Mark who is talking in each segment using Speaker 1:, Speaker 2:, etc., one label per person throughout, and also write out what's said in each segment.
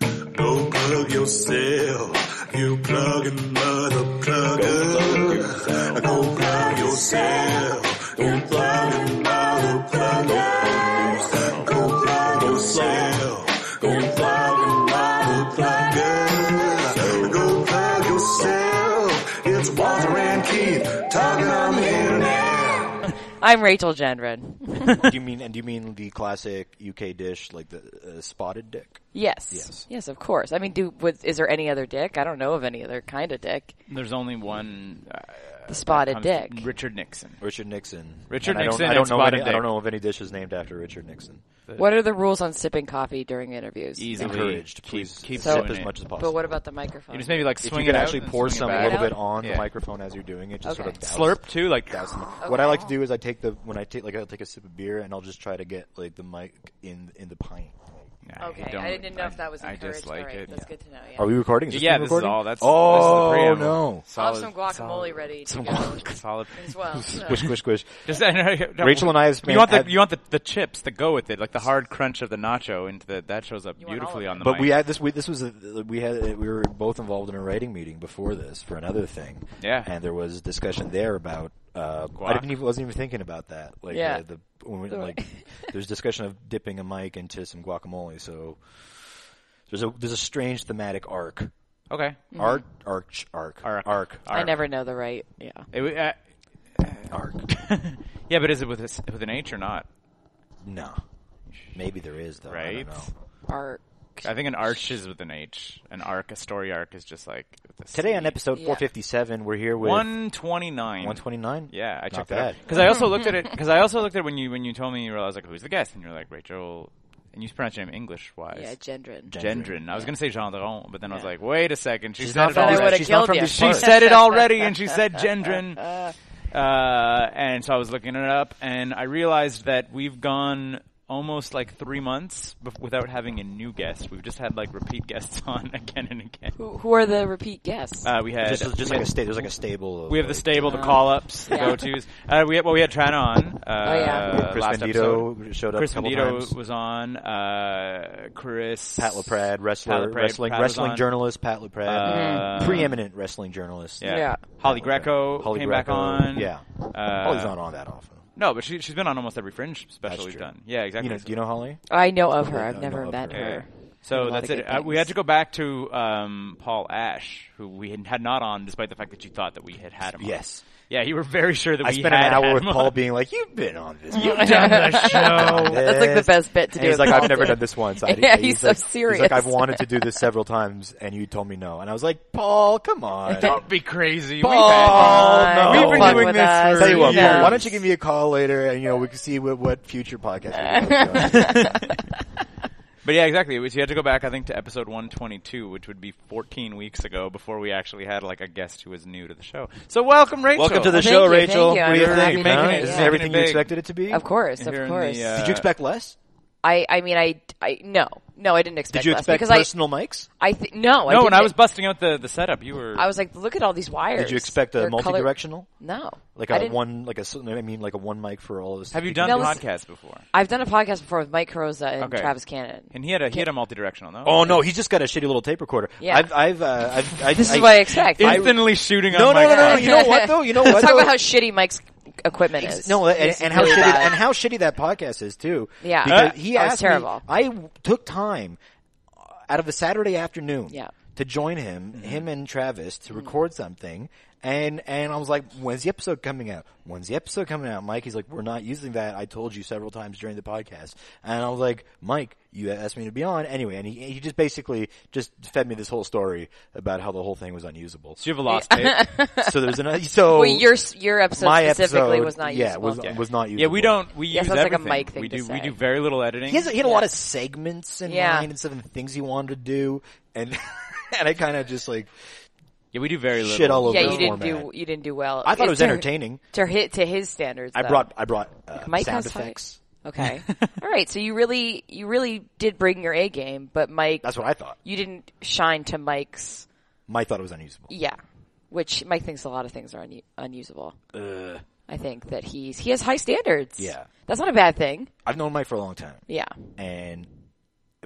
Speaker 1: Go plug yourself. You plugging mother plugger. Go plug yourself. You plugging mother plugger. Go plug yourself. You plugging mother plugger. Go plug yourself. It's Walter and Keith talking on the internet.
Speaker 2: I'm Rachel Gendron.
Speaker 3: do you mean and do you mean the classic UK dish like the uh, spotted dick?
Speaker 2: Yes.
Speaker 3: Yes.
Speaker 2: Yes, of course. I mean, do was, is there any other dick? I don't know of any other kind of dick.
Speaker 4: There's only one. Uh,
Speaker 2: The spotted
Speaker 4: comes-
Speaker 2: dick.
Speaker 4: Richard Nixon.
Speaker 3: Richard Nixon.
Speaker 4: Richard
Speaker 3: And I don't-
Speaker 4: Nixon
Speaker 3: I don't,
Speaker 4: and
Speaker 3: know
Speaker 4: spotted
Speaker 3: any, I don't
Speaker 4: dick.
Speaker 3: know of any dishes named after Richard Nixon.
Speaker 2: What are the rules on sipping coffee during interviews?
Speaker 4: Easily
Speaker 3: Encouraged.
Speaker 4: keep-
Speaker 3: Please
Speaker 4: keep
Speaker 2: So-
Speaker 3: sip
Speaker 4: doing
Speaker 3: as
Speaker 4: it.
Speaker 3: much as possible.
Speaker 2: But what about the microphone?
Speaker 4: You just maybe like
Speaker 3: if
Speaker 4: swing
Speaker 3: you could
Speaker 4: it out
Speaker 3: actually
Speaker 4: and
Speaker 3: pour
Speaker 4: swing it
Speaker 3: some a
Speaker 4: back.
Speaker 3: little
Speaker 2: Right
Speaker 3: bit on the
Speaker 4: Yeah.
Speaker 3: microphone as you're doing it, just sort
Speaker 2: Okay.
Speaker 3: of douse-
Speaker 4: slurp too, like
Speaker 3: douse the mic. What I
Speaker 2: Okay.
Speaker 3: like to do is I take the when I take like I take a sip of beer and I'll just try to get like the mic in in the pint.
Speaker 4: Nah,
Speaker 2: Okay,
Speaker 4: don't-
Speaker 2: I didn't know if that was
Speaker 4: I
Speaker 2: encouraged.
Speaker 4: dislike
Speaker 2: All right,
Speaker 4: it.
Speaker 2: that's good to know. Yeah.
Speaker 3: Are we recording? Is this
Speaker 4: Yeah,
Speaker 3: being
Speaker 4: this is
Speaker 3: recording?
Speaker 4: all. That's
Speaker 3: oh
Speaker 4: this is the preamble.
Speaker 3: no!
Speaker 2: I'll have
Speaker 4: Solid-
Speaker 2: some guacamole ready to go
Speaker 4: Solid.
Speaker 2: as well. so-
Speaker 3: Squish squish squish.
Speaker 4: Just, I know, no,
Speaker 3: Rachel and I have
Speaker 4: You want the
Speaker 3: had-
Speaker 4: you want the, the chips to go with it, like the hard crunch of the nacho, and the, that shows up
Speaker 2: You want all
Speaker 4: beautifully
Speaker 2: of
Speaker 4: on the.
Speaker 3: But
Speaker 4: mic.
Speaker 3: we had this. We, this was a, we had we were both involved in a writing meeting before this for another thing.
Speaker 4: Yeah.
Speaker 3: and there was discussion there about. Uh, I didn't even wasn't even thinking about that. Like
Speaker 2: Yeah.
Speaker 3: uh, the when we, like there's discussion of dipping a mic into some guacamole. So there's a there's a strange thematic arc.
Speaker 2: Mm-hmm.
Speaker 4: okay.
Speaker 3: Arc, arch, arc,
Speaker 4: Arc.
Speaker 3: arc,
Speaker 2: I never know the right. Yeah.
Speaker 4: It w- uh,
Speaker 3: arc.
Speaker 4: yeah, but is it with a s with an H or not?
Speaker 3: no, maybe there is though. I
Speaker 4: Right.
Speaker 3: don't know.
Speaker 2: Arc.
Speaker 4: I think an arch is with an H. An arc, a story arc, is just like with a
Speaker 3: Today
Speaker 4: C.
Speaker 3: on episode
Speaker 2: Yeah.
Speaker 3: 457, we're here with
Speaker 4: one twenty nine.
Speaker 3: 129.
Speaker 4: Yeah, I
Speaker 3: Not
Speaker 4: checked
Speaker 3: bad.
Speaker 4: that because I also looked at it because I also looked at it when you when you told me you were, I was like, who's the guest? And you're like Rachel, and you pronounce your name English wise.
Speaker 2: Yeah, Gendron.
Speaker 4: Gendron. I was gonna say Gendron, but then I was
Speaker 2: Yeah.
Speaker 4: like, wait a second, she
Speaker 3: She's
Speaker 4: said
Speaker 3: not
Speaker 4: it
Speaker 3: from.
Speaker 2: I
Speaker 3: These,
Speaker 2: would've
Speaker 4: already.
Speaker 3: she's not
Speaker 2: killed
Speaker 3: from
Speaker 2: ya.
Speaker 3: these
Speaker 4: She
Speaker 3: parts.
Speaker 4: said it already, and she said Gendron. Uh, and so I was looking it up, and I realized that we've gone almost like three months bef- without having a new guest. We've just had like repeat guests on again and again.
Speaker 2: Who, who are the repeat guests?
Speaker 4: Uh, we had
Speaker 3: just, just
Speaker 4: we
Speaker 3: like
Speaker 4: had-
Speaker 3: a sta- there's like a stable. Of,
Speaker 4: we have the
Speaker 3: like,
Speaker 4: stable, the
Speaker 2: Uh,
Speaker 4: call ups, the
Speaker 2: yeah.
Speaker 4: go tos. Uh, we had, well, we had Trana on. Uh,
Speaker 2: yeah.
Speaker 3: Chris
Speaker 4: last
Speaker 3: Bandito
Speaker 4: episode.
Speaker 3: showed up
Speaker 4: Chris
Speaker 3: a couple
Speaker 4: Bandito
Speaker 3: times.
Speaker 4: was on. Uh, Chris
Speaker 3: Pat LaPrade, wrestler,
Speaker 4: Pat LaPrade,
Speaker 3: wrestling,
Speaker 4: Pat was
Speaker 3: wrestling
Speaker 4: on.
Speaker 3: journalist, Pat LaPrade,
Speaker 4: Uh,
Speaker 3: preeminent wrestling journalist.
Speaker 4: Yeah.
Speaker 2: Mm-hmm. Yeah.
Speaker 4: Holly Greco
Speaker 3: Holly
Speaker 4: came back
Speaker 3: Greco,
Speaker 4: on.
Speaker 3: Yeah,
Speaker 4: Uh,
Speaker 3: Holly's not on that often.
Speaker 4: No, but she, she's been on almost every Fringe special
Speaker 3: That's
Speaker 4: we've
Speaker 3: true.
Speaker 4: done. Yeah, exactly.
Speaker 3: You know, do you know Holly?
Speaker 2: I know of her.
Speaker 3: I
Speaker 2: I've
Speaker 3: know
Speaker 2: never
Speaker 3: of
Speaker 2: met
Speaker 3: her.
Speaker 2: her.
Speaker 4: Yeah.
Speaker 2: Heard a
Speaker 4: So
Speaker 2: lot
Speaker 4: that's
Speaker 2: of
Speaker 4: it.
Speaker 2: good
Speaker 4: Uh, we
Speaker 2: things.
Speaker 4: had to go back to um, Paul Ash, who we had had not on, despite the fact that you thought that we had had him. on.
Speaker 3: Yes.
Speaker 4: Yeah, you were very sure that
Speaker 3: I
Speaker 4: we
Speaker 3: spent
Speaker 4: had
Speaker 3: an
Speaker 4: had
Speaker 3: hour with
Speaker 4: him on.
Speaker 3: Paul, being like, "You've been on this. You've
Speaker 4: Done the show.
Speaker 2: That's like the best bit to
Speaker 3: And
Speaker 2: do
Speaker 3: he's
Speaker 2: with
Speaker 3: like,
Speaker 2: Paul,
Speaker 3: I've never
Speaker 2: too.
Speaker 3: done this once. I
Speaker 2: Yeah,
Speaker 3: didn't-
Speaker 2: he's so
Speaker 3: like-
Speaker 2: serious.
Speaker 3: He's like, I've wanted to do this several times, and you told me no. And I was like, Paul, come on.
Speaker 4: Don't be crazy. We've
Speaker 3: Paul,
Speaker 2: Come
Speaker 3: no.
Speaker 2: on,
Speaker 3: We've been
Speaker 2: fuck
Speaker 3: doing
Speaker 2: with
Speaker 3: this
Speaker 2: us.
Speaker 3: Tell you what,
Speaker 2: No.
Speaker 3: Paul, why don't you give me a call later, and you know we can see what, what future podcast. We're gonna do.
Speaker 4: But yeah, exactly. It was, you had to go back, I think, to episode 122, which would be 14 weeks ago before we actually had like a guest who was new to the show. So welcome, Rachel.
Speaker 3: Welcome to
Speaker 2: Well,
Speaker 3: the
Speaker 2: thank
Speaker 3: show,
Speaker 2: you, thank
Speaker 3: Rachel.
Speaker 2: you.
Speaker 3: What
Speaker 2: I'm
Speaker 3: do you
Speaker 2: really happy
Speaker 3: think?
Speaker 2: to
Speaker 3: huh?
Speaker 2: be here,
Speaker 3: Is this
Speaker 2: yeah.
Speaker 3: everything
Speaker 4: Making it
Speaker 3: you
Speaker 4: big.
Speaker 3: expected it to be?
Speaker 2: Of course,
Speaker 4: Here in
Speaker 2: of
Speaker 4: the,
Speaker 2: course.
Speaker 4: uh,
Speaker 3: Did you expect less?
Speaker 2: I, I mean, I, I, no, no, I didn't expect
Speaker 3: Did you
Speaker 2: less
Speaker 3: expect
Speaker 2: because I-
Speaker 3: personal mics?
Speaker 2: I, thi- no,
Speaker 4: No,
Speaker 2: I
Speaker 4: when
Speaker 2: didn't.
Speaker 4: I was busting out the, the setup, you were.
Speaker 2: I was like, look at all these wires.
Speaker 3: Did you expect
Speaker 2: They're
Speaker 3: a
Speaker 2: color-
Speaker 3: multi-directional,
Speaker 2: No,
Speaker 3: like
Speaker 2: I
Speaker 3: a
Speaker 2: didn't-
Speaker 3: one, like a s- I mean, like a one mic for all of us?
Speaker 4: Have you done
Speaker 2: No, it's-
Speaker 4: podcasts before?
Speaker 2: I've done a podcast before with Mike Carosa and
Speaker 4: Okay.
Speaker 2: Travis Cannon.
Speaker 4: And he had a he had a multi-directional. No?
Speaker 3: Oh no, he's just got a shitty little tape recorder.
Speaker 2: Yeah.
Speaker 3: I've, I've, uh, I've, I,
Speaker 2: This
Speaker 3: I-
Speaker 2: is what I expect.
Speaker 3: I-
Speaker 4: instantly shooting
Speaker 3: No, no,
Speaker 4: on my
Speaker 3: no, no,
Speaker 4: phone.
Speaker 3: You know what, though? You know what,
Speaker 2: Talk
Speaker 3: though?
Speaker 2: about how shitty Mike's equipment is.
Speaker 3: No, and,
Speaker 2: It's
Speaker 3: and how
Speaker 2: really
Speaker 3: shitty,
Speaker 2: bad.
Speaker 3: and how shitty that podcast is too.
Speaker 2: Yeah.
Speaker 4: Uh,
Speaker 3: because he
Speaker 2: That was
Speaker 3: asked me-
Speaker 2: terrible.
Speaker 3: I w- took time out of a Saturday afternoon.
Speaker 2: Yeah. Mm-hmm.
Speaker 3: to join him, him and Travis to record something. And and I was like, when's the episode coming out? When's the episode coming out, Mike? He's like, we're not using that. I told you several times during the podcast. And I was like, Mike, you asked me to be on anyway. And he he just basically just fed me this whole story about how the whole thing was unusable.
Speaker 4: So you have a lost tape.
Speaker 3: so there's another. So
Speaker 2: Well, your s- your episode
Speaker 3: my
Speaker 2: specifically
Speaker 3: episode,
Speaker 2: was not
Speaker 3: yeah,
Speaker 2: usable.
Speaker 3: was- was not
Speaker 4: Yeah, we
Speaker 3: usable.
Speaker 4: don't. We
Speaker 2: Yeah,
Speaker 4: use
Speaker 2: sounds like a
Speaker 4: everything.
Speaker 2: mic thing
Speaker 4: we
Speaker 2: to
Speaker 4: do. We
Speaker 2: say.
Speaker 4: do very little editing.
Speaker 3: he, has, he had a lot of segments in
Speaker 2: Yeah.
Speaker 3: mind and stuff and things he wanted to do, and and I kind of just like
Speaker 4: Yeah, we do very little.
Speaker 3: Shit all over.
Speaker 2: Yeah,
Speaker 3: the
Speaker 2: you didn't do
Speaker 3: format.
Speaker 2: you didn't do well.
Speaker 3: I thought it was
Speaker 2: To-
Speaker 3: entertaining.
Speaker 2: to hit to his standards.
Speaker 3: I
Speaker 2: though.
Speaker 3: brought I brought uh,
Speaker 2: Mike
Speaker 3: sound
Speaker 2: has height.
Speaker 3: effects.
Speaker 2: Okay, all right. So you really you really did bring your A game, but Mike,
Speaker 3: That's what I thought.
Speaker 2: you didn't shine to Mike's.
Speaker 3: Mike thought it was unusable.
Speaker 2: Yeah, which Mike thinks a lot of things are un- unusable.
Speaker 4: Uh.
Speaker 2: I think that he's he has high standards.
Speaker 3: Yeah.
Speaker 2: that's not a bad thing.
Speaker 3: I've known Mike for a long time,
Speaker 2: Yeah,
Speaker 3: and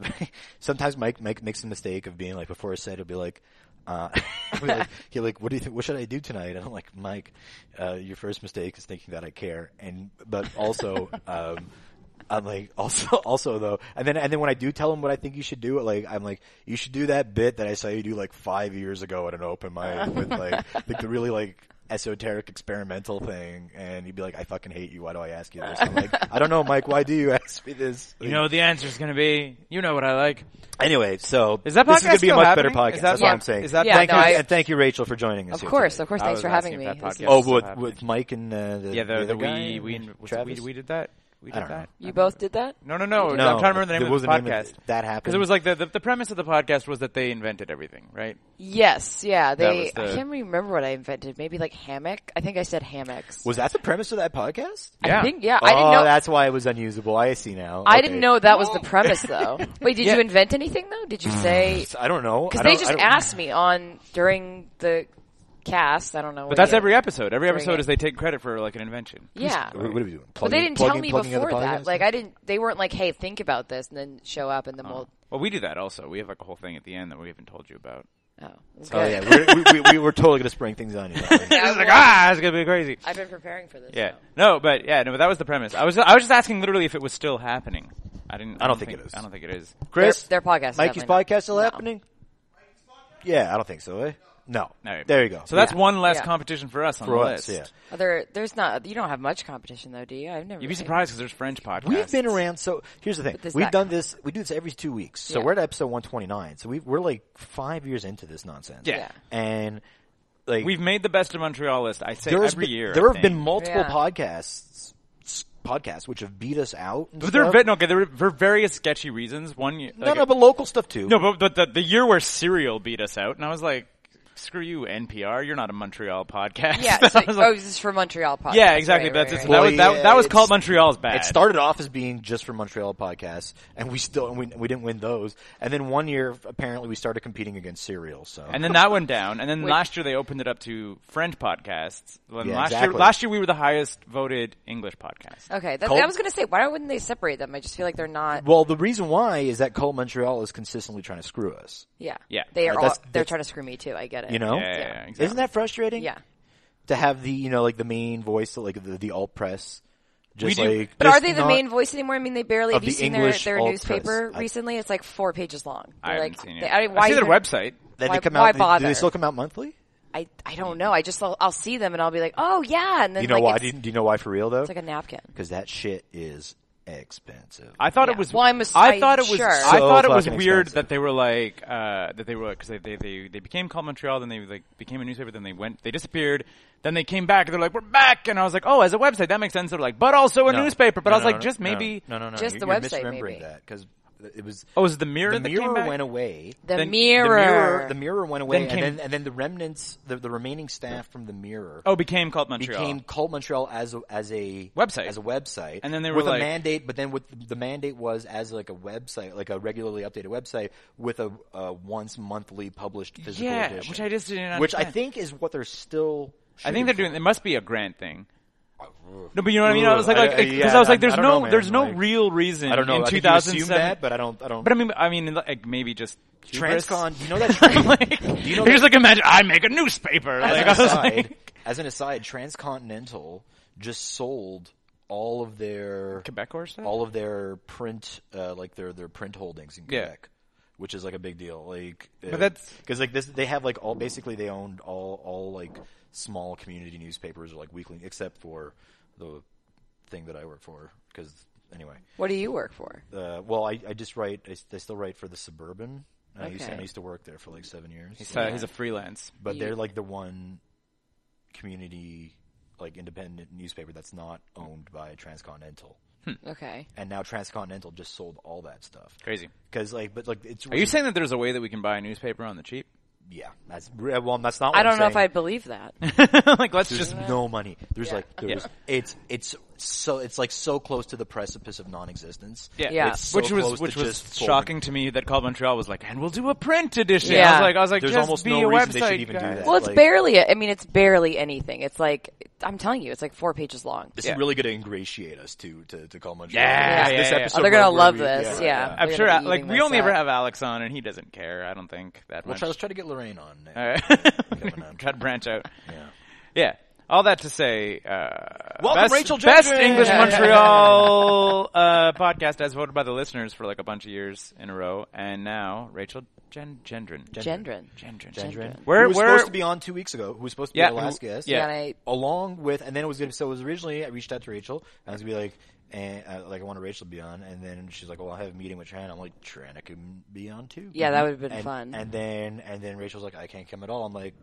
Speaker 3: sometimes Mike, Mike makes the mistake of being like before a set, he'll be like. Uh, he'll be like, he'll like, what do you think? What should I do tonight? And I'm like, Mike, uh, your first mistake is thinking that I care. And, but also, um, I'm like, also, also though, and then, and then when I do tell him what I think you should do, like, I'm like, you should do that bit that I saw you do like five years ago at an open mic with like, like the really like esoteric experimental thing. And you'd be like, I fucking hate you. Why do I ask you this? I'm like, I don't know, Mike. Why do you ask me this?
Speaker 4: You know what the answer's going to be. You know what I like.
Speaker 3: Anyway, so
Speaker 4: Is that
Speaker 3: this is
Speaker 4: podcast
Speaker 3: going to be a
Speaker 4: still
Speaker 3: much
Speaker 4: happening?
Speaker 3: better podcast.
Speaker 4: Is that-
Speaker 3: That's
Speaker 2: yeah.
Speaker 3: what I'm saying.
Speaker 4: Is that-
Speaker 2: Yeah,
Speaker 3: thank
Speaker 2: no,
Speaker 3: you,
Speaker 2: I-
Speaker 3: and thank you, Rachel, for joining us.
Speaker 2: of
Speaker 3: here
Speaker 2: course,
Speaker 3: today.
Speaker 2: of course.
Speaker 4: I
Speaker 2: Thanks
Speaker 4: was
Speaker 2: for having me.
Speaker 4: asking if that
Speaker 2: This is-
Speaker 4: podcast-
Speaker 3: Oh,
Speaker 4: Still
Speaker 3: with,
Speaker 4: happening.
Speaker 3: with Mike and uh, the,
Speaker 4: Yeah, the,
Speaker 3: other
Speaker 4: the
Speaker 3: guy,
Speaker 4: we, we, was it we
Speaker 3: Travis?
Speaker 4: we did that. We
Speaker 3: I
Speaker 4: did
Speaker 3: don't know.
Speaker 4: that.
Speaker 2: you both did that.
Speaker 4: No, no, no.
Speaker 3: No,
Speaker 4: I'm trying to remember the name
Speaker 3: it
Speaker 4: of
Speaker 3: was
Speaker 4: the
Speaker 3: the name of
Speaker 4: podcast.
Speaker 3: th- that happened.
Speaker 4: because it was like the, the the premise of the podcast was that they invented everything, right?
Speaker 2: Yes, yeah. They
Speaker 4: was the-
Speaker 2: I can't remember what I invented. Maybe like hammock. I think I said hammocks.
Speaker 3: Was that the premise of that podcast?
Speaker 4: Yeah.
Speaker 2: I think yeah. I didn't
Speaker 3: oh,
Speaker 2: know.
Speaker 3: that's why it was unusable. I see now.
Speaker 2: I
Speaker 3: Okay.
Speaker 2: didn't know that was the premise though. Wait, did
Speaker 4: Oh. Yeah.
Speaker 2: you invent anything though? Did you say?
Speaker 3: I don't know.
Speaker 2: Because
Speaker 3: I
Speaker 2: they
Speaker 3: don't-
Speaker 2: just
Speaker 3: I don't-
Speaker 2: asked me on during the cast. I don't know.
Speaker 4: But that's every episode. Every
Speaker 2: Bring
Speaker 4: episode
Speaker 2: it.
Speaker 4: is they take credit for like an invention.
Speaker 2: Yeah.
Speaker 3: What, what are we doing?
Speaker 2: But they didn't
Speaker 3: Plugging-
Speaker 2: tell me
Speaker 3: plugging other
Speaker 2: before that.
Speaker 3: podcasts?
Speaker 2: Like I didn't. They weren't like, "Hey, think about this," and then show up, and
Speaker 4: Oh.
Speaker 2: then we'll.
Speaker 4: Well, we do that also. We have like a whole thing at the end that we haven't told you about.
Speaker 2: Oh,
Speaker 3: Oh
Speaker 2: good.
Speaker 3: yeah, we're, we, we, we were totally gonna spring things on you.
Speaker 4: It's like ah, it's gonna be crazy.
Speaker 2: I've been preparing for this.
Speaker 4: Yeah.
Speaker 2: now.
Speaker 4: No, but yeah, no, but that was the premise. I was I was just asking literally if it was still happening. I didn't. I
Speaker 3: don't think it is.
Speaker 4: I don't think it is.
Speaker 3: Chris,
Speaker 2: Their- their podcast is
Speaker 3: Mikey's
Speaker 2: happening.
Speaker 3: podcast still
Speaker 2: No.
Speaker 3: happening? Yeah, I don't think so. Eh? No.
Speaker 4: No.
Speaker 3: There you go.
Speaker 4: So that's
Speaker 2: Yeah.
Speaker 4: one less
Speaker 2: Yeah.
Speaker 4: competition for us on
Speaker 3: for
Speaker 4: the
Speaker 3: us.
Speaker 4: list.
Speaker 3: Yeah.
Speaker 2: Other, Oh, there's not. You don't have much competition though, do you? I've never.
Speaker 4: You'd be surprised because there's French podcasts.
Speaker 3: We've been around. So here's the thing:
Speaker 2: does
Speaker 3: we've
Speaker 2: that
Speaker 3: done
Speaker 2: count?
Speaker 3: this. We do this every two weeks. So
Speaker 2: Yeah.
Speaker 3: we're at episode 129. So we, we're like five years into this nonsense.
Speaker 4: Yeah.
Speaker 2: Yeah.
Speaker 3: and like
Speaker 4: We've made the best of Montreal list. I say
Speaker 3: there's
Speaker 4: every
Speaker 3: been-
Speaker 4: year.
Speaker 3: there
Speaker 4: I
Speaker 3: have been
Speaker 4: think.
Speaker 3: multiple
Speaker 2: Yeah.
Speaker 3: podcasts s- podcasts which have beat us out. and
Speaker 4: But there have
Speaker 3: stuff.
Speaker 4: been okay. There were for various sketchy reasons. One. year-
Speaker 3: no,
Speaker 4: like,
Speaker 3: no, but local stuff too.
Speaker 4: no, but, but the, the year where Serial beat us out, and I was like, "Screw you, NPR. You're not a Montreal podcast."
Speaker 2: Yeah.
Speaker 4: I
Speaker 2: So,
Speaker 4: was
Speaker 2: oh,
Speaker 4: like-
Speaker 2: this is for Montreal podcast.
Speaker 4: yeah, exactly.
Speaker 2: Right,
Speaker 4: That's
Speaker 2: right,
Speaker 4: it's-
Speaker 2: right.
Speaker 3: right.
Speaker 4: that was that,
Speaker 3: Well, yeah,
Speaker 4: that was
Speaker 3: it's-
Speaker 4: called Montreal's bad.
Speaker 3: It started off as being just for Montreal podcasts, and we still and we, we didn't win those. And then one year, apparently, we started competing against Serial. So
Speaker 4: And then that went down. And then last year they opened it up to French podcasts. When
Speaker 3: Yeah,
Speaker 4: last year,
Speaker 3: exactly.
Speaker 4: last year we were the highest voted English podcast.
Speaker 2: Okay, that,
Speaker 3: Cult-
Speaker 2: I was gonna say, why wouldn't they separate them? I just feel like they're not.
Speaker 3: well, the reason why is that Cole Montreal is consistently trying to screw us.
Speaker 2: Yeah,
Speaker 4: Yeah.
Speaker 2: They
Speaker 3: Right,
Speaker 2: are. all,
Speaker 3: that's-
Speaker 2: they're
Speaker 3: that's-
Speaker 2: trying to screw me too. I get it.
Speaker 3: You know,
Speaker 4: Yeah, yeah, yeah, exactly.
Speaker 3: isn't that frustrating?
Speaker 2: Yeah.
Speaker 3: to have the you know like the main voice like the, the alt press just
Speaker 4: We do-
Speaker 3: like
Speaker 2: But
Speaker 3: just
Speaker 2: are they the
Speaker 3: not-
Speaker 2: main voice anymore? I mean, they barely.
Speaker 3: Of
Speaker 2: Have you
Speaker 3: the
Speaker 2: seen
Speaker 3: English
Speaker 2: their, their
Speaker 3: alt
Speaker 2: newspaper
Speaker 3: press. I-
Speaker 2: recently? It's like four pages long.
Speaker 4: I
Speaker 2: They're
Speaker 4: haven't
Speaker 2: like,
Speaker 4: seen it.
Speaker 2: they- I,
Speaker 4: I
Speaker 2: mean, why
Speaker 4: see their
Speaker 2: even-
Speaker 4: website.
Speaker 3: then
Speaker 2: why-
Speaker 3: they come
Speaker 2: why
Speaker 3: out they- do they
Speaker 2: bother?
Speaker 3: still come out monthly
Speaker 2: I I don't know. I just I'll, I'll see them and I'll be like, oh yeah, and then
Speaker 3: you know
Speaker 2: like,
Speaker 3: why
Speaker 2: It's,
Speaker 3: do you, do you know why for real though
Speaker 2: it's like a napkin.
Speaker 3: because that shit is expensive
Speaker 4: I thought
Speaker 2: Yeah.
Speaker 4: it was.
Speaker 2: Well, I'm a-
Speaker 4: I thought it was.
Speaker 2: sure.
Speaker 4: I
Speaker 3: So
Speaker 4: thought it was
Speaker 3: fucking
Speaker 4: weird
Speaker 3: expensive.
Speaker 4: that they were like uh, that they were because they, they they they became called Montreal, then they like became a newspaper, then they went, they disappeared, then they came back, and they're like, we're back, and I was like, oh, as a website that makes sense. They're like, but also a newspaper, but I was like, just maybe.
Speaker 3: no no no
Speaker 2: Just
Speaker 3: you're,
Speaker 2: the
Speaker 3: you're
Speaker 2: website,
Speaker 3: misremembering
Speaker 2: maybe.
Speaker 3: that because it was
Speaker 4: Oh, is it the mirror?
Speaker 3: the
Speaker 4: that
Speaker 3: mirror
Speaker 4: came back?
Speaker 3: went away
Speaker 2: The
Speaker 4: Then- the
Speaker 2: mirror.
Speaker 3: the mirror the mirror went away
Speaker 4: Then came-
Speaker 3: and then and then the remnants the, the remaining staff from the mirror
Speaker 4: Oh, became called Montreal.
Speaker 3: became Cult Montreal as a, as a
Speaker 4: Website.
Speaker 3: as a website,
Speaker 4: And then they were
Speaker 3: with
Speaker 4: like-
Speaker 3: a mandate. But then with the mandate was as like a website, like a regularly updated website with a, a once monthly published physical
Speaker 4: Yeah,
Speaker 3: edition.
Speaker 4: which I just didn't
Speaker 3: Which I
Speaker 4: understand.
Speaker 3: think is what they're still.
Speaker 4: I think they're
Speaker 3: shooting
Speaker 4: doing. It must be a grant thing. No, but you know what I mean.
Speaker 3: Ooh,
Speaker 4: I was like,
Speaker 3: I-
Speaker 4: like
Speaker 3: I-
Speaker 4: because
Speaker 3: yeah,
Speaker 4: I was
Speaker 3: I-
Speaker 4: like,
Speaker 3: I
Speaker 4: there's
Speaker 3: don't
Speaker 4: no,
Speaker 3: know, man.
Speaker 4: there's no
Speaker 3: Like,
Speaker 4: real reason.
Speaker 3: for. I don't know.
Speaker 4: In
Speaker 3: I think you assume
Speaker 4: 2007,
Speaker 3: that, but I don't. I don't.
Speaker 4: But I mean, I mean, like maybe just hubris.
Speaker 3: Transcon, you know that. Trans-
Speaker 4: like,
Speaker 3: you know
Speaker 4: they're
Speaker 3: that-
Speaker 4: just like imagine I make a newspaper. Like, I
Speaker 3: as,
Speaker 4: was
Speaker 3: an
Speaker 4: like-
Speaker 3: aside, as an aside, Transcontinental just sold all of their
Speaker 4: Quebecor stuff?
Speaker 3: all of their print, uh, like their their print holdings in
Speaker 4: Yeah.
Speaker 3: Quebec, which is like a big deal. Like,
Speaker 4: But that's-
Speaker 3: because like this, they have like all basically they owned all all like small community newspapers or like weekly, except for the thing that I work for. Because anyway,
Speaker 2: What do you work for?
Speaker 3: uh, well, I, I just write. I, s- I still write for the Suburban. And I, used to,
Speaker 2: Okay.
Speaker 3: I used to work there for like seven years
Speaker 4: So he's a freelance.
Speaker 3: but
Speaker 2: You-
Speaker 3: they're like the one community like independent newspaper that's not owned by Transcontinental.
Speaker 2: Okay.
Speaker 3: And now Transcontinental just sold all that stuff.
Speaker 4: Crazy.
Speaker 3: Cuz like but like it's
Speaker 4: Are you saying that there's a way that we can buy a newspaper on the cheap?
Speaker 3: yeah, that's well, that's not. What
Speaker 2: I don't
Speaker 3: am
Speaker 2: know if I believe that.
Speaker 4: like let's
Speaker 3: There's
Speaker 4: just
Speaker 3: no money. There's
Speaker 2: Yeah.
Speaker 3: like there's it's it's so it's like so close to the precipice of non-existence.
Speaker 4: Yeah,
Speaker 2: Yeah.
Speaker 3: It's so
Speaker 4: which was
Speaker 3: close
Speaker 4: which
Speaker 3: to
Speaker 4: was
Speaker 3: just folding.
Speaker 4: shocking to me that Club Montreal was like, and we'll do a print edition. I
Speaker 2: Yeah.
Speaker 4: was like, I was like,
Speaker 3: There's
Speaker 4: just
Speaker 3: almost
Speaker 4: be
Speaker 3: no
Speaker 4: a
Speaker 3: reason they
Speaker 4: website,
Speaker 3: should even do
Speaker 4: guys.
Speaker 3: that.
Speaker 2: Well, it's
Speaker 3: like-
Speaker 2: barely. I mean, it's barely anything. It's like I'm telling you, it's like four pages long.
Speaker 3: This
Speaker 4: Yeah.
Speaker 3: is really going to ingratiate us to to, to call Montreal.
Speaker 4: Yeah,
Speaker 3: This-
Speaker 4: yeah,
Speaker 3: this
Speaker 4: yeah.
Speaker 3: episode
Speaker 2: Oh, they're
Speaker 3: where-
Speaker 2: gonna
Speaker 3: where
Speaker 2: love
Speaker 3: we-
Speaker 2: this. Yeah,
Speaker 3: yeah, yeah.
Speaker 2: They're
Speaker 4: I'm sure.
Speaker 2: gonna be
Speaker 4: Like
Speaker 2: eating
Speaker 4: we
Speaker 2: this
Speaker 4: only ever
Speaker 2: up.
Speaker 4: have Alex on, and he doesn't care. I don't think that
Speaker 3: Well,
Speaker 4: much.
Speaker 3: try, let's try to get Lorraine on.
Speaker 4: All
Speaker 3: next.
Speaker 4: right.
Speaker 3: Coming up.
Speaker 4: Try to branch out.
Speaker 3: Yeah.
Speaker 4: Yeah. All that to say, uh,
Speaker 3: Welcome,
Speaker 4: best,
Speaker 3: Rachel
Speaker 4: best
Speaker 3: Gendron!
Speaker 4: English Montreal uh, podcast as voted by the listeners for like a bunch of years in a row, and now Rachel Gen- Gendron.
Speaker 2: Gendron.
Speaker 4: Gendron.
Speaker 3: Gendron,
Speaker 4: Where-
Speaker 3: who was
Speaker 4: where-
Speaker 3: supposed to be on two weeks ago, who was supposed to be
Speaker 4: Yeah,
Speaker 3: our last
Speaker 4: who-
Speaker 3: guest,
Speaker 4: yeah.
Speaker 2: And I,
Speaker 3: along with, and then it was gonna. So it was originally I reached out to Rachel. And I was gonna be like, eh, uh, like I wanted Rachel to be on, and then she's like, well, I have a meeting with Shannon. I'm like, Shannon can be on too.
Speaker 2: Yeah, that would've been
Speaker 3: And-
Speaker 2: fun.
Speaker 3: And then and then Rachel's like, I can't come at all. I'm like,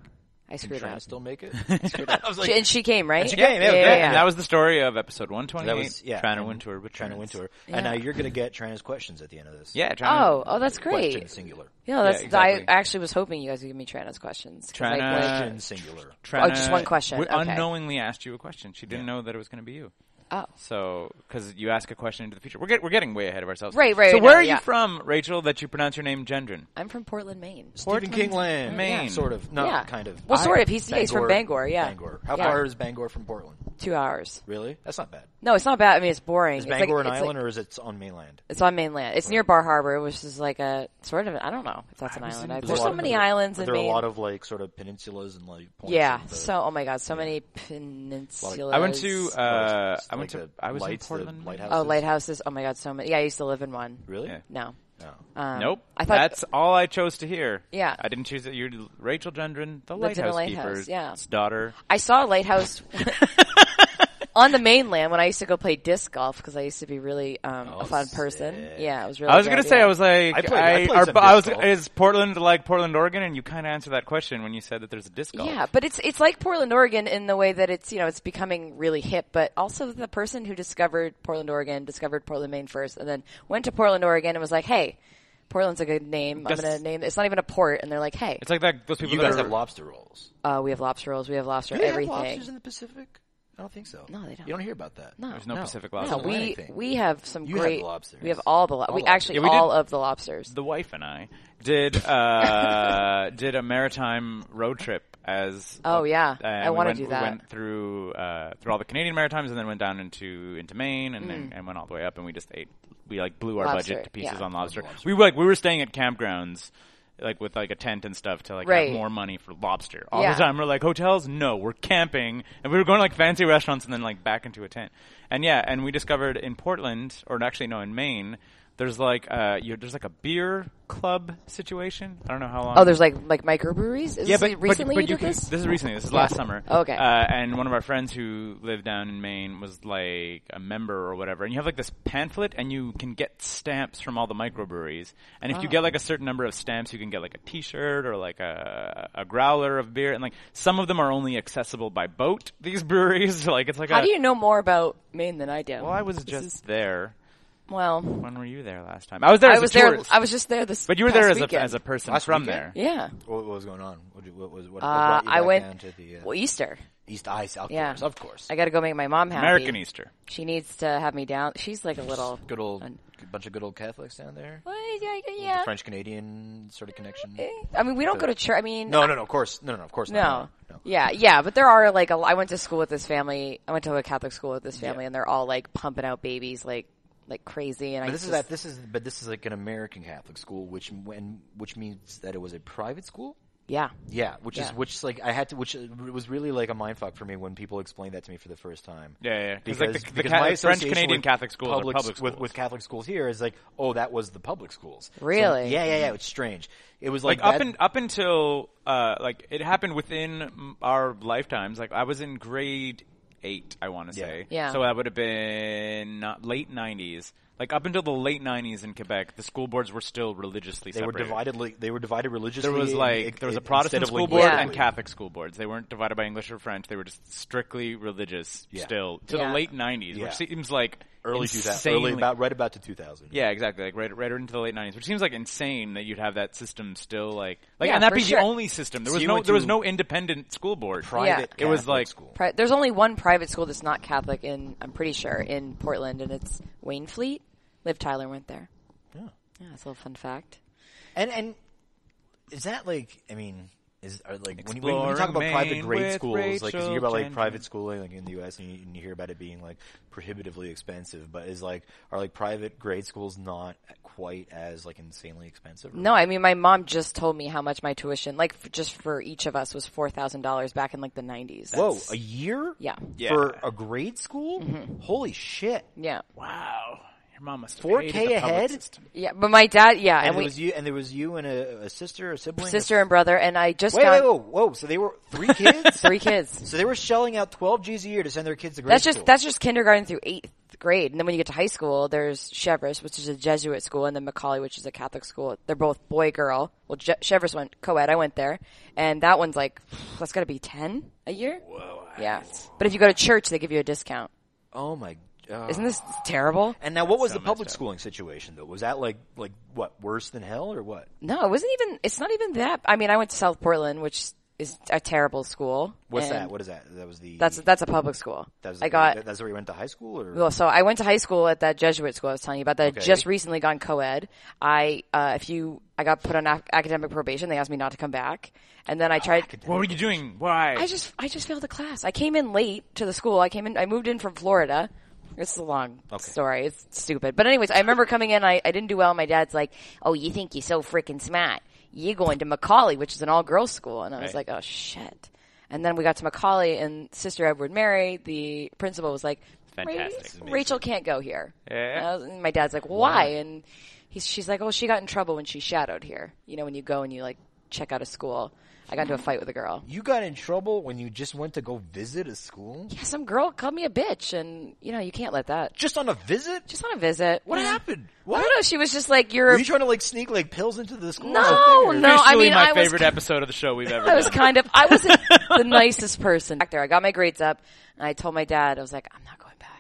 Speaker 2: I
Speaker 3: can
Speaker 2: screwed
Speaker 3: Shannon
Speaker 2: up.
Speaker 3: still make it?
Speaker 4: I was
Speaker 2: She- and she came, right?
Speaker 3: she came, yeah, yeah,
Speaker 4: And that was the story of episode 128.
Speaker 3: That was yeah,
Speaker 4: Trying to
Speaker 3: and
Speaker 4: win tour, but
Speaker 3: trying to win tour.
Speaker 2: Yeah.
Speaker 3: And now you're gonna get Trana's questions at the end of this.
Speaker 4: Yeah. Trying
Speaker 2: Oh, oh, that's
Speaker 3: question
Speaker 2: great.
Speaker 3: singular.
Speaker 2: You know, that's
Speaker 4: Yeah, exactly.
Speaker 2: I actually was hoping you guys would give me Trana's questions. 'Cause, like,
Speaker 4: Trana-
Speaker 2: like-
Speaker 3: Question singular.
Speaker 4: Trana
Speaker 2: just one question,
Speaker 4: w-
Speaker 2: okay.
Speaker 4: Unknowingly asked you a question. She didn't know that it was going to be you.
Speaker 2: oh,
Speaker 4: So, because you ask a question into the future, we're, get, we're getting way ahead of ourselves.
Speaker 2: Right, right,
Speaker 4: So,
Speaker 2: right,
Speaker 4: where
Speaker 2: no,
Speaker 4: are
Speaker 2: yeah.
Speaker 4: you from, Rachel? That you pronounce your name Gendron?
Speaker 2: I'm from Portland, Maine.
Speaker 3: Stephen King land,
Speaker 4: Maine.
Speaker 3: sort of. No,
Speaker 2: Yeah.
Speaker 3: kind of.
Speaker 2: Well, sort of. He's- yeah, he's from Bangor, yeah.
Speaker 3: Bangor. How
Speaker 2: Yeah.
Speaker 3: far is Bangor from Portland?
Speaker 2: Two hours.
Speaker 3: Really? That's not bad.
Speaker 2: No, it's not bad. I mean, it's boring.
Speaker 3: Is
Speaker 2: it's
Speaker 3: Bangor
Speaker 2: like,
Speaker 3: an
Speaker 2: it's
Speaker 3: island
Speaker 2: like,
Speaker 3: or is it on mainland?
Speaker 2: It's on mainland. It's near Bar Harbor, which is like a sort of. I don't know if that's an island. I,
Speaker 3: There's
Speaker 2: there's so
Speaker 3: a lot of-
Speaker 2: many islands in
Speaker 3: There are
Speaker 2: Maine.
Speaker 3: a lot of like sort of peninsulas and like points.
Speaker 2: yeah.
Speaker 3: and the-
Speaker 2: So, oh my God, so many peninsulas.
Speaker 4: I went to. Uh,
Speaker 3: Like
Speaker 4: I went
Speaker 3: the
Speaker 4: to. I was
Speaker 3: lights,
Speaker 4: in
Speaker 3: the
Speaker 4: Portland. Maine.
Speaker 3: lighthouses.
Speaker 2: oh, lighthouses. Oh my God, so many. Yeah, I used to live in one.
Speaker 3: Really?
Speaker 4: Yeah.
Speaker 2: No.
Speaker 3: No.
Speaker 2: Um,
Speaker 4: Nope.
Speaker 2: I thought
Speaker 4: that's all I chose to hear.
Speaker 2: Yeah.
Speaker 4: I didn't choose it. You're Rachel Gendron, the
Speaker 2: Lived in a
Speaker 4: lighthouse,
Speaker 2: lighthouse,
Speaker 4: keeper's
Speaker 2: yeah.
Speaker 4: daughter.
Speaker 2: I saw a lighthouse on the mainland when I used to go play disc golf because I used to be really um, a fun person.
Speaker 3: Oh, sick.
Speaker 2: Yeah, it was really.
Speaker 4: I was
Speaker 2: good,
Speaker 4: gonna say
Speaker 2: yeah.
Speaker 4: I was like
Speaker 3: I played- I
Speaker 4: I,
Speaker 3: played
Speaker 4: are-
Speaker 3: some
Speaker 4: but I was
Speaker 3: disc golf.
Speaker 4: is Portland like Portland Oregon and you kind of answered that question when you said that there's a disc golf.
Speaker 2: Yeah, but it's it's like Portland, Oregon in the way that it's you know it's becoming really hip. But also the person who discovered Portland, Oregon discovered Portland, Maine first, and then went to Portland, Oregon, and was like, hey. Portland's a good name.
Speaker 4: That's-
Speaker 2: I'm gonna name. It's not even a port, and they're like, "Hey,
Speaker 4: It's like that those people
Speaker 3: You
Speaker 4: that
Speaker 3: guys
Speaker 4: are,
Speaker 3: have lobster rolls.
Speaker 2: uh, we have lobster rolls, we have lobster,
Speaker 3: Do they have
Speaker 2: everything."
Speaker 3: lobsters in the Pacific? I don't think so.
Speaker 2: No, they don't.
Speaker 3: You don't hear about that.
Speaker 2: No.
Speaker 4: There's no,
Speaker 3: No.
Speaker 4: Pacific
Speaker 3: No,
Speaker 4: lobster.
Speaker 2: No,
Speaker 3: Doesn't mean
Speaker 2: we
Speaker 3: anything.
Speaker 2: we have some
Speaker 3: You have
Speaker 2: great.
Speaker 3: lobsters.
Speaker 2: We have all the. Lo- we
Speaker 3: lobsters.
Speaker 2: actually
Speaker 4: Yeah, we did-
Speaker 2: all of the lobsters.
Speaker 4: the wife and I did uh, did a maritime road trip as
Speaker 2: Oh, yeah.
Speaker 4: uh,
Speaker 2: I
Speaker 4: we
Speaker 2: wanna
Speaker 4: went-
Speaker 2: do
Speaker 4: we
Speaker 2: that.
Speaker 4: went through uh, through all the Canadian Maritimes and then went down into into Maine and, and, and went all the way up and we just ate we like blew our
Speaker 2: Mm. Lobster,
Speaker 4: budget to pieces
Speaker 2: yeah.
Speaker 4: on lobster. We were, like we were staying at campgrounds. Like with like a tent and stuff to like
Speaker 2: Right.
Speaker 4: have more money for lobster. All
Speaker 2: Yeah.
Speaker 4: the time we're like hotels, no, we're camping, and we were going to like fancy restaurants and then like back into a tent. And yeah, and we discovered in Portland, or actually no, in Maine, there's like uh, you, there's like a beer club situation. I don't know how long.
Speaker 2: Oh, there's like like microbreweries. Is
Speaker 4: yeah,
Speaker 2: this
Speaker 4: but but-
Speaker 2: recently
Speaker 4: but
Speaker 2: you
Speaker 4: you
Speaker 2: did
Speaker 4: can-
Speaker 2: this.
Speaker 4: This is recently. This is last summer.
Speaker 2: Okay.
Speaker 4: Uh, and one of our friends who lived down in Maine was like a member or whatever. And you have like this pamphlet, and you can get stamps from all the microbreweries. And if you
Speaker 2: Ah.
Speaker 4: get like a certain number of stamps, you can get like a T-shirt or like a a growler of beer. And like some of them are only accessible by boat. These breweries, like it's like
Speaker 2: How
Speaker 4: a,
Speaker 2: do you know more about Maine than I do?
Speaker 4: Well, I was
Speaker 2: This
Speaker 4: just
Speaker 2: is-
Speaker 4: there.
Speaker 2: well.
Speaker 4: When were you there last time? I was there. As
Speaker 2: I was
Speaker 4: a
Speaker 2: there.
Speaker 4: tourist.
Speaker 2: I was just there this.
Speaker 4: But you were there
Speaker 2: past
Speaker 4: as a,
Speaker 2: weekend.
Speaker 4: as a person
Speaker 3: Last
Speaker 4: from
Speaker 3: weekend?
Speaker 4: there.
Speaker 2: Yeah.
Speaker 3: What, what was going on? What, did- what was what, what
Speaker 2: Uh,
Speaker 3: brought you
Speaker 2: I
Speaker 3: back
Speaker 2: went-
Speaker 3: down to the uh,
Speaker 2: Well, Easter.
Speaker 3: East Ice? Of
Speaker 2: Yeah.
Speaker 3: course, of course.
Speaker 2: I got to go make my mom happy.
Speaker 4: American Easter.
Speaker 2: She needs to have me down. She's like a little.
Speaker 3: Good old
Speaker 2: Un-
Speaker 3: bunch of good old Catholics down there.
Speaker 2: Well, yeah, yeah.
Speaker 3: French Canadian sort of connection.
Speaker 2: I mean, we don't go to church. I mean,
Speaker 3: No, no, no. Of course, no, no, of course
Speaker 2: No.
Speaker 3: not. No. no.
Speaker 2: Yeah, yeah, but there are like a, I went to school with this family. I went to a Catholic school with this family, and they're all like pumping out babies like like crazy. And I
Speaker 3: But this
Speaker 2: just,
Speaker 3: is that. This is but this is like an American Catholic school, which when which means that it was a private school.
Speaker 2: yeah,
Speaker 3: Yeah, which is
Speaker 2: Yeah.
Speaker 3: which like I had to, which uh, it was really like a mind fuck for me when people explained that to me for the first time.
Speaker 4: Yeah, yeah, yeah. 'Cause,
Speaker 3: Because,
Speaker 4: like, the- the
Speaker 3: because
Speaker 4: Ca-
Speaker 3: my
Speaker 4: French
Speaker 3: association
Speaker 4: Canadian
Speaker 3: with
Speaker 4: Catholic schools are
Speaker 3: public
Speaker 4: public
Speaker 3: s- with,
Speaker 4: schools.
Speaker 3: with Catholic schools here is like, oh, that was the public schools. So,
Speaker 2: Really?
Speaker 3: yeah, yeah, yeah. It's strange. It was like,
Speaker 4: like up
Speaker 3: that-
Speaker 4: and up until uh, like it happened within mm, our lifetimes. Like I was in grade eight, I want to say.
Speaker 2: Yeah.
Speaker 4: So that would have been not late nineties. Like up until the late nineties in Quebec, the school boards were still religiously
Speaker 3: they were
Speaker 4: separated.
Speaker 3: divided. Like, they were divided religiously.
Speaker 4: There was
Speaker 3: in-
Speaker 4: like
Speaker 3: in-
Speaker 4: there was a
Speaker 3: instead
Speaker 4: Protestant
Speaker 3: of
Speaker 4: school board
Speaker 2: Yeah.
Speaker 4: and
Speaker 3: linguistically.
Speaker 4: Catholic school boards. They weren't divided by English or French. They were just strictly religious
Speaker 3: Yeah.
Speaker 4: still to
Speaker 2: Yeah.
Speaker 4: the late nineties,
Speaker 3: Yeah.
Speaker 4: which seems like
Speaker 3: early 2000, early
Speaker 4: Insanely-
Speaker 3: about right about to 2000.
Speaker 4: Yeah, exactly. Like right, right into the late '90s, which seems like insane that you'd have that system still. Like, like,
Speaker 2: Yeah,
Speaker 4: and that
Speaker 2: for
Speaker 4: be
Speaker 2: sure.
Speaker 4: the only system. There
Speaker 3: So
Speaker 4: was
Speaker 3: you
Speaker 4: no,
Speaker 3: went
Speaker 4: there was
Speaker 3: to
Speaker 4: no independent school board.
Speaker 3: Private
Speaker 4: It was
Speaker 3: Catholic
Speaker 4: like-
Speaker 3: school.
Speaker 2: Pri- There's only one private school that's not Catholic in, I'm pretty sure, in Portland, and it's Wayne Fleet. Liv Tyler went there.
Speaker 3: Yeah.
Speaker 2: Yeah, that's a little fun fact.
Speaker 3: And and is that like? I mean, is are, like when you, when you talk about
Speaker 4: Exploring
Speaker 3: private
Speaker 4: Maine
Speaker 3: grade
Speaker 4: with
Speaker 3: schools, like 'cause you hear
Speaker 4: Rachel
Speaker 3: about like
Speaker 4: Jenkins.
Speaker 3: private schooling like in the U.S. And you, and you hear about it being like prohibitively expensive, but is like are like private grade schools not quite as like insanely expensive?
Speaker 2: No, I mean, my mom just told me how much my tuition, like, f- just for each of us was $4,000 back in, like, the 90s.
Speaker 3: Whoa,
Speaker 2: That's-
Speaker 3: a year?
Speaker 2: Yeah. Mm-hmm.
Speaker 4: Yeah.
Speaker 3: For a grade school? Holy shit.
Speaker 2: Yeah.
Speaker 4: Wow, your mom must have
Speaker 3: 4K
Speaker 4: hated the public
Speaker 3: ahead?
Speaker 4: system.
Speaker 2: Yeah, but my dad, yeah,
Speaker 3: And,
Speaker 2: and,
Speaker 3: there
Speaker 2: we,
Speaker 3: was you and there was you and a, a sister, a sibling. a-
Speaker 2: sister and brother, and I just
Speaker 3: Wait,
Speaker 2: found
Speaker 3: wait, whoa, whoa. So they were three kids?
Speaker 2: three kids.
Speaker 3: So they were shelling out 12 G's a year to send their kids to grade
Speaker 2: That's just
Speaker 3: school.
Speaker 2: that's just kindergarten through eighth grade, and then when you get to high school, there's Chevres, which is a Jesuit school, and then Macaulay, which is a Catholic school. They're both boy girl. Well, Je- Chevres went co-ed. I went there, and that one's like that's got to be ten a year. Whoa! Yeah, but if you go to church, they give you a discount.
Speaker 3: Oh my god.
Speaker 2: Isn't this terrible?
Speaker 3: And now what was the public schooling situation though? Was that like like what, worse than hell or what?
Speaker 2: No, it wasn't even. It's not even that. I mean, I went to South Portland, which is a terrible school.
Speaker 3: What's
Speaker 2: and
Speaker 3: that? What is that? That was the
Speaker 2: That's that's a public school.
Speaker 3: that was
Speaker 2: I
Speaker 3: the-
Speaker 2: got
Speaker 3: that- that's where you went to high school or
Speaker 2: Well, so I went to high school at that Jesuit school I was telling you about that had
Speaker 3: Okay.
Speaker 2: just recently gone co-ed. I, uh, if you, I got put on ac- academic probation. They asked me not to come back. And then I tried,
Speaker 4: What were you doing? Why?
Speaker 2: I just, I just failed the class. I came in late to the school. I came in, I moved in from Florida. This is a long story. It's stupid. But anyways, I remember coming in, I, I didn't do well. My dad's like, oh, you think you're so freaking smart. You going to Macaulay, which is an all girls school. And I was
Speaker 4: Right.
Speaker 2: like, oh shit. And then we got to Macaulay and Sister Edward Mary, the principal was like,
Speaker 5: Fantastic.
Speaker 2: "Ra- Rachel can't go here.
Speaker 4: Yeah.
Speaker 2: And I was- and my dad's like, why? And he's, she's like, oh, she got in trouble when she shadowed here. You know, when you go and you like check out a school. I got into a fight with a girl.
Speaker 3: You got in trouble when you just went to go visit a school?
Speaker 2: Yeah, some girl called me a bitch, and you know you can't let that.
Speaker 3: Just on a visit?
Speaker 2: Just on a visit.
Speaker 3: What
Speaker 2: Yeah.
Speaker 3: happened?
Speaker 2: I
Speaker 3: What?
Speaker 2: don't know. She was just like, "You're."
Speaker 3: Were you trying to like sneak like pills into the school?
Speaker 2: No,
Speaker 3: I figured.
Speaker 2: no. I
Speaker 4: Officially
Speaker 2: mean,
Speaker 4: my
Speaker 2: I was-
Speaker 4: favorite episode of the show we've ever
Speaker 2: I was
Speaker 4: done.
Speaker 2: kind of. I wasn't the nicest person back there. I got my grades up, and I told my dad, I was like, "I'm not going back.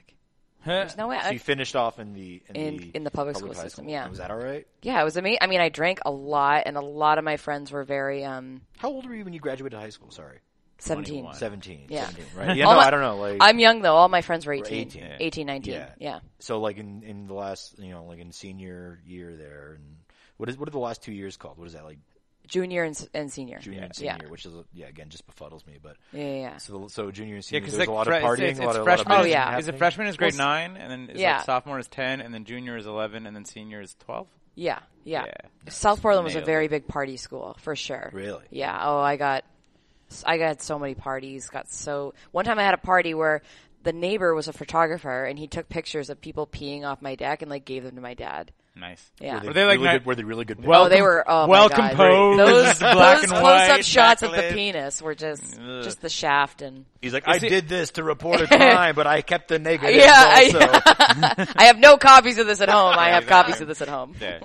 Speaker 2: There's no way."
Speaker 3: So
Speaker 2: I,
Speaker 3: you finished off in the in,
Speaker 2: In-
Speaker 3: the,
Speaker 2: in the public school
Speaker 3: high
Speaker 2: system, yeah.
Speaker 3: Was that all right?
Speaker 2: yeah, it was amazing. I mean, I drank a lot, and a lot of my friends were very um
Speaker 3: How old were you when you graduated high school? Sorry,
Speaker 2: 17.
Speaker 3: 17.
Speaker 2: Yeah.
Speaker 3: 17, right? Yeah,
Speaker 2: All
Speaker 3: no,
Speaker 2: my-
Speaker 3: I don't know. Like,
Speaker 2: I'm young though. All my friends were 18,
Speaker 3: 18, yeah.
Speaker 2: 18, 19.
Speaker 3: yeah,
Speaker 2: yeah.
Speaker 3: So like in in the last, you know, like in senior year there, and what is what are the last two years called? What is that like
Speaker 2: junior and, s- and senior.
Speaker 3: junior
Speaker 2: yeah.
Speaker 3: and senior?
Speaker 2: Yeah.
Speaker 3: Which is yeah, again, just befuddles me. But
Speaker 2: Yeah, yeah, yeah.
Speaker 3: so so junior and
Speaker 4: Yeah,
Speaker 3: senior,
Speaker 4: because
Speaker 3: there's
Speaker 4: like,
Speaker 3: a lot of
Speaker 4: fre- it's-
Speaker 3: partying,
Speaker 4: it's,
Speaker 3: a lot
Speaker 4: it's
Speaker 3: of a lot of
Speaker 2: Oh,
Speaker 4: freshman.
Speaker 3: business
Speaker 2: yeah.
Speaker 4: Is it
Speaker 3: happening.
Speaker 4: freshman is grade
Speaker 2: Well,
Speaker 4: nine, and then is
Speaker 2: yeah.
Speaker 4: like sophomore is ten, and then junior is eleven, and then senior is twelve.
Speaker 2: Yeah, yeah.
Speaker 4: Yeah.
Speaker 2: South Portland was a
Speaker 4: Nailed
Speaker 2: very big party school for sure.
Speaker 3: Really?
Speaker 2: Yeah. Oh, I got, I got so many parties. Got so one time I had a party where the neighbor was a photographer and he took pictures of people peeing off my deck and like gave them to my dad.
Speaker 4: Nice.
Speaker 2: Yeah.
Speaker 4: Were they like
Speaker 3: really
Speaker 4: ni-
Speaker 3: good, were they really good?
Speaker 4: Well-
Speaker 2: oh, they were oh
Speaker 4: well
Speaker 2: my God.
Speaker 4: composed,
Speaker 2: Those,
Speaker 4: black
Speaker 2: those
Speaker 4: and
Speaker 2: close up
Speaker 4: white,
Speaker 2: shots of the
Speaker 4: backlit.
Speaker 2: penis were just
Speaker 4: Ugh.
Speaker 2: just the shaft and.
Speaker 3: He's like,
Speaker 4: Is
Speaker 3: I
Speaker 4: it-
Speaker 3: did this to report a crime, but I kept the negatives
Speaker 2: Yeah, I-
Speaker 3: also.
Speaker 2: I have no copies of this at home. I
Speaker 4: Yeah,
Speaker 2: have
Speaker 4: exactly.
Speaker 2: copies of this at home.
Speaker 4: Yeah.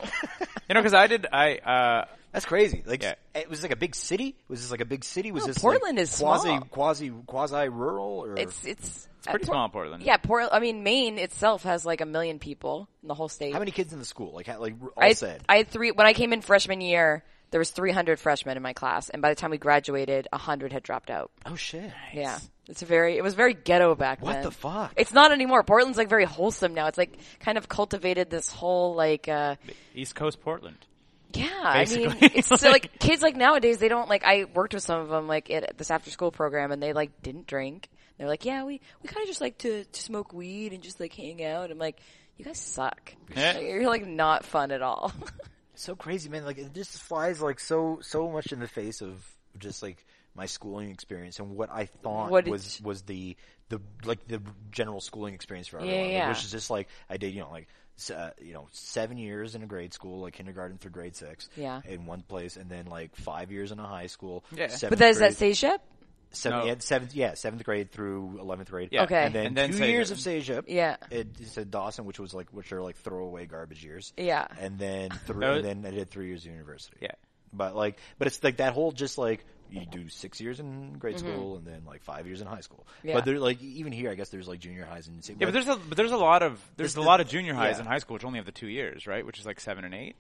Speaker 4: you know, because I did. I uh,
Speaker 3: That's crazy. Like
Speaker 4: Yeah.
Speaker 3: it was like a big city. Was this like a big city? Was
Speaker 2: No,
Speaker 3: this
Speaker 2: Portland
Speaker 3: like,
Speaker 2: is
Speaker 3: quasi
Speaker 2: small.
Speaker 3: quasi quasi rural or
Speaker 2: It's it's,
Speaker 4: pretty
Speaker 2: uh, Port-
Speaker 4: small Portland.
Speaker 2: Yeah, Portland. I mean, Maine itself has like a million people in the whole state.
Speaker 3: how many kids in the school? Like how, like all
Speaker 2: I,
Speaker 3: said.
Speaker 2: I had three when I came in freshman year. There was 300 freshmen in my class, and by the time we graduated, 100 had dropped out.
Speaker 3: oh shit!
Speaker 2: Yeah, it's a very it was very ghetto back
Speaker 3: What
Speaker 2: then.
Speaker 3: the fuck?
Speaker 2: It's not anymore. Portland's like very wholesome now. It's like kind of cultivated this whole like uh
Speaker 4: East Coast Portland.
Speaker 2: yeah. I mean,
Speaker 4: Basically.
Speaker 2: it's so, like kids like nowadays they don't like. I worked with some of them like at this after school program, and they like didn't drink. They're like, yeah, we we kind of just like to, to smoke weed and just like hang out. I'm like, you guys suck.
Speaker 4: Yeah.
Speaker 2: Like, you're like not fun at all.
Speaker 3: It's so crazy, man. Like it just flies like so so much in the face of just like my schooling experience and what I thought
Speaker 2: What did
Speaker 3: was
Speaker 2: you-
Speaker 3: was the the like the general schooling experience for everyone,
Speaker 2: Yeah,
Speaker 3: like,
Speaker 2: yeah.
Speaker 3: which is just like I did, you know, like s- uh, you know, seven years in a grade school, like kindergarten through grade six,
Speaker 2: Yeah.
Speaker 3: in one place, and then like five years in a high school,
Speaker 4: Yeah.
Speaker 3: seventh
Speaker 2: but there's
Speaker 3: grade-
Speaker 2: that stage ship.
Speaker 3: Seventh,
Speaker 4: No.
Speaker 3: yeah, seventh, yeah, seventh grade through eleventh grade.
Speaker 4: Yeah.
Speaker 2: Okay.
Speaker 3: and then,
Speaker 4: And then
Speaker 3: two
Speaker 4: Sage
Speaker 3: years of
Speaker 4: Up.
Speaker 3: Sage.
Speaker 2: Yeah.
Speaker 3: it, it said Dawson, which was like which are like throwaway garbage years.
Speaker 2: Yeah.
Speaker 3: and then three,
Speaker 4: That was-
Speaker 3: and then I did three years of university.
Speaker 4: Yeah.
Speaker 3: but like, but it's like that whole just like you do six years in grade school and then like five years in high school.
Speaker 2: Mm-hmm. Yeah.
Speaker 3: But there, like even here, I guess there's like junior highs and
Speaker 4: Yeah, but there's a but there's a lot of there's a
Speaker 3: the-
Speaker 4: lot of junior highs
Speaker 3: yeah.
Speaker 4: in high school which only have the two years, right? Which is like seven and eight.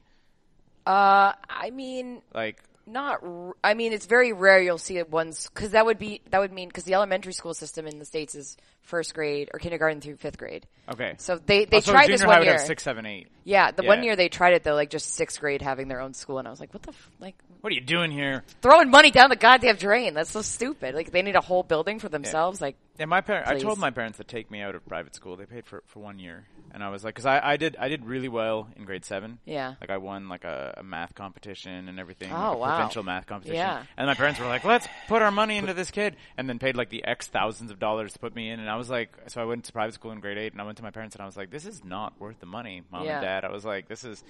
Speaker 2: Uh, I mean,
Speaker 4: Like
Speaker 2: not. r- I mean, it's very rare you'll see it once because that would be that would mean because the elementary school system in the states is first grade or kindergarten through fifth grade.
Speaker 4: okay,
Speaker 2: So they they
Speaker 4: also,
Speaker 2: tried
Speaker 4: Oh, junior
Speaker 2: this
Speaker 4: high
Speaker 2: one
Speaker 4: would
Speaker 2: year.
Speaker 4: have six, seven, eight.
Speaker 2: yeah, the
Speaker 4: yeah.
Speaker 2: one year they tried it though, like just sixth grade having their own school, and I was like, what the f- like
Speaker 4: What are you doing here?
Speaker 2: throwing money down the goddamn drain? That's so stupid. Like they need a whole building for themselves. Like
Speaker 4: And my parents, I
Speaker 2: Please.
Speaker 4: told my parents to take me out of private school. They paid for for one year, and I was like, because I, I did I did really well in grade seven.
Speaker 2: Yeah.
Speaker 4: like I won like a, a math competition and everything.
Speaker 2: Oh,
Speaker 4: like a
Speaker 2: wow.
Speaker 4: provincial math competition.
Speaker 2: Yeah.
Speaker 4: and my parents were like, let's put our money into this kid, and then paid like the X thousands of dollars to put me in. And I was like, so I went to private school in grade eight, and I went to my parents and I was like, this is not worth the money, mom
Speaker 2: Yeah.
Speaker 4: and dad. I was like, this is,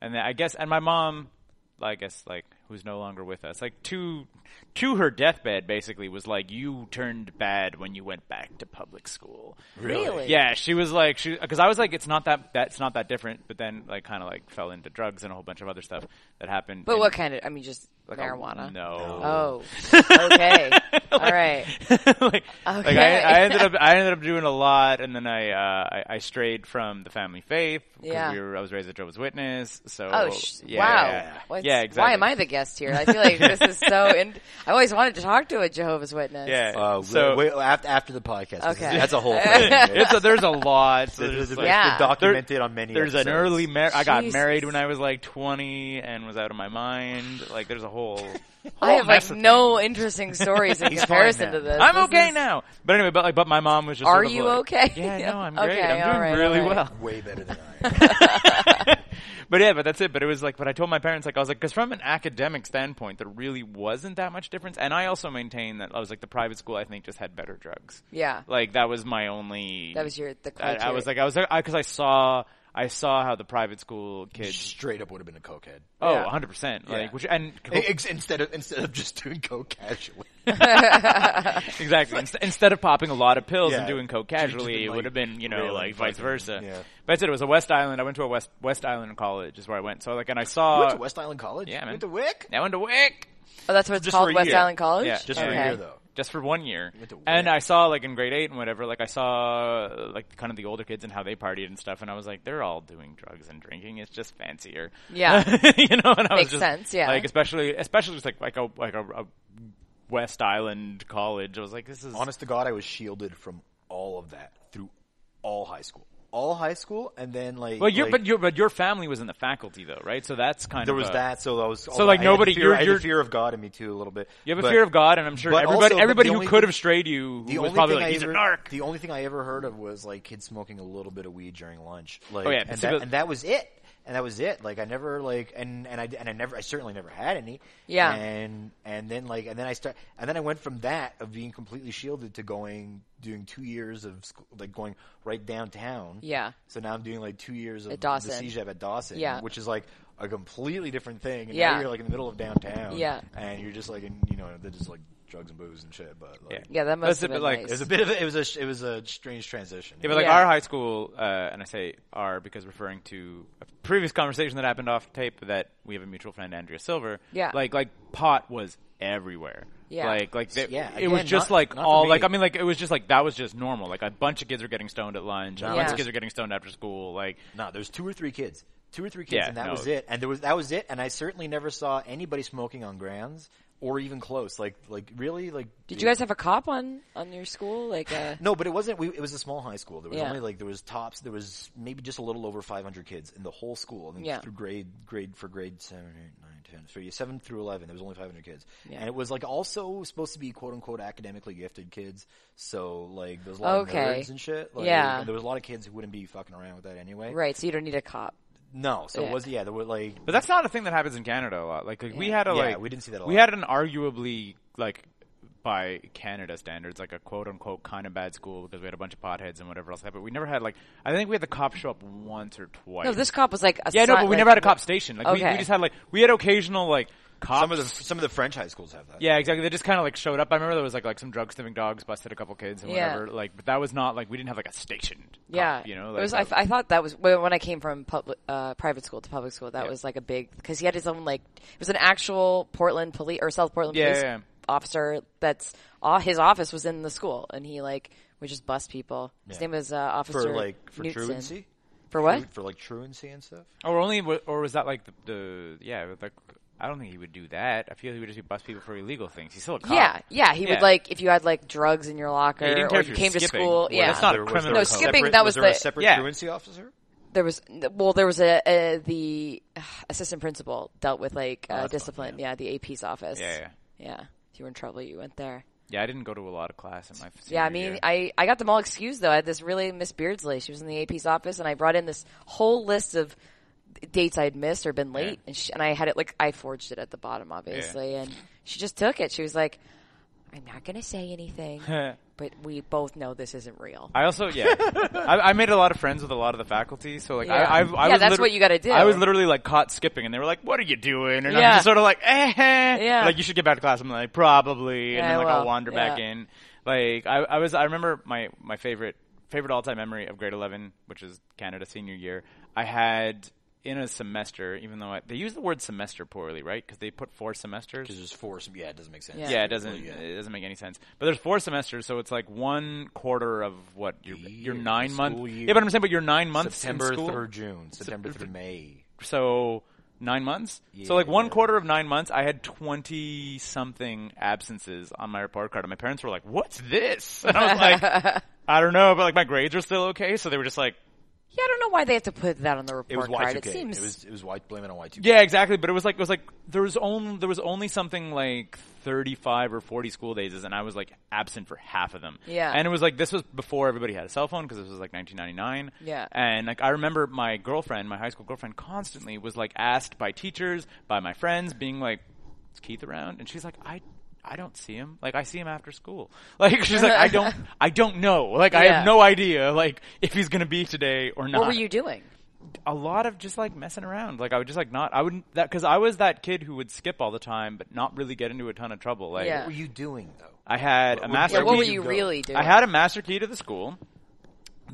Speaker 4: and then I guess, and my mom. I guess like who's no longer with us, like to to her deathbed, basically was like you turned bad when you went back to public school.
Speaker 2: really,
Speaker 4: Yeah, she was like she because I was like it's not that that's not that different, but then like kind of like fell into drugs and a whole bunch of other stuff that happened.
Speaker 2: But
Speaker 4: in-
Speaker 2: what kind of? I mean, just
Speaker 4: like,
Speaker 2: marijuana.
Speaker 4: No.
Speaker 2: Oh, okay, all right.
Speaker 4: like, like
Speaker 2: Okay.
Speaker 4: I, I ended up I ended up doing a lot, and then I uh, I, I strayed from the family faith. 'cause
Speaker 2: Yeah.
Speaker 4: we were, I was raised a Jehovah's Witness. So
Speaker 2: Oh, sh-
Speaker 4: yeah.
Speaker 2: wow. What's-
Speaker 4: yeah, exactly.
Speaker 2: Why am I the guest here? I feel like this is so. In- I always wanted to talk to a Jehovah's Witness.
Speaker 4: Yeah.
Speaker 3: Uh,
Speaker 4: so
Speaker 3: so wait, after, after the podcast, 'cause
Speaker 2: Okay.
Speaker 3: that's a whole thing. It's
Speaker 4: it's a, there's a lot. So
Speaker 3: it's
Speaker 4: there's like,
Speaker 2: Yeah.
Speaker 3: been documented on many.
Speaker 4: there's an
Speaker 3: episodes.
Speaker 4: early mar- I got
Speaker 2: Jesus.
Speaker 4: married when I was like 20 and was out of my mind. Like there's a whole.
Speaker 2: I have
Speaker 4: mess
Speaker 2: like
Speaker 4: of
Speaker 2: no interesting stories in
Speaker 3: He's
Speaker 2: comparison
Speaker 3: fine now.
Speaker 2: to this.
Speaker 4: I'm
Speaker 2: This
Speaker 4: okay
Speaker 2: is-
Speaker 4: now. But anyway, but like, but my mom was just.
Speaker 2: Are
Speaker 4: sort of
Speaker 2: you
Speaker 4: like,
Speaker 2: okay?
Speaker 4: Yeah, no, I'm
Speaker 2: Okay,
Speaker 4: great. I'm
Speaker 2: all
Speaker 4: doing
Speaker 2: right,
Speaker 4: really
Speaker 2: all right.
Speaker 4: well.
Speaker 3: way better than I. am.
Speaker 4: But yeah, but that's it. But it was like, but I told my parents, like, I was like, because from an academic standpoint, there really wasn't that much difference. And I also maintain that I was like, the private school, I think, just had better drugs.
Speaker 2: Yeah.
Speaker 4: Like that was my only.
Speaker 2: That was your the
Speaker 4: I,
Speaker 2: criteria.
Speaker 4: I was like, I was like, because I saw, I saw how the private school kids.
Speaker 3: Straight up would have been a cokehead.
Speaker 4: Oh,
Speaker 2: Yeah.
Speaker 4: 100%.
Speaker 3: Yeah.
Speaker 4: Like, which, and
Speaker 3: Ex- Instead of instead of just doing coke casually,
Speaker 4: Exactly. Inst- instead of popping a lot of pills and
Speaker 3: Yeah.
Speaker 4: doing coke
Speaker 3: Just- just
Speaker 4: casually,
Speaker 3: been,
Speaker 4: it
Speaker 3: like,
Speaker 4: would have been you know
Speaker 3: really
Speaker 4: like vice
Speaker 3: fucking-
Speaker 4: versa.
Speaker 3: yeah.
Speaker 4: But I said it was a West Island. I went to a West West Island college is where I went. So like, and I saw
Speaker 3: you went to West Island College.
Speaker 4: Uh, Yeah,
Speaker 3: you
Speaker 4: man.
Speaker 3: went to Wick.
Speaker 4: I went to Wick
Speaker 2: oh, that's what it's
Speaker 3: Just for
Speaker 2: called,
Speaker 3: a
Speaker 2: West
Speaker 3: year.
Speaker 2: Island College.
Speaker 4: Yeah, just
Speaker 3: for a
Speaker 2: okay.
Speaker 3: year, though.
Speaker 4: just for one year.
Speaker 3: Went to
Speaker 4: And
Speaker 3: Wick.
Speaker 4: I saw like in grade eight and whatever, like I saw uh, like kind of the older kids and how they partied and stuff. And I was like, they're all doing drugs and drinking. It's just fancier.
Speaker 2: Yeah.
Speaker 4: you know, and I was
Speaker 2: Makes
Speaker 4: just
Speaker 2: sense, yeah.
Speaker 4: like especially especially just like like a like a, a West Island college. I was like, this is
Speaker 3: Honest to God, I was shielded from all of that through all high school, all high school, and then like.
Speaker 4: Well, your
Speaker 3: like,
Speaker 4: but your but your family was in the faculty though, right? So that's kind
Speaker 3: there
Speaker 4: of
Speaker 3: was
Speaker 4: a-
Speaker 3: that. So I was so
Speaker 4: like,
Speaker 3: I
Speaker 4: nobody-
Speaker 3: had the
Speaker 4: you're-
Speaker 3: fear, I had the
Speaker 4: you're-
Speaker 3: fear of God in me too a little bit.
Speaker 4: You have a
Speaker 3: But
Speaker 4: fear of God, and I'm sure
Speaker 3: but
Speaker 4: everybody
Speaker 3: also- but
Speaker 4: everybody
Speaker 3: the
Speaker 4: who
Speaker 3: only
Speaker 4: could
Speaker 3: thing-
Speaker 4: have strayed you
Speaker 3: The
Speaker 4: was
Speaker 3: only
Speaker 4: probably
Speaker 3: thing
Speaker 4: like
Speaker 3: I
Speaker 4: he's
Speaker 3: ever,
Speaker 4: a narc.
Speaker 3: The only thing I ever heard of was like kids smoking a little bit of weed during lunch. Like,
Speaker 4: Oh, yeah,
Speaker 3: and
Speaker 4: it's
Speaker 3: that,
Speaker 4: about-
Speaker 3: and that was it. And that was it. Like I never like and and I and I never I certainly never had any.
Speaker 2: Yeah.
Speaker 3: And and then like and then I start and then I went from that of being completely shielded to going doing two years of school, like going right downtown.
Speaker 2: Yeah.
Speaker 3: So now I'm doing like two years of
Speaker 2: At Dawson.
Speaker 3: the siege at Dawson.
Speaker 2: Yeah.
Speaker 3: Which is like a completely different thing. And
Speaker 2: Yeah.
Speaker 3: Now you're like in the middle of downtown.
Speaker 2: Yeah.
Speaker 3: And you're just like in you know they're just like drugs and booze and shit. But like,
Speaker 2: Yeah, that must
Speaker 4: That's
Speaker 2: have
Speaker 4: a bit
Speaker 2: been
Speaker 4: like-
Speaker 3: it
Speaker 2: nice.
Speaker 3: was a bit of a, it was a sh- it was a strange transition.
Speaker 4: Yeah, but like
Speaker 2: Yeah.
Speaker 4: our high school, uh, and I say our because referring to a previous conversation that happened off tape that we have a mutual friend Andrea Silver.
Speaker 2: Yeah.
Speaker 4: like like pot was everywhere.
Speaker 2: Yeah.
Speaker 4: like like they,
Speaker 3: Yeah,
Speaker 4: it was
Speaker 3: again,
Speaker 4: just
Speaker 3: not-
Speaker 4: like
Speaker 3: not for
Speaker 4: all
Speaker 3: me.
Speaker 4: like I mean like it was just like that was just normal. Like a bunch of kids are getting stoned at lunch, a
Speaker 2: Yeah.
Speaker 4: bunch of kids are getting stoned after school. Like
Speaker 3: no, there's two or three kids, two or three kids,
Speaker 4: Yeah,
Speaker 3: and that
Speaker 4: no.
Speaker 3: was it. And there was that was it. And I certainly never saw anybody smoking on grounds or even close. Like like really like.
Speaker 2: Did you guys have a cop on on your school? Like, uh,
Speaker 3: No, but it wasn't. We, it was a small high school. There was
Speaker 2: Yeah.
Speaker 3: only like there was tops. There was maybe just a little over 500 kids in the whole school, and then
Speaker 2: Yeah.
Speaker 3: through grade grade for grade seven, eight, nine, ten, so yeah, seven through eleven. There was only 500 kids,
Speaker 2: Yeah.
Speaker 3: and it was like also supposed to be quote unquote academically gifted kids. So like there was a lot
Speaker 2: Okay.
Speaker 3: of nerds and shit. Like,
Speaker 2: Yeah.
Speaker 3: and there was a lot of kids who wouldn't be fucking around with that anyway.
Speaker 2: right. So you don't need a cop.
Speaker 3: No, so
Speaker 2: Yeah.
Speaker 3: it was yeah. There were like
Speaker 4: But that's not a thing that happens in Canada a lot. Like, like we had a
Speaker 3: Yeah,
Speaker 4: like
Speaker 3: we didn't see that a
Speaker 4: we
Speaker 3: lot.
Speaker 4: had an arguably like by Canada standards, like a quote unquote kind of bad school because we had a bunch of potheads and whatever else. But we never had like I think we had the cop show up once or twice.
Speaker 2: No, this cop was like a
Speaker 4: yeah, no,
Speaker 2: si-
Speaker 4: but we
Speaker 2: like-
Speaker 4: never had a cop station. Like we,
Speaker 2: Okay.
Speaker 4: we just had like we had occasional like cops.
Speaker 3: some of the some of the French high schools have that.
Speaker 4: yeah, exactly. They just kind of like showed up. I remember there was like like some drug sniffing dogs busted a couple kids and
Speaker 2: Yeah.
Speaker 4: whatever. Like, but that was not like we didn't have like a stationed. cop,
Speaker 2: Yeah,
Speaker 4: you know,
Speaker 2: it
Speaker 4: like,
Speaker 2: was. I,
Speaker 4: that-
Speaker 2: I thought that was when when I came from public, uh, private school to public school. That was like a big because he had his own like it was an actual Portland police or South Portland
Speaker 4: Yeah,
Speaker 2: police
Speaker 4: yeah, yeah.
Speaker 2: officer that's uh, his office was in the school, and he like would just bust people. His
Speaker 3: Yeah.
Speaker 2: name was uh, Officer
Speaker 3: for like for
Speaker 2: Knutson.
Speaker 3: truancy.
Speaker 2: For what?
Speaker 3: For like truancy and stuff.
Speaker 4: Or only, wa- or was that like the, the yeah? it was Like, I don't think he would do that. I feel he would just bust people for illegal things. He's still a cop.
Speaker 2: Yeah, yeah. He
Speaker 4: Yeah.
Speaker 2: would like if you had like drugs in your locker
Speaker 4: Yeah, he didn't care
Speaker 2: or
Speaker 4: if
Speaker 2: you
Speaker 4: you were
Speaker 2: came to
Speaker 4: skipping.
Speaker 2: school.
Speaker 4: Well,
Speaker 2: yeah,
Speaker 4: that's not a
Speaker 3: There- was
Speaker 4: criminal
Speaker 3: there a
Speaker 2: code. Skipping,
Speaker 3: separate-
Speaker 2: that was
Speaker 3: there a
Speaker 2: the-
Speaker 3: separate
Speaker 4: Yeah.
Speaker 3: truancy officer.
Speaker 2: there was well there was a, a the uh, assistant principal dealt with like uh,
Speaker 4: that's fun,
Speaker 2: discipline yeah. the ap's office
Speaker 4: Yeah, yeah.
Speaker 2: yeah if you were in trouble you went there
Speaker 4: Yeah, I didn't go to a lot of class in my.
Speaker 2: yeah i
Speaker 4: senior
Speaker 2: mean
Speaker 4: year.
Speaker 2: i i got them all excused though i had this really miss beardsley she was in the ap's office and i brought in this whole list of dates i'd missed or been late
Speaker 4: Yeah.
Speaker 2: and, she, and i had it like i forged it at the bottom obviously and she just took it she was like i'm not going to say anything but we both know this isn't real
Speaker 4: I also yeah, I, I made a lot of friends with a lot of the faculty. So like
Speaker 2: Yeah.
Speaker 4: I, I, I
Speaker 2: Yeah,
Speaker 4: was
Speaker 2: that's
Speaker 4: liter-
Speaker 2: what you gotta do.
Speaker 4: I was literally like caught skipping, and they were like, "What are you doing?" And I'm
Speaker 2: Yeah.
Speaker 4: just sort of like, "Eh, eh."
Speaker 2: Yeah.
Speaker 4: Like you should get back to class. I'm like, probably, and
Speaker 2: Yeah,
Speaker 4: then
Speaker 2: I
Speaker 4: like I'll
Speaker 2: will.
Speaker 4: wander back
Speaker 2: Yeah.
Speaker 4: in. Like I, I was I remember my my favorite favorite all time memory of grade eleven, which is Canada senior year. I had. In a semester, even though I, they use the word semester poorly, right? Because they put four semesters.
Speaker 3: Because there's four. Yeah, it doesn't make sense.
Speaker 2: Yeah.
Speaker 4: Yeah, it doesn't.
Speaker 3: yeah.
Speaker 4: It doesn't make any sense. But there's four semesters, so it's like one quarter of what your
Speaker 3: Year,
Speaker 4: your nine month.
Speaker 3: school year.
Speaker 4: Yeah, but I'm saying, but your nine months in
Speaker 3: September
Speaker 4: school,
Speaker 3: through June. September through May.
Speaker 4: so nine months. So like one
Speaker 3: Yeah.
Speaker 4: quarter of nine months, I had twenty something absences on my report card, and my parents were like, "What's this?" And I was like, "I don't know," but like my grades are still okay, so they were just like,
Speaker 2: yeah i don't know why they have to put that on the
Speaker 3: It was
Speaker 2: report
Speaker 3: Y
Speaker 2: card
Speaker 3: two
Speaker 2: it
Speaker 3: K.
Speaker 2: seems
Speaker 3: It was it was Y. Blame it on Y two K.
Speaker 4: Yeah, exactly. But it was like it was like there was only there was only something like thirty five or forty school days, and I was like absent for half of them.
Speaker 2: Yeah.
Speaker 4: and it was like this was before everybody had a cell phone because this was like nineteen ninety nine.
Speaker 2: Yeah.
Speaker 4: and like I remember my girlfriend, my high school girlfriend, constantly was like asked by teachers, by my friends, being like, "Is Keith around?" And she's like, "I." I don't see him. Like I see him after school. Like she's like I don't I don't know. Like I
Speaker 2: Yeah.
Speaker 4: have no idea like if he's going to be today or not
Speaker 2: what were you doing
Speaker 4: a lot of just like messing around. Like I would just like not. I wouldn't that because I was that kid who would skip all the time, but not really get into a ton of trouble. Like
Speaker 2: Yeah.
Speaker 3: What were you doing though?
Speaker 4: I had a
Speaker 3: What-
Speaker 4: master.
Speaker 2: yeah, what
Speaker 4: key.
Speaker 2: were
Speaker 3: you
Speaker 2: you
Speaker 3: go.
Speaker 2: really doing
Speaker 4: I had a master key to the school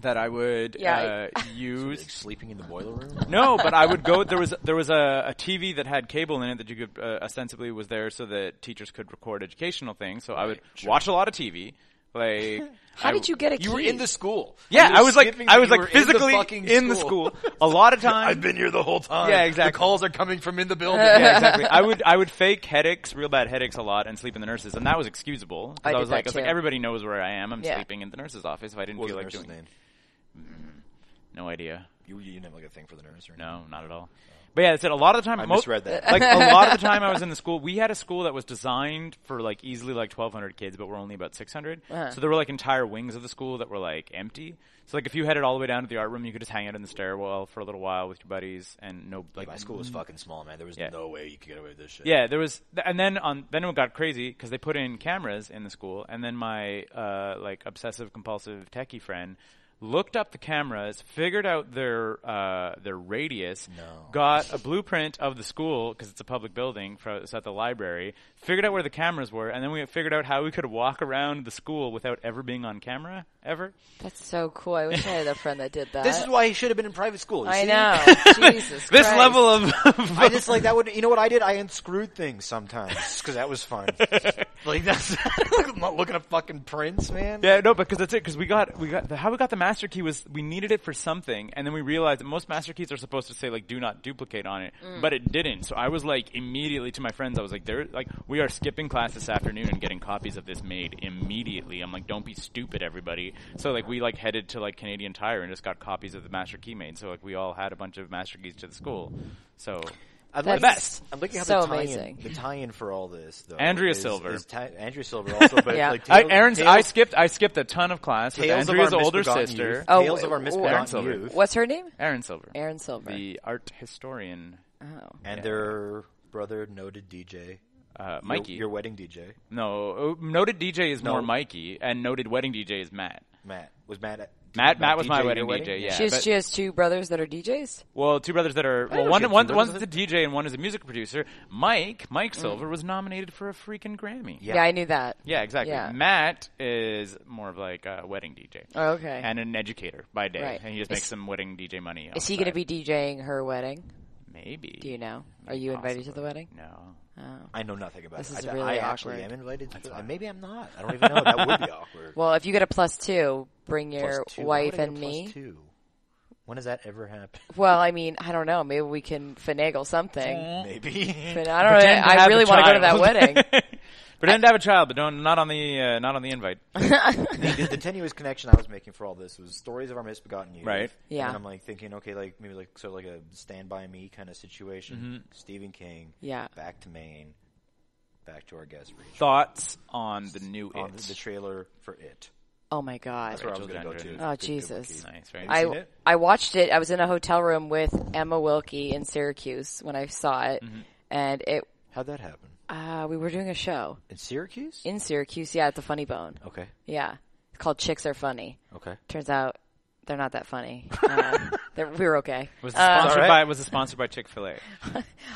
Speaker 4: that I would
Speaker 2: Yeah,
Speaker 4: uh,
Speaker 3: Like
Speaker 4: use.
Speaker 3: sleeping in the boiler room.
Speaker 4: No, but I would go. There was there was a, a TV that had cable in it that you could uh, ostensibly was there so that teachers could record educational things. So I would watch a lot of TV. Like
Speaker 2: How
Speaker 4: I-
Speaker 2: did you get a key?
Speaker 3: You were in the school.
Speaker 4: Yeah,
Speaker 3: You were
Speaker 4: I was like
Speaker 3: skipping,
Speaker 4: I was
Speaker 3: you were
Speaker 4: like physically
Speaker 3: in the,
Speaker 4: in
Speaker 3: fucking
Speaker 4: the school. A lot of times
Speaker 3: I've been here the whole time.
Speaker 4: Yeah, exactly.
Speaker 3: The calls are coming from in the building.
Speaker 4: yeah, exactly. I would I would fake headaches, real bad headaches a lot, and sleep in the nurses, and that was excusable. 'cause
Speaker 2: I did
Speaker 4: was like,
Speaker 2: that
Speaker 4: I was like,
Speaker 2: too.
Speaker 4: everybody knows where I am. I'm
Speaker 2: Yeah.
Speaker 4: sleeping in the nurse's office if I didn't
Speaker 3: What was
Speaker 4: feel
Speaker 3: the
Speaker 4: like
Speaker 3: nurse's
Speaker 4: doing.
Speaker 3: name?
Speaker 4: No idea.
Speaker 3: You, you didn't have like a thing for the nurse or
Speaker 4: No, not at all. But yeah, that's it. A lot of the time,
Speaker 3: I
Speaker 4: mo-
Speaker 3: misread that.
Speaker 4: Like a lot of the time, I was in the school. We had a school that was designed for like easily like 1,200 kids, but we're only about 600.
Speaker 2: Uh-huh.
Speaker 4: So there were like entire wings of the school that were like empty. So like if you headed all the way down to the art room, you could just hang out in the stairwell for a little while with your buddies, and no like
Speaker 3: My school was fucking small, man. There was
Speaker 4: Mm-hmm. Yeah.
Speaker 3: no way you could get away with this shit.
Speaker 4: Yeah, there was, th- and then on then it got crazy because they put in cameras in the school, and then my uh, like obsessive compulsive techie friend looked up the cameras, figured out their uh, their radius, got a blueprint of the school because it's a public building, for, it's at the library, figured out where the cameras were, and then we figured out how we could walk around the school without ever being on camera ever.
Speaker 2: That's so cool. I wish I had a friend that did that.
Speaker 3: This is why he should have been in private school. you
Speaker 2: I
Speaker 3: see?
Speaker 2: know. Jesus.
Speaker 4: This
Speaker 2: Christ.
Speaker 4: level of
Speaker 3: I just like that would you know what I did? I unscrewed things sometimes because that was fun. like that's I'm not looking at fucking prints, man.
Speaker 4: Yeah, no, because that's it. Because we got we got the, how we got the master key was we needed it for something, and then we realized that most master keys are supposed to say like "do not duplicate" on it, but it didn't. So I was like immediately to my friends, I was like, "There, like we are skipping class this afternoon and getting copies of this made immediately." I'm like, "Don't be stupid, everybody." So like we like headed to like Canadian Tire and just got copies of the master key made. So like we all had a bunch of master keys to the school. So
Speaker 3: I'd
Speaker 2: That's
Speaker 3: like-
Speaker 2: best.
Speaker 3: I'm looking at
Speaker 2: so
Speaker 3: the tie-in.
Speaker 2: amazing.
Speaker 3: The tie-in for all this, though,
Speaker 4: Andrea
Speaker 3: is-
Speaker 4: Silver.
Speaker 3: is ti- Andrea Silver also, but
Speaker 2: Yeah.
Speaker 3: like
Speaker 4: I,
Speaker 3: Tales-
Speaker 4: Aaron's,
Speaker 3: Tales-
Speaker 4: I skipped I skipped a ton of class with
Speaker 3: Tales of
Speaker 4: Andrea's
Speaker 3: Our
Speaker 4: older
Speaker 3: Misbegotten
Speaker 4: sister,
Speaker 3: Youth.
Speaker 2: Oh,
Speaker 3: Tales of our
Speaker 2: wh-
Speaker 4: Aaron
Speaker 3: misbegotten
Speaker 4: Silver.
Speaker 3: youth,
Speaker 2: What's her name?
Speaker 4: Aaron Silver,
Speaker 2: Aaron Silver.
Speaker 4: the art historian.
Speaker 2: oh.
Speaker 3: and their brother, noted DJ,
Speaker 4: Uh,
Speaker 3: Your-
Speaker 4: Mikey.
Speaker 3: your, wedding DJ,
Speaker 4: No, uh, noted DJ is
Speaker 3: No.
Speaker 4: more Mikey, and noted wedding DJ is Matt.
Speaker 3: Matt was Matt. At,
Speaker 4: Matt,
Speaker 3: did
Speaker 4: Matt was
Speaker 3: DJ
Speaker 4: my
Speaker 3: your
Speaker 4: wedding, DJ. Yeah,
Speaker 2: she, has,
Speaker 4: but-
Speaker 2: she has two brothers that are DJs?
Speaker 4: well, two brothers that are well,
Speaker 3: know she
Speaker 4: one
Speaker 3: had two
Speaker 4: one
Speaker 3: brothers. Mm.
Speaker 4: one's the DJ and one is a music producer. Mike, Mike Silver was nominated for a freaking Grammy.
Speaker 3: Yeah.
Speaker 2: Yeah, I knew that.
Speaker 4: Yeah, exactly.
Speaker 2: Yeah.
Speaker 4: Matt is more of like a wedding DJ
Speaker 2: Oh, okay.
Speaker 4: and an educator by day,
Speaker 2: Right.
Speaker 4: and he just
Speaker 2: Is-
Speaker 4: makes some wedding DJ money.
Speaker 2: is he going to
Speaker 4: outside.
Speaker 2: be DJing her wedding?
Speaker 4: Maybe.
Speaker 2: Do you know? Are you invited to the
Speaker 4: Possibly.
Speaker 2: wedding?
Speaker 4: No.
Speaker 3: I know nothing about
Speaker 2: This
Speaker 3: it.
Speaker 2: is
Speaker 3: I, th-
Speaker 2: really
Speaker 3: I actually
Speaker 2: awkward.
Speaker 3: am invited to it. Maybe I'm not. I don't even know. That would be awkward.
Speaker 2: Well, if you get a plus two, bring
Speaker 3: Plus
Speaker 2: your
Speaker 3: two. Why would
Speaker 2: wife
Speaker 3: I get
Speaker 2: and
Speaker 3: a plus
Speaker 2: me.
Speaker 3: two? When does that ever happen?
Speaker 2: Well, I mean, I don't know. Maybe we can finagle something.
Speaker 3: Maybe.
Speaker 2: But I don't. know.
Speaker 4: Pretend to
Speaker 2: I
Speaker 4: have
Speaker 2: really
Speaker 4: a
Speaker 2: want to go to that
Speaker 4: child.
Speaker 2: wedding.
Speaker 4: Pretend to have a child, but don't, not on the uh, not on the invite.
Speaker 3: the, the tenuous connection I was making for all this was stories of our misbegotten youth.
Speaker 4: Right.
Speaker 2: Yeah.
Speaker 3: And I'm like thinking, okay, like maybe like sort of like a Stand By Me kind of situation. Stephen King.
Speaker 2: Yeah.
Speaker 3: Back to Maine. Back to our guest reach.
Speaker 4: Thoughts on Oh, the new
Speaker 3: On
Speaker 4: it?
Speaker 3: the, the trailer for it.
Speaker 2: Oh my god.
Speaker 3: That's where I was
Speaker 4: Rachel
Speaker 3: going to go
Speaker 4: Gendron.
Speaker 3: to.
Speaker 2: Oh
Speaker 3: Good- good
Speaker 2: Jesus.
Speaker 3: looking.
Speaker 4: Nice, right?
Speaker 3: seen
Speaker 2: I
Speaker 3: it?
Speaker 2: I watched it. I was in a hotel room with Emma Wilkie in Syracuse when I saw it,
Speaker 3: Mm-hmm.
Speaker 2: and it.
Speaker 3: How'd that happen?
Speaker 2: Uh, we were doing a show
Speaker 3: In Syracuse?
Speaker 2: in Syracuse. Yeah, at the Funny Bone.
Speaker 3: okay.
Speaker 2: Yeah, it's called Chicks Are Funny.
Speaker 3: Okay.
Speaker 2: Turns out they're not that funny. Uh, they're- we were okay. Uh,
Speaker 4: was it sponsored
Speaker 3: Alright.
Speaker 4: by was it sponsored by Chick Fil A?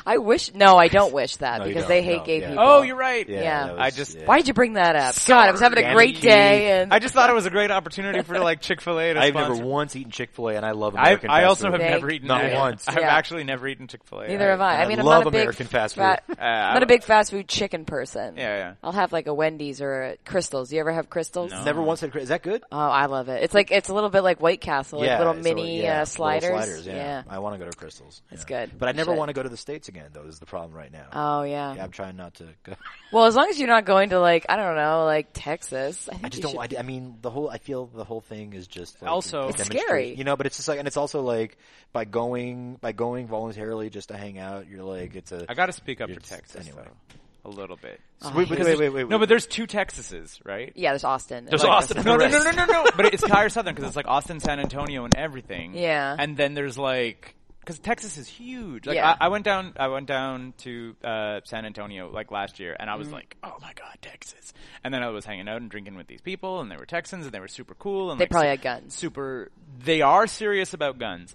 Speaker 2: I wish. No, I don't wish that
Speaker 3: No, you
Speaker 2: because
Speaker 3: don't.
Speaker 2: they hate
Speaker 3: No,
Speaker 2: gay
Speaker 3: yeah. Oh.
Speaker 2: people.
Speaker 4: Oh, you're right.
Speaker 2: Yeah.
Speaker 3: that
Speaker 4: I just-
Speaker 2: Why did you bring that up? God, I was having a great day, and
Speaker 4: I just thought it was a great opportunity for like Chick Fil A to
Speaker 3: I've
Speaker 4: sponsor.
Speaker 3: never once eaten Chick Fil A, and I love
Speaker 4: I,
Speaker 3: American.
Speaker 4: I
Speaker 3: fast
Speaker 4: also
Speaker 3: food.
Speaker 4: have
Speaker 2: Big-
Speaker 4: never eaten
Speaker 3: Not
Speaker 4: that.
Speaker 3: once.
Speaker 4: I've
Speaker 2: Yeah.
Speaker 4: actually never eaten Chick Fil A.
Speaker 2: neither have I. I
Speaker 3: I
Speaker 2: mean, I'm
Speaker 3: love
Speaker 2: not a big
Speaker 3: American fast food.
Speaker 2: fat-
Speaker 4: Uh,
Speaker 2: I'm not a big fast food chicken person.
Speaker 4: Yeah, yeah.
Speaker 2: I'll have like a Wendy's or a Crystals. You ever have Crystals?
Speaker 4: No.
Speaker 3: Never once had. Is that good?
Speaker 2: Oh, I love it. It's like it's a little bit like White Castle, like little
Speaker 3: it's a
Speaker 2: mini
Speaker 3: yeah,
Speaker 2: uh,
Speaker 3: little
Speaker 2: sliders.
Speaker 3: sliders, yeah. I want to go to Crystals.
Speaker 2: It's
Speaker 3: yeah.
Speaker 2: good.
Speaker 3: But I
Speaker 2: You
Speaker 3: never
Speaker 2: should.
Speaker 3: want to go to the states again, though. Is the problem right now?
Speaker 2: Oh yeah.
Speaker 3: yeah, I'm trying not to. go.
Speaker 2: Well, as long as you're not going to like I don't know, like Texas. I, think
Speaker 3: I just
Speaker 2: you
Speaker 3: don't.
Speaker 2: should-
Speaker 3: I, I mean, the whole. I feel the whole thing is just like
Speaker 4: Also-
Speaker 3: a
Speaker 4: It's
Speaker 3: demonstration,
Speaker 2: scary.
Speaker 3: you know. But it's just like, and it's also like by going by going voluntarily just to hang out. You're like, it's a.
Speaker 4: I got to speak up for
Speaker 3: It's-
Speaker 4: Texas
Speaker 3: anyway.
Speaker 4: though, a little bit.
Speaker 2: Oh,
Speaker 3: So wait, wait, wait, wait, wait.
Speaker 4: No, but there's two Texases, right?
Speaker 2: Yeah, there's Austin.
Speaker 4: There's
Speaker 2: Like,
Speaker 4: Austin. No, no, no,
Speaker 3: rest.
Speaker 4: no, no, no. But it's higher southern because it's like Austin, San Antonio, and everything.
Speaker 2: Yeah.
Speaker 4: And then there's like because Texas is huge. Like
Speaker 2: Yeah.
Speaker 4: I, I went down, I went down to uh, San Antonio like last year, and I was
Speaker 2: Mm-hmm.
Speaker 4: like, oh my god, Texas. And then I was hanging out and drinking with these people, and they were Texans, and they were super cool, and
Speaker 2: They
Speaker 4: like,
Speaker 2: probably
Speaker 4: su-
Speaker 2: had guns.
Speaker 4: Super. They are serious about guns.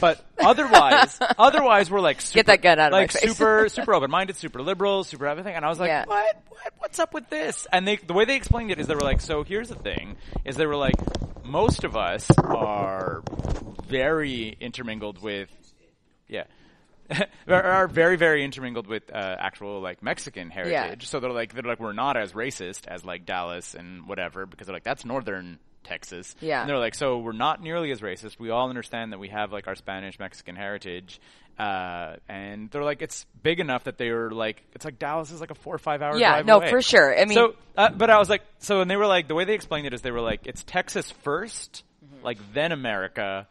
Speaker 4: But otherwise, otherwise we're like super,
Speaker 2: that gun out of my
Speaker 4: like
Speaker 2: face.
Speaker 4: super, super open-minded, super liberal, super everything. And I was like,
Speaker 2: Yeah.
Speaker 4: what? what, what, what's up with this? And they, the way they explained it is they were like, so here's the thing, is they were like, most of us are very intermingled with, yeah, are- are very, very intermingled with uh, actual like Mexican heritage. So they're like, they're like, we're not as racist as like Dallas and whatever, because they're like, that's northern Texas.
Speaker 2: Yeah.
Speaker 4: And they're like, so we're not nearly as racist. We all understand that we have like our Spanish Mexican heritage. Uh, and they're like, it's big enough that they were like, it's like Dallas is like a four or five hour
Speaker 2: Yeah,
Speaker 4: drive
Speaker 2: no,
Speaker 4: away.
Speaker 2: for sure. I mean-
Speaker 4: so, uh, but I was like, so, and they were like, the way they explained it is they were like, it's Texas 1st
Speaker 2: Mm-hmm.
Speaker 4: like then America,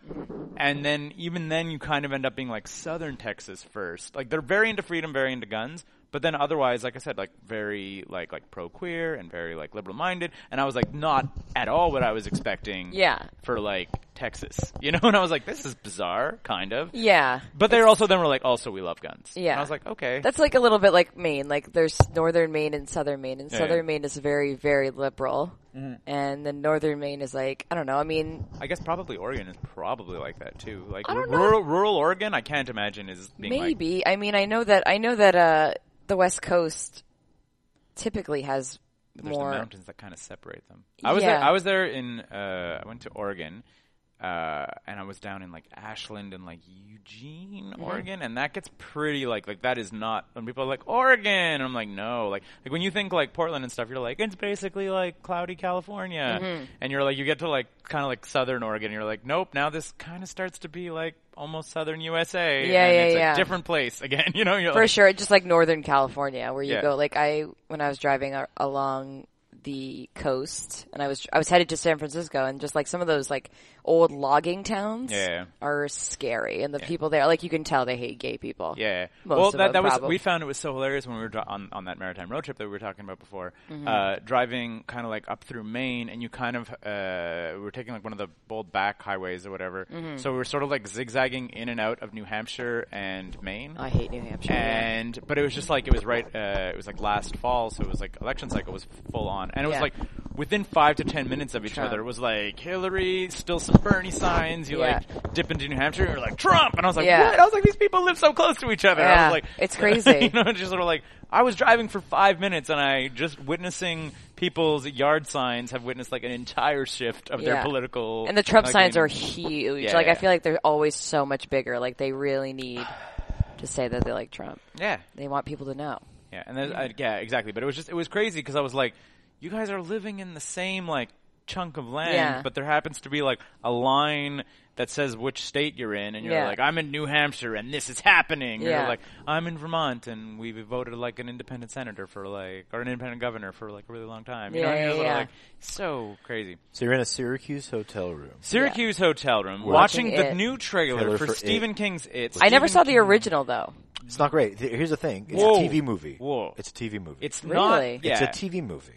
Speaker 4: and then even then you kind of end up being like Southern Texas first. Like they're very into freedom, very into guns, but then otherwise, like I said, like very like like pro queer and very like liberal minded. And I was like, not at all what I was expecting.
Speaker 2: Yeah.
Speaker 4: For like Texas, you know, and I was like, this is bizarre, kind of.
Speaker 2: Yeah.
Speaker 4: But they also then were like, also we love guns.
Speaker 2: Yeah.
Speaker 4: And I was like, okay.
Speaker 2: That's like a little bit like Maine. Like there's northern Maine and southern Maine, and
Speaker 4: Yeah,
Speaker 2: southern
Speaker 4: yeah. Mm-hmm.
Speaker 2: Maine is very, very liberal, and then northern Maine is like I don't know. I mean,
Speaker 4: I guess probably Oregon is probably like that too. Like
Speaker 2: I don't know.
Speaker 4: rural rural Oregon, I can't imagine is being like
Speaker 2: maybe. I mean, I know that I know that uh, the West Coast typically has
Speaker 4: there's
Speaker 2: more.
Speaker 4: the mountains that kind of separate them. I was there.
Speaker 2: Yeah.
Speaker 4: I was there in. Uh, I went to Oregon, uh, and I was down in like Ashland and like Eugene, Oregon, and that gets pretty like like that is not when people are like Oregon. And I'm like no, like like when you think like Portland and stuff, you're like it's basically like cloudy California,
Speaker 2: Mm-hmm.
Speaker 4: and you're like you get to like kind of like Southern Oregon, and you're like nope, now this kind of starts to be like almost Southern USA.
Speaker 2: Yeah,
Speaker 4: and
Speaker 2: yeah,
Speaker 4: it's
Speaker 2: yeah.
Speaker 4: A different place again. You know, you're
Speaker 2: For
Speaker 4: like,
Speaker 2: sure, just like Northern California, where you
Speaker 4: Yeah.
Speaker 2: go. Like I, when I was driving a- along the coast, and I was I was headed to San Francisco, and just like some of those like old logging towns
Speaker 4: Yeah.
Speaker 2: are scary, and the people there, like you can tell they hate gay people.
Speaker 4: Yeah.
Speaker 2: Most
Speaker 4: well,
Speaker 2: of
Speaker 4: that,
Speaker 2: them,
Speaker 4: that was
Speaker 2: probably.
Speaker 4: we found it was so hilarious when we were dri- on on that maritime road trip that we were talking about before.
Speaker 2: Mm-hmm.
Speaker 4: Uh, driving kind of like up through Maine, and you kind of uh, we were taking like one of the bold back highways or whatever.
Speaker 2: Mm-hmm.
Speaker 4: So we were sort of like zigzagging in and out of New Hampshire and Maine.
Speaker 2: Oh, I hate New Hampshire. yeah.
Speaker 4: and but it was just like it was right. Uh, it was like last fall, so it was like election cycle was full on, and it was
Speaker 2: Yeah.
Speaker 4: like within five to ten minutes of each
Speaker 2: Trump.
Speaker 4: other it was like Hillary, still some Bernie signs. You
Speaker 2: Yeah.
Speaker 4: like dip into New Hampshire, you're like Trump, and I was like,
Speaker 2: Yeah.
Speaker 4: what? I was like, these people live so close to each other. I
Speaker 2: Yeah.
Speaker 4: was like,
Speaker 2: It's crazy.
Speaker 4: you know, it's just sort of like I was driving for five minutes and I just witnessing people's yard signs have witnessed like an entire shift of their
Speaker 2: Yeah.
Speaker 4: political uh,
Speaker 2: And the Trump
Speaker 4: like,
Speaker 2: signs
Speaker 4: in-
Speaker 2: are huge.
Speaker 4: Yeah,
Speaker 2: like
Speaker 4: yeah.
Speaker 2: I feel like they're always so much bigger. Like they really need to say that they like Trump.
Speaker 4: yeah.
Speaker 2: They want people to know.
Speaker 4: Yeah, and then I, yeah, exactly. But it was just it was crazy because I was like, you guys are living in the same like chunk of land,
Speaker 2: Yeah.
Speaker 4: but there happens to be like a line that says which state you're in, and you're
Speaker 2: Yeah.
Speaker 4: like, I'm in New Hampshire, and this is happening. Or
Speaker 2: Yeah.
Speaker 4: like I'm in Vermont, and we voted like an independent senator for like or an independent governor for like a really long time. You know
Speaker 2: Yeah,
Speaker 4: what I mean? It was
Speaker 2: yeah, yeah.
Speaker 4: Like, so crazy.
Speaker 3: So you're in a Syracuse hotel room.
Speaker 4: Syracuse hotel room, watching,
Speaker 2: Watching
Speaker 4: the
Speaker 2: It.
Speaker 4: new trailer,
Speaker 3: Trailer
Speaker 4: for,
Speaker 3: for
Speaker 4: Stephen
Speaker 3: It.
Speaker 4: King's It.
Speaker 2: I never
Speaker 4: Stephen
Speaker 2: saw the original though.
Speaker 3: It's not great. Th- Here's the thing. It's
Speaker 4: Whoa.
Speaker 3: a TV movie.
Speaker 4: Whoa.
Speaker 3: It's a TV movie.
Speaker 4: It's
Speaker 2: Really?
Speaker 4: not.
Speaker 3: It's
Speaker 4: Yeah.
Speaker 3: a TV movie.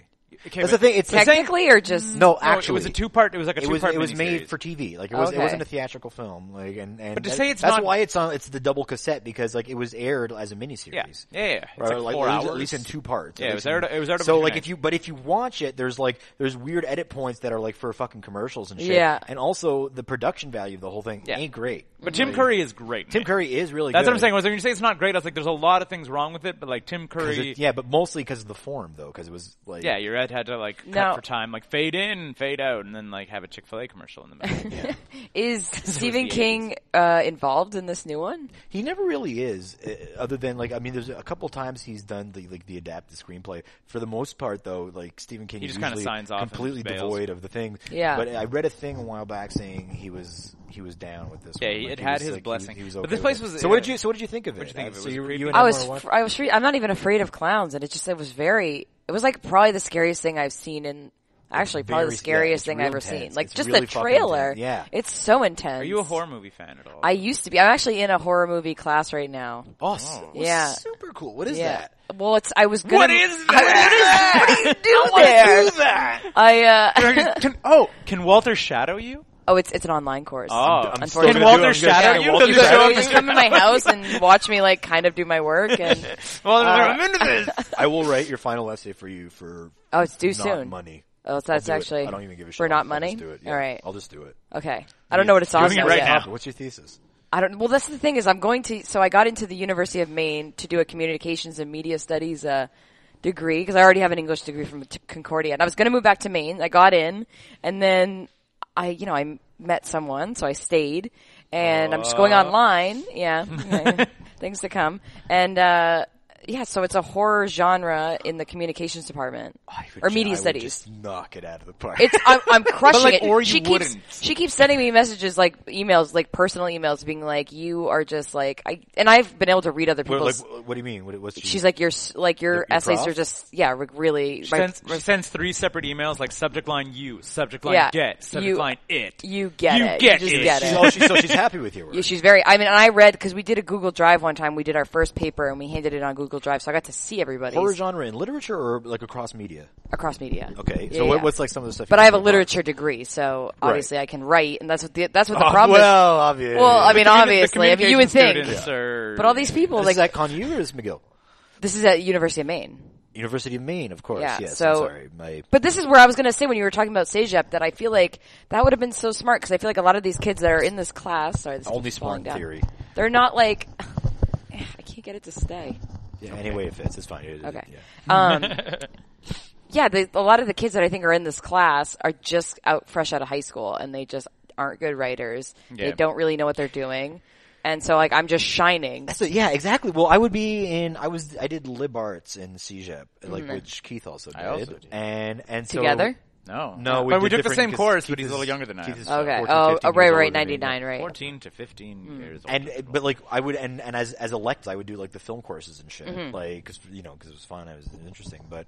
Speaker 4: Okay,
Speaker 3: That's
Speaker 4: but-
Speaker 3: the thing. It's
Speaker 2: Technically, or just
Speaker 3: no,
Speaker 4: No,
Speaker 3: actually,
Speaker 4: it was a two part. It was like a
Speaker 3: It
Speaker 4: two
Speaker 3: was
Speaker 4: part.
Speaker 3: it was made for TV. Like it was
Speaker 2: Okay.
Speaker 3: it wasn't a theatrical film. Like and, and
Speaker 4: But to
Speaker 3: that-
Speaker 4: say it's
Speaker 3: that's
Speaker 4: not-
Speaker 3: why it's on it's the double cassette because like it was aired as a miniseries.
Speaker 4: Yeah, yeah, yeah. It's
Speaker 3: Right,
Speaker 4: like four
Speaker 3: at least-
Speaker 4: hours.
Speaker 3: at least in two parts.
Speaker 4: Yeah,
Speaker 3: At least
Speaker 4: it was aired-
Speaker 3: in-
Speaker 4: it was aired over
Speaker 3: So
Speaker 4: two
Speaker 3: like
Speaker 4: nights.
Speaker 3: if you but if you watch it, there's like there's weird edit points that are like for fucking commercials and shit.
Speaker 2: Yeah.
Speaker 3: and also the production value of the whole thing
Speaker 4: Yeah.
Speaker 3: ain't great.
Speaker 4: But Tim Curry is great.
Speaker 3: Tim
Speaker 4: man.
Speaker 3: Curry is really
Speaker 4: That's
Speaker 3: good.
Speaker 4: what I'm saying. Was when you say it's not great, I was like, there's a lot of things wrong with it, but like Tim
Speaker 3: 'Cause
Speaker 4: Curry.
Speaker 3: it- yeah, but mostly because of the form though, because it was like
Speaker 4: Yeah, your ad had to like cut
Speaker 2: Now-
Speaker 4: for time, like fade in, fade out, and then like have a Chick Fil A commercial in the middle. Yeah.
Speaker 2: is Stephen
Speaker 4: the
Speaker 2: King uh, involved in this new one?
Speaker 3: He never really is, uh, other than like I mean, there's a couple times he's done the like the adapted screenplay. For the most part, though, like Stephen King
Speaker 4: He
Speaker 3: is
Speaker 4: just kinda
Speaker 3: usually
Speaker 4: signs off and
Speaker 3: completely
Speaker 4: bails.
Speaker 3: devoid of the thing.
Speaker 2: Yeah.
Speaker 3: But I read a thing a while back saying he was he was down with this.
Speaker 4: Yeah,
Speaker 3: one.
Speaker 4: he-
Speaker 3: Like,
Speaker 4: it had
Speaker 3: was,
Speaker 4: his
Speaker 3: like, he
Speaker 4: blessing.
Speaker 3: He was,
Speaker 4: But
Speaker 3: okay
Speaker 4: this
Speaker 3: with
Speaker 4: place
Speaker 3: it.
Speaker 4: was-
Speaker 3: so what did you so what did you think of it? Uh,
Speaker 4: What'd you think of it?
Speaker 3: So
Speaker 4: Was it
Speaker 3: you,
Speaker 4: creepy?
Speaker 3: you and
Speaker 2: I
Speaker 3: Emma
Speaker 2: was
Speaker 3: were watching-
Speaker 2: fr- I was free- I'm not even afraid of clowns, and it just it was very it was like probably the scariest thing I've seen in actually probably
Speaker 3: very-
Speaker 2: the
Speaker 3: yeah,
Speaker 2: scariest
Speaker 3: it's
Speaker 2: thing
Speaker 3: real
Speaker 2: I've ever
Speaker 3: intense.
Speaker 2: seen. Like
Speaker 3: It's
Speaker 2: just
Speaker 3: really
Speaker 2: the
Speaker 3: fucking
Speaker 2: trailer.
Speaker 3: intense, yeah.
Speaker 2: it's so intense.
Speaker 4: Are you a horror movie fan at all?
Speaker 2: I used to be. I'm actually in a horror movie class right now.
Speaker 3: Oh, so- it was
Speaker 2: Yeah.
Speaker 3: super cool. What is
Speaker 2: Yeah.
Speaker 3: that?
Speaker 2: Well, it's. I was gonna.
Speaker 4: What is
Speaker 2: I- what is- what do you do there?
Speaker 3: Do that.
Speaker 2: I. Uh,
Speaker 4: can, oh, can Walter shadow you?
Speaker 2: oh, it's it's an online course.
Speaker 4: Oh,
Speaker 3: I'm still
Speaker 2: Unfortunately.
Speaker 3: gonna
Speaker 4: can
Speaker 3: do it.
Speaker 4: Walter
Speaker 3: I'm gonna
Speaker 4: shadow
Speaker 3: say
Speaker 4: you?
Speaker 3: Walter
Speaker 4: Does
Speaker 2: You
Speaker 4: it
Speaker 2: guys
Speaker 4: show
Speaker 2: always
Speaker 4: up
Speaker 2: just come to my house and watch me like kind of do my work and
Speaker 4: Well,
Speaker 2: Uh,
Speaker 4: I'm into this.
Speaker 3: I will write your final essay for you for
Speaker 2: oh it's due
Speaker 3: not
Speaker 2: soon.
Speaker 3: money.
Speaker 2: Oh, so
Speaker 3: I'll
Speaker 2: that's
Speaker 3: do it.
Speaker 2: actually
Speaker 3: I don't even give a shit.
Speaker 2: for not
Speaker 3: I'll just
Speaker 2: money.
Speaker 3: do it. Yeah.
Speaker 2: All right,
Speaker 3: I'll just do it.
Speaker 2: okay. I don't know what it's on
Speaker 4: doing it right
Speaker 2: yet.
Speaker 4: now.
Speaker 3: What's your thesis?
Speaker 2: I don't. Well, that's the thing is, I'm going to. So I got into the University of Maine to do a communications and media studies uh, degree because I already have an English degree from t- Concordia, and I was going to move back to Maine. I got in, and then I, you know, I m- met someone, so I stayed, and I'm just going
Speaker 3: Uh.
Speaker 2: online. Yeah, things to come, and uh, yeah. So it's a horror genre in the communications department or media
Speaker 3: I would
Speaker 2: studies.
Speaker 3: just knock it out of the park.
Speaker 2: It's I'm, I'm crushing
Speaker 4: like,
Speaker 2: it.
Speaker 4: or you
Speaker 2: she keeps
Speaker 4: wouldn't.
Speaker 2: she keeps sending me messages like emails, like personal emails, being like, "You are just like I." And I've been able to read other
Speaker 3: Wait,
Speaker 2: people's.
Speaker 3: like, what do you mean? What, what's
Speaker 2: she's like, "Your s- like your
Speaker 3: Your- your
Speaker 2: essays
Speaker 3: prof?
Speaker 2: are just yeah, like, really."
Speaker 4: She
Speaker 2: my-
Speaker 4: sends, she sends three separate emails, like subject line you, subject line
Speaker 2: Yeah.
Speaker 4: get, subject
Speaker 2: You-
Speaker 4: line it.
Speaker 2: you get
Speaker 4: you
Speaker 2: it.
Speaker 4: Get
Speaker 2: you just
Speaker 4: it.
Speaker 2: get
Speaker 3: she's,
Speaker 2: it.
Speaker 3: oh, she's, so she's happy with you. right?
Speaker 2: Yeah, she's very. I mean, and I read because we did a Google Drive one time. We did our first paper and we handed it on Google Drive, so I got to see everybody
Speaker 3: horror genre in literature or like across media.
Speaker 2: across media.
Speaker 3: Okay,
Speaker 2: Yeah,
Speaker 3: so what,
Speaker 2: yeah.
Speaker 3: what's like some of the stuff?
Speaker 2: But
Speaker 3: you
Speaker 2: I have a
Speaker 3: read?
Speaker 2: literature degree, so obviously I can write, and that's what the, that's what the
Speaker 3: Oh,
Speaker 2: problem is.
Speaker 3: well, obviously.
Speaker 2: Well, I mean,
Speaker 4: The communi- the
Speaker 2: obviously, I mean, you would
Speaker 4: communication
Speaker 2: think.
Speaker 4: students are-
Speaker 2: But all these people,
Speaker 3: this
Speaker 2: like,
Speaker 3: is at ConU or is McGill?
Speaker 2: this is at University of Maine.
Speaker 3: University of Maine, of course.
Speaker 2: Yeah,
Speaker 3: yes,
Speaker 2: so-
Speaker 3: I'm sorry, my
Speaker 2: But this is where I was going to say when you were talking about Sejep that I feel like that would have been so smart because I feel like a lot of these kids that are in this class, sorry, this
Speaker 3: only
Speaker 2: keeps falling down.
Speaker 3: smart theory.
Speaker 2: They're not like, I can't get it to stay.
Speaker 3: Yeah, Anyway, it fits. It's fine. It- it-
Speaker 2: Okay.
Speaker 3: yeah.
Speaker 2: Um, yeah, they, a lot of the kids that I think are in this class are just out fresh out of high school and they just aren't good writers.
Speaker 4: Yeah.
Speaker 2: They don't really know what they're doing. And so like I'm just shining.
Speaker 3: So yeah, exactly. Well, I would be in. I was. I did lib arts in CJEP, like
Speaker 2: Mm-hmm.
Speaker 3: which Keith also did.
Speaker 4: also did.
Speaker 3: And and so
Speaker 2: Together?
Speaker 4: No,
Speaker 3: No,
Speaker 4: but
Speaker 3: we did
Speaker 4: we took the
Speaker 3: different
Speaker 4: same
Speaker 3: 'cause
Speaker 4: course,
Speaker 3: Keith
Speaker 4: but he's a
Speaker 3: is-
Speaker 4: little younger than I
Speaker 3: Keith
Speaker 4: am.
Speaker 3: is, uh,
Speaker 2: Okay.
Speaker 3: 14,
Speaker 2: Oh, right,
Speaker 3: 15 years
Speaker 2: right,
Speaker 3: older than me.
Speaker 2: 99, right. Hmm.
Speaker 4: 14 to 15 years old.
Speaker 3: and but like I would and, and as as electives I would do like the film courses and shit
Speaker 2: Mm-hmm.
Speaker 3: like 'cause, you know because it was fun it was interesting but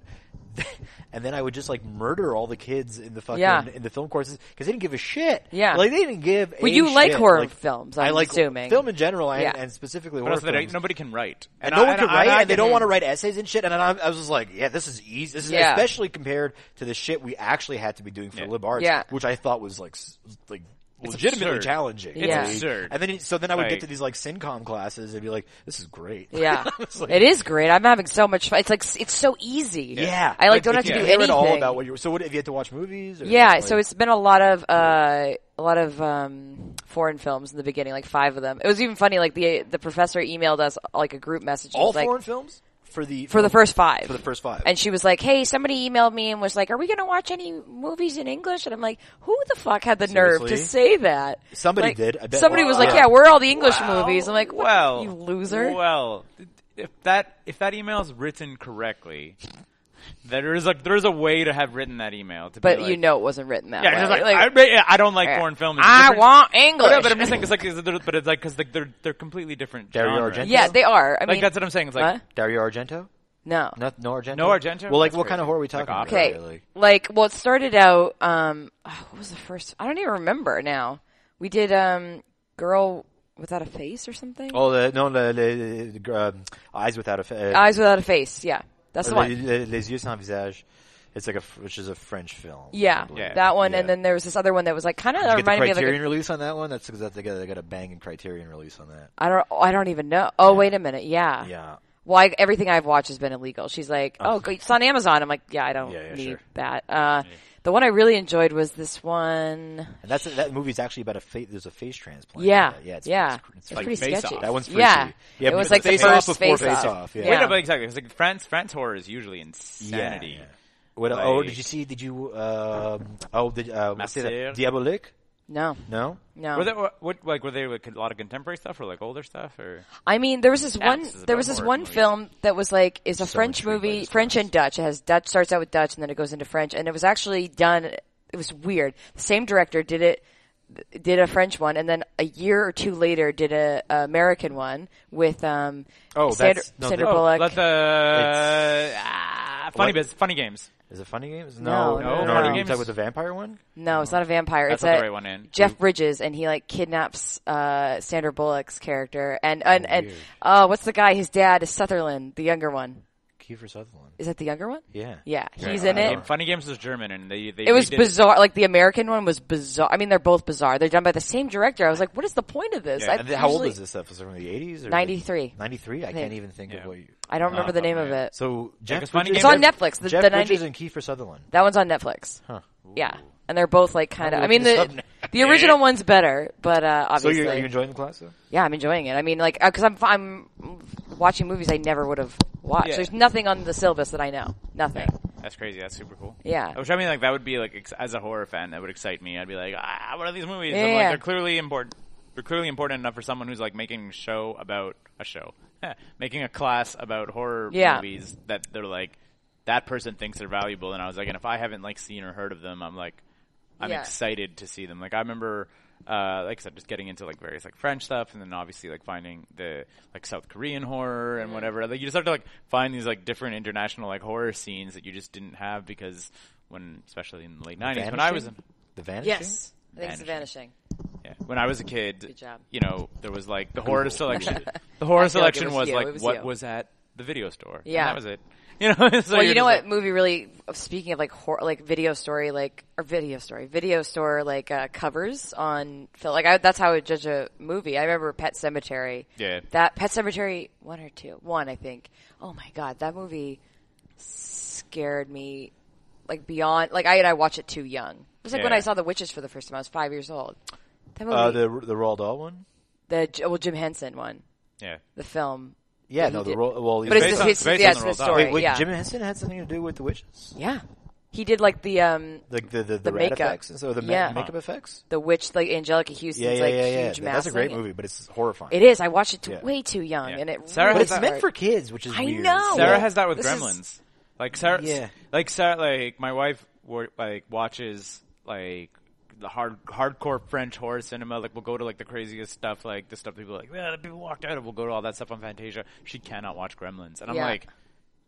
Speaker 3: and then I would just like murder all the kids in the fucking
Speaker 2: Yeah.
Speaker 3: in the film courses because they didn't give a shit
Speaker 2: Yeah.
Speaker 3: like they didn't give
Speaker 2: Well,
Speaker 3: a
Speaker 2: you like
Speaker 3: shit.
Speaker 2: horror films, I'm
Speaker 3: I like
Speaker 2: assuming.
Speaker 3: film in general and,
Speaker 2: Yeah.
Speaker 3: and specifically
Speaker 4: but
Speaker 3: horror
Speaker 4: also, they don't-
Speaker 3: films
Speaker 4: nobody can write,
Speaker 3: and no one
Speaker 4: I-
Speaker 3: could write,
Speaker 4: I- I
Speaker 3: and they don't
Speaker 4: can-
Speaker 3: want to write essays and shit. And I, I was just like, yeah, this is easy. This is
Speaker 2: Yeah.
Speaker 3: especially compared to the shit we actually had to be doing for
Speaker 4: Yeah.
Speaker 3: lib arts,
Speaker 2: Yeah.
Speaker 3: which I thought was like, s- like legitimately
Speaker 4: absurd.
Speaker 3: challenging.
Speaker 2: It's Yeah.
Speaker 4: absurd.
Speaker 3: And then, you- so then I would
Speaker 4: Like-
Speaker 3: get to these like syncom classes and be like, this is great.
Speaker 2: Yeah,
Speaker 3: It's like-
Speaker 2: it is great. I'm having so much fun. It's like s- it's so easy.
Speaker 3: Yeah.
Speaker 2: I like don't have
Speaker 3: if
Speaker 2: to
Speaker 3: you
Speaker 2: do
Speaker 3: care
Speaker 2: anything.
Speaker 3: At all about what you. So what if you had to watch movies? Or
Speaker 2: yeah,
Speaker 3: like-
Speaker 2: so it's been a lot of uh, a lot of um, foreign films in the beginning, like five of them. It was even funny. Like the the professor emailed us like a group message. and
Speaker 3: all
Speaker 2: was like,
Speaker 3: foreign films for the
Speaker 2: for the first five.
Speaker 3: for the first five.
Speaker 2: And she was like, "Hey, somebody emailed me and was like, "Are we going to watch any movies in English?" And I'm like, "Who the fuck had the nerve to
Speaker 3: Seriously?
Speaker 2: say that?"
Speaker 3: Somebody
Speaker 2: Like,
Speaker 3: did, I bet.
Speaker 2: Somebody
Speaker 3: Wow.
Speaker 2: was like,
Speaker 3: Yeah.
Speaker 2: "Yeah, we're all the English movies." I'm like, "Well,
Speaker 4: Well,
Speaker 2: you loser."
Speaker 4: Well, if that if that email's written correctly, there is a there's a way to have written that email. To
Speaker 2: But
Speaker 4: be like,
Speaker 2: you know it wasn't written that
Speaker 4: yeah,
Speaker 2: way.
Speaker 4: just like, I, but yeah, I don't like
Speaker 2: yeah.
Speaker 4: foreign films.
Speaker 3: Mm-hmm.
Speaker 2: I want English.
Speaker 4: But, no, but I'm just saying, it's like, it's, but it's like because they're they're completely different.
Speaker 3: Dario
Speaker 4: genres.
Speaker 3: Argento?
Speaker 2: yeah, they are. I
Speaker 4: Like
Speaker 2: mean,
Speaker 4: that's what I'm saying. It's like
Speaker 2: Huh?
Speaker 3: Dario Argento?
Speaker 2: no.
Speaker 3: No, no Argento.
Speaker 4: No Argento?
Speaker 3: Well, like
Speaker 4: That's
Speaker 3: what kind
Speaker 4: crazy.
Speaker 3: of horror are we talking about?
Speaker 4: opera.
Speaker 2: Okay.
Speaker 3: really?
Speaker 2: Like, well, it started out. Um, oh, what was the first? I don't even remember now. We did um, girl without a face or something.
Speaker 3: Oh, the, no, the, the, the uh, eyes without a fa-
Speaker 2: Eyes without a face. Yeah, that's the
Speaker 3: Les,
Speaker 2: one.
Speaker 3: Les- Les yeux sans visage. It's like a, fr- which is a French film.
Speaker 2: Yeah,
Speaker 4: Yeah.
Speaker 2: that one.
Speaker 3: Yeah.
Speaker 2: And then there was this other one that was like kind of
Speaker 3: Did you get the
Speaker 2: reminded me of
Speaker 3: Criterion
Speaker 2: like. a-
Speaker 3: release on that one. That's because they got, they got a banging Criterion release on that.
Speaker 2: I don't. I don't even know. Oh, wait a minute. Yeah.
Speaker 3: Yeah.
Speaker 2: Well, I, everything I've watched has been illegal. She's like, oh, go- it's on Amazon. I'm like, yeah, I don't
Speaker 3: Yeah, yeah,
Speaker 2: need
Speaker 3: sure.
Speaker 2: that. Uh, The one I really enjoyed was this one.
Speaker 3: And that's that movie's actually about a face. There's a face transplant.
Speaker 2: Yeah,
Speaker 3: yeah, it's,
Speaker 2: yeah.
Speaker 3: It's, it's
Speaker 2: It's
Speaker 3: like
Speaker 2: pretty
Speaker 4: Face
Speaker 2: sketchy.
Speaker 4: Off.
Speaker 3: that one's freaky.
Speaker 2: Yeah, it
Speaker 3: but
Speaker 2: was
Speaker 3: it's
Speaker 2: like the
Speaker 3: face
Speaker 2: first
Speaker 3: off before
Speaker 2: face off.
Speaker 3: Yeah.
Speaker 2: Yeah.
Speaker 4: Wait, no, but exactly. It's like France France horror is usually insanity.
Speaker 3: Yeah. What, oh,
Speaker 4: Like-
Speaker 3: did you see? Did you? Um, oh, did uh, what's it?
Speaker 4: Marcel.
Speaker 3: Diabolique?
Speaker 2: No,
Speaker 3: No.
Speaker 2: no.
Speaker 4: Were they, what, what like were they like a lot of contemporary stuff or like older stuff or
Speaker 2: I mean, there was this one.
Speaker 4: this is
Speaker 2: There
Speaker 4: about
Speaker 2: was this
Speaker 4: horror
Speaker 2: one
Speaker 4: movies.
Speaker 2: film that was like is a French
Speaker 3: intrigued by
Speaker 2: movie,
Speaker 3: this
Speaker 2: French and Dutch. It has Dutch starts out with Dutch and then it goes into French, and it was actually done. It was weird. The same director did it, did a French one, and then a year or two later did a, a American one with um
Speaker 3: Oh,
Speaker 2: Sandra,
Speaker 3: that's- no,
Speaker 2: Sandra
Speaker 3: that-
Speaker 2: Bullock.
Speaker 4: let the ah, funny
Speaker 3: What?
Speaker 4: bits, funny games.
Speaker 3: Is it Funny Games?
Speaker 2: No,
Speaker 4: no, no,
Speaker 3: no.
Speaker 4: no.
Speaker 3: Funny
Speaker 4: Funny
Speaker 3: Games
Speaker 4: Games.
Speaker 3: with the vampire one.
Speaker 2: No, it's not a vampire. it's
Speaker 4: That's not
Speaker 2: a
Speaker 4: the right one in.
Speaker 2: Jeff Bridges, and he like kidnaps uh, Sandra Bullock's character,
Speaker 3: Oh,
Speaker 2: and and and uh, what's the guy? His dad is Sutherland, the younger one.
Speaker 3: Kiefer Sutherland.
Speaker 2: Is that the younger one?
Speaker 3: Yeah.
Speaker 2: Yeah, he's
Speaker 3: Yeah.
Speaker 2: in it.
Speaker 4: Game- funny games was German and they they
Speaker 2: It was
Speaker 4: redid
Speaker 2: bizarre. Like the American one was bizarre. I mean, they're both bizarre. They're done by the same director. I was like, what is the point of this?
Speaker 4: Yeah,
Speaker 2: I
Speaker 3: And then how old
Speaker 2: usually-
Speaker 3: is this stuff? Is it from the eighties?
Speaker 2: 93.
Speaker 3: Ninety-three. I can't
Speaker 2: think.
Speaker 3: even think of
Speaker 4: Yeah.
Speaker 3: what you.
Speaker 2: I don't
Speaker 3: Oh,
Speaker 2: remember the name of
Speaker 4: man.
Speaker 2: it.
Speaker 3: So Jeff
Speaker 4: 'cause Funny
Speaker 3: Bridges-
Speaker 4: Games- It's on
Speaker 2: Netflix, the-
Speaker 3: Jeff
Speaker 2: the
Speaker 3: Bridges
Speaker 2: 90
Speaker 3: and Kiefer Sutherland.
Speaker 2: That one's on Netflix.
Speaker 3: Huh.
Speaker 2: Yeah, and they're both like kind of.
Speaker 3: I'm
Speaker 2: I mean,
Speaker 3: gonna look
Speaker 2: the
Speaker 3: this up
Speaker 2: the original one's better, but uh,
Speaker 3: So
Speaker 2: obviously,
Speaker 3: you're, are you enjoying the class? Though?
Speaker 2: yeah, I'm enjoying it. I mean, like because I'm I'm watching movies I never would have watched.
Speaker 4: Yeah.
Speaker 2: There's nothing on the syllabus that I know. Nothing.
Speaker 4: That's crazy. That's super cool.
Speaker 2: Yeah.
Speaker 4: Which I mean, like that would be like ex- as a horror fan, that would excite me. I'd be like, ah, what are these movies? I'm
Speaker 2: Yeah,
Speaker 4: like,
Speaker 2: yeah.
Speaker 4: they're clearly important. They're clearly important enough for someone who's like making a show about a show, making a class about horror
Speaker 2: Yeah.
Speaker 4: movies that they're like that person thinks they're valuable. And I was like, and if I haven't like seen or heard of them, I'm like, I'm
Speaker 2: Yeah.
Speaker 4: excited to see them. Like I remember. Uh, like I said, just getting into like various like French stuff, and then obviously like finding the like South Korean horror
Speaker 2: Mm-hmm.
Speaker 4: and whatever. Like you just have to like find these like different international like horror scenes that you just didn't have because when, especially in the late nineties, when I was
Speaker 3: Vanishing? the vanishing.
Speaker 2: Yes, I think it's the
Speaker 4: Vanishing.
Speaker 2: vanishing.
Speaker 4: yeah, when I was a kid,
Speaker 2: Good job.
Speaker 4: you know there was like the horror selection. the horror
Speaker 2: I feel like it
Speaker 4: selection
Speaker 2: was
Speaker 4: was,
Speaker 2: you,
Speaker 4: like
Speaker 2: it was
Speaker 4: what
Speaker 2: you.
Speaker 4: was at the video store. And
Speaker 2: Yeah.
Speaker 4: that was it. You know, so
Speaker 2: well, you
Speaker 4: you're
Speaker 2: know
Speaker 4: just
Speaker 2: what
Speaker 4: like-
Speaker 2: movie really? Speaking of like hor- like video story, like or video story, video store like uh, covers on film. Like I, that's how I would judge a movie. I remember Pet Cemetery.
Speaker 4: Yeah.
Speaker 2: that Pet Cemetery one or two, one I think. Oh my god, that movie scared me like beyond. Like I and I watched it too young. It was like when
Speaker 4: Yeah.
Speaker 2: I saw The Witches for the first time. I was five years old. That movie,
Speaker 3: Uh, the
Speaker 2: the,
Speaker 3: the Roald Dahl one.
Speaker 2: J- well Jim Henson one,
Speaker 4: Yeah.
Speaker 2: the film.
Speaker 3: Yeah,
Speaker 2: he
Speaker 3: no, the
Speaker 2: did.
Speaker 3: Roald. Well,
Speaker 2: But it's,
Speaker 4: based
Speaker 2: the,
Speaker 4: on-
Speaker 2: it's,
Speaker 4: based
Speaker 2: yeah,
Speaker 4: on
Speaker 2: it's
Speaker 4: the
Speaker 2: the
Speaker 4: Roald Dahl.
Speaker 2: story.
Speaker 3: wait, wait,
Speaker 2: yeah,
Speaker 3: Jim Henson had something to do with the witches,
Speaker 2: yeah. He did like the um
Speaker 3: like the the, the,
Speaker 2: The
Speaker 3: rat
Speaker 2: makeup.
Speaker 3: effects, and so the ma-
Speaker 2: Yeah.
Speaker 3: makeup effects.
Speaker 2: the witch, like Angelica Houston's
Speaker 3: Yeah, yeah,
Speaker 2: like
Speaker 3: yeah, yeah.
Speaker 2: huge
Speaker 3: That's a
Speaker 2: mask
Speaker 3: great
Speaker 2: thing.
Speaker 3: movie, but it's horrifying.
Speaker 2: It is. I watched it too,
Speaker 3: Yeah.
Speaker 2: way too young,
Speaker 4: Yeah.
Speaker 2: and it.
Speaker 4: Sarah
Speaker 2: really
Speaker 3: but it's meant for kids, which is
Speaker 2: I
Speaker 3: weird.
Speaker 2: know.
Speaker 4: Sarah
Speaker 2: Yeah.
Speaker 4: has that with
Speaker 2: This is-
Speaker 4: Gremlins. Like Sarah,
Speaker 3: Yeah.
Speaker 4: like Sarah, like my wife, wa- like watches like the hard hardcore French horror cinema. Like we'll go to like the craziest stuff, like the stuff people are like yeah, people walked out of. We'll go to all that stuff on Fantasia. She cannot watch Gremlins, and I'm
Speaker 2: Yeah.
Speaker 4: like,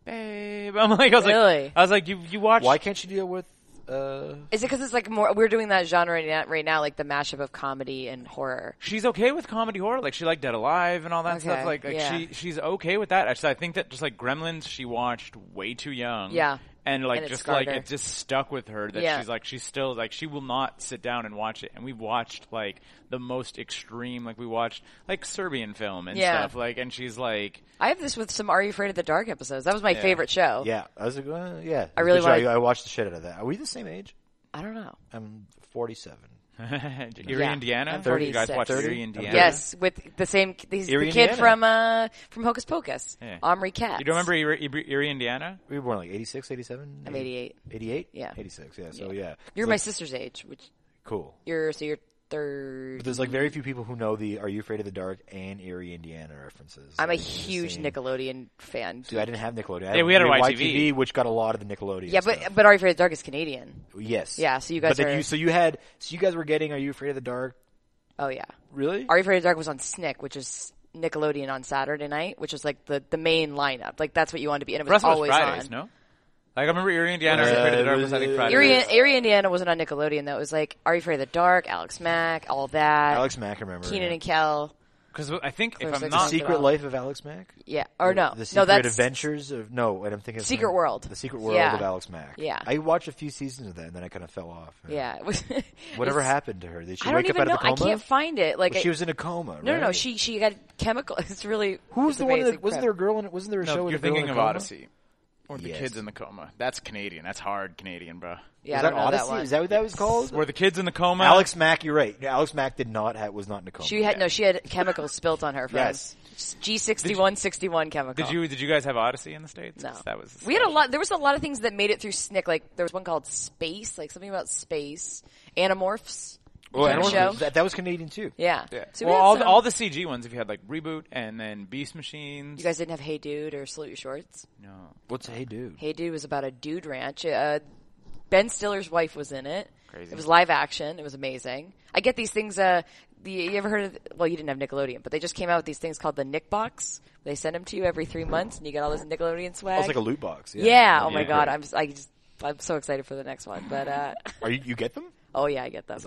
Speaker 4: babe, I'm like, I was
Speaker 2: Really?
Speaker 4: like, I was like, you you watch
Speaker 3: Why can't you deal with? Uh,
Speaker 2: Is it because it's like more? We're doing that genre right now, right now, like the mashup of comedy and horror.
Speaker 4: she's okay with comedy horror. Like she liked Dead Alive and all that stuff.
Speaker 2: Okay,
Speaker 4: Like, like
Speaker 2: yeah.
Speaker 4: she she's okay with that. Actually, I think that just like Gremlins, she watched way too young.
Speaker 2: Yeah.
Speaker 4: And like
Speaker 2: And it
Speaker 4: just
Speaker 2: scarred
Speaker 4: like
Speaker 2: her.
Speaker 4: it just stuck with her that
Speaker 2: Yeah.
Speaker 4: she's like she's still like she will not sit down and watch it. And we watched like the most extreme like we watched like Serbian film and
Speaker 2: Yeah.
Speaker 4: stuff like and she's like
Speaker 2: I have this with some "Are You Afraid of the Dark" episodes. That was my favorite show.
Speaker 3: yeah, I was like, uh, yeah. I
Speaker 2: Oh. really
Speaker 3: I,
Speaker 2: wanna-
Speaker 3: I watched the shit out of that. Are we the same age?
Speaker 2: I don't know.
Speaker 3: I'm 47.
Speaker 4: Erie,
Speaker 2: Yeah.
Speaker 4: Indiana.
Speaker 2: I'm
Speaker 4: You
Speaker 2: 46.
Speaker 4: guys watch
Speaker 3: 30?
Speaker 4: Erie, Indiana.
Speaker 2: Yes, with the same. He's
Speaker 3: Erie,
Speaker 2: the kid
Speaker 3: Indiana.
Speaker 2: from uh from Hocus Pocus,
Speaker 4: Yeah.
Speaker 2: Omri Katz.
Speaker 4: You don't remember Erie, Erie- Erie, Indiana?
Speaker 3: We were born like 86, 87?
Speaker 2: I'm 88.
Speaker 3: 88?
Speaker 2: Yeah.
Speaker 3: 86, yeah. So, yeah.
Speaker 2: You're
Speaker 3: So,
Speaker 2: my sister's age, which
Speaker 3: Cool.
Speaker 2: you're so you're third.
Speaker 3: But there's like very few people who know the "Are You Afraid of the Dark" and Erie, Indiana references.
Speaker 2: I'm a
Speaker 3: Like, it's
Speaker 2: huge
Speaker 3: insane.
Speaker 2: Nickelodeon fan.
Speaker 3: Dude, I didn't have Nickelodeon. I
Speaker 4: Yeah, we had a
Speaker 3: we
Speaker 4: YTV.
Speaker 3: YTV, which got a lot of the Nickelodeon.
Speaker 2: yeah,
Speaker 3: stuff.
Speaker 2: but but Are You Afraid of the Dark is Canadian.
Speaker 3: yes,
Speaker 2: Yeah, so you guys
Speaker 3: But then
Speaker 2: are-
Speaker 3: you, so you had, so you guys were getting "Are You Afraid of the Dark"?
Speaker 2: Oh yeah.
Speaker 3: Really?
Speaker 2: Are You Afraid of the Dark was on SNICK, which is Nickelodeon on Saturday night, which is like the the main lineup. Like that's what you wanted to be, and it
Speaker 4: For us,
Speaker 2: was
Speaker 4: it was
Speaker 2: always
Speaker 4: Fridays,
Speaker 2: on.
Speaker 4: no? Like I remember Erie, Indiana,
Speaker 3: Uh,
Speaker 4: uh, Friday the Dark
Speaker 3: it
Speaker 4: was I think
Speaker 3: was-
Speaker 4: Friday.
Speaker 2: Erie, Erie, Indiana wasn't on Nickelodeon though. It was like Are You Afraid of the Dark, Alex Mack, all that.
Speaker 3: Alex Mack, I remember.
Speaker 2: Keenan
Speaker 3: yeah.
Speaker 2: and Kel.
Speaker 4: Because I think
Speaker 2: Clear
Speaker 4: if I'm
Speaker 2: Six
Speaker 4: not
Speaker 2: Months.
Speaker 3: Secret Life of Alex Mack.
Speaker 2: Yeah, or no,
Speaker 3: The Secret
Speaker 2: no, that's
Speaker 3: Adventures of no, what I'm thinking of
Speaker 2: Secret
Speaker 3: something-
Speaker 2: World.
Speaker 3: The Secret World
Speaker 2: Yeah.
Speaker 3: of Alex Mack.
Speaker 2: Yeah.
Speaker 3: I watched a few seasons of that, and then I kind of fell off.
Speaker 2: yeah. It was,
Speaker 3: Whatever
Speaker 2: it's-
Speaker 3: happened to her? Did she
Speaker 2: I don't
Speaker 3: wake up
Speaker 2: even
Speaker 3: out
Speaker 2: know.
Speaker 3: of a coma?
Speaker 2: I can't find it. Like
Speaker 3: Well,
Speaker 2: I-
Speaker 3: she was in a coma.
Speaker 2: no, no, no.
Speaker 3: right?
Speaker 2: She she got chemical. It's really
Speaker 3: Who was
Speaker 2: it's
Speaker 3: the one?
Speaker 2: amazing
Speaker 3: That, wasn't
Speaker 2: crap.
Speaker 3: there a girl in it? Wasn't there a show?
Speaker 4: No,
Speaker 3: with
Speaker 4: you're
Speaker 3: a girl in
Speaker 4: thinking
Speaker 3: a
Speaker 4: of
Speaker 3: coma?
Speaker 4: Odyssey. Or the
Speaker 3: Yes.
Speaker 4: kids in the coma. That's Canadian. That's hard Canadian, bro.
Speaker 2: Yeah,
Speaker 3: Is
Speaker 2: I
Speaker 3: that
Speaker 2: don't know
Speaker 3: Odyssey?
Speaker 2: that one.
Speaker 3: Is that what that was called?
Speaker 4: Where the kids in the coma.
Speaker 3: Alex Mack, you're right. Alex Mack did not have, was not in a coma.
Speaker 2: She had no. She had chemicals spilt on her. From
Speaker 3: Yes.
Speaker 2: G sixty one sixty one chemical.
Speaker 4: Did you did you guys have Odyssey in the states?
Speaker 2: No.
Speaker 4: 'Cause That was
Speaker 2: we had a lot. There was a lot of things that made it through SNICK. Like there was one called Space, like something about space, Animorphs.
Speaker 3: oh,
Speaker 2: Animal Show.
Speaker 3: That, that was Canadian too.
Speaker 2: Yeah.
Speaker 4: Yeah.
Speaker 2: So we
Speaker 4: well,
Speaker 2: had
Speaker 4: all the,
Speaker 2: some-
Speaker 4: all the CG ones. If you had like reboot and then Beast Machines.
Speaker 2: you guys didn't have Hey Dude or Salute Your Shorts.
Speaker 4: no.
Speaker 3: What's Hey Dude?
Speaker 2: Hey Dude was about a dude ranch. Uh, ben Stiller's wife was in it.
Speaker 4: Crazy.
Speaker 2: It was live action. It was amazing. I get these things. Uh, the, you ever heard of? Well, you didn't have Nickelodeon, but they just came out with these things called the Nick Box. They send them to you every three months, and you get all this Nickelodeon swag.
Speaker 3: Oh, it's like a loot box. Yeah.
Speaker 2: Yeah. Oh my
Speaker 4: Yeah.
Speaker 2: god. I'm s- I just I'm so excited for the next one. But uh,
Speaker 3: Are you, you get them?
Speaker 2: oh yeah, I get them.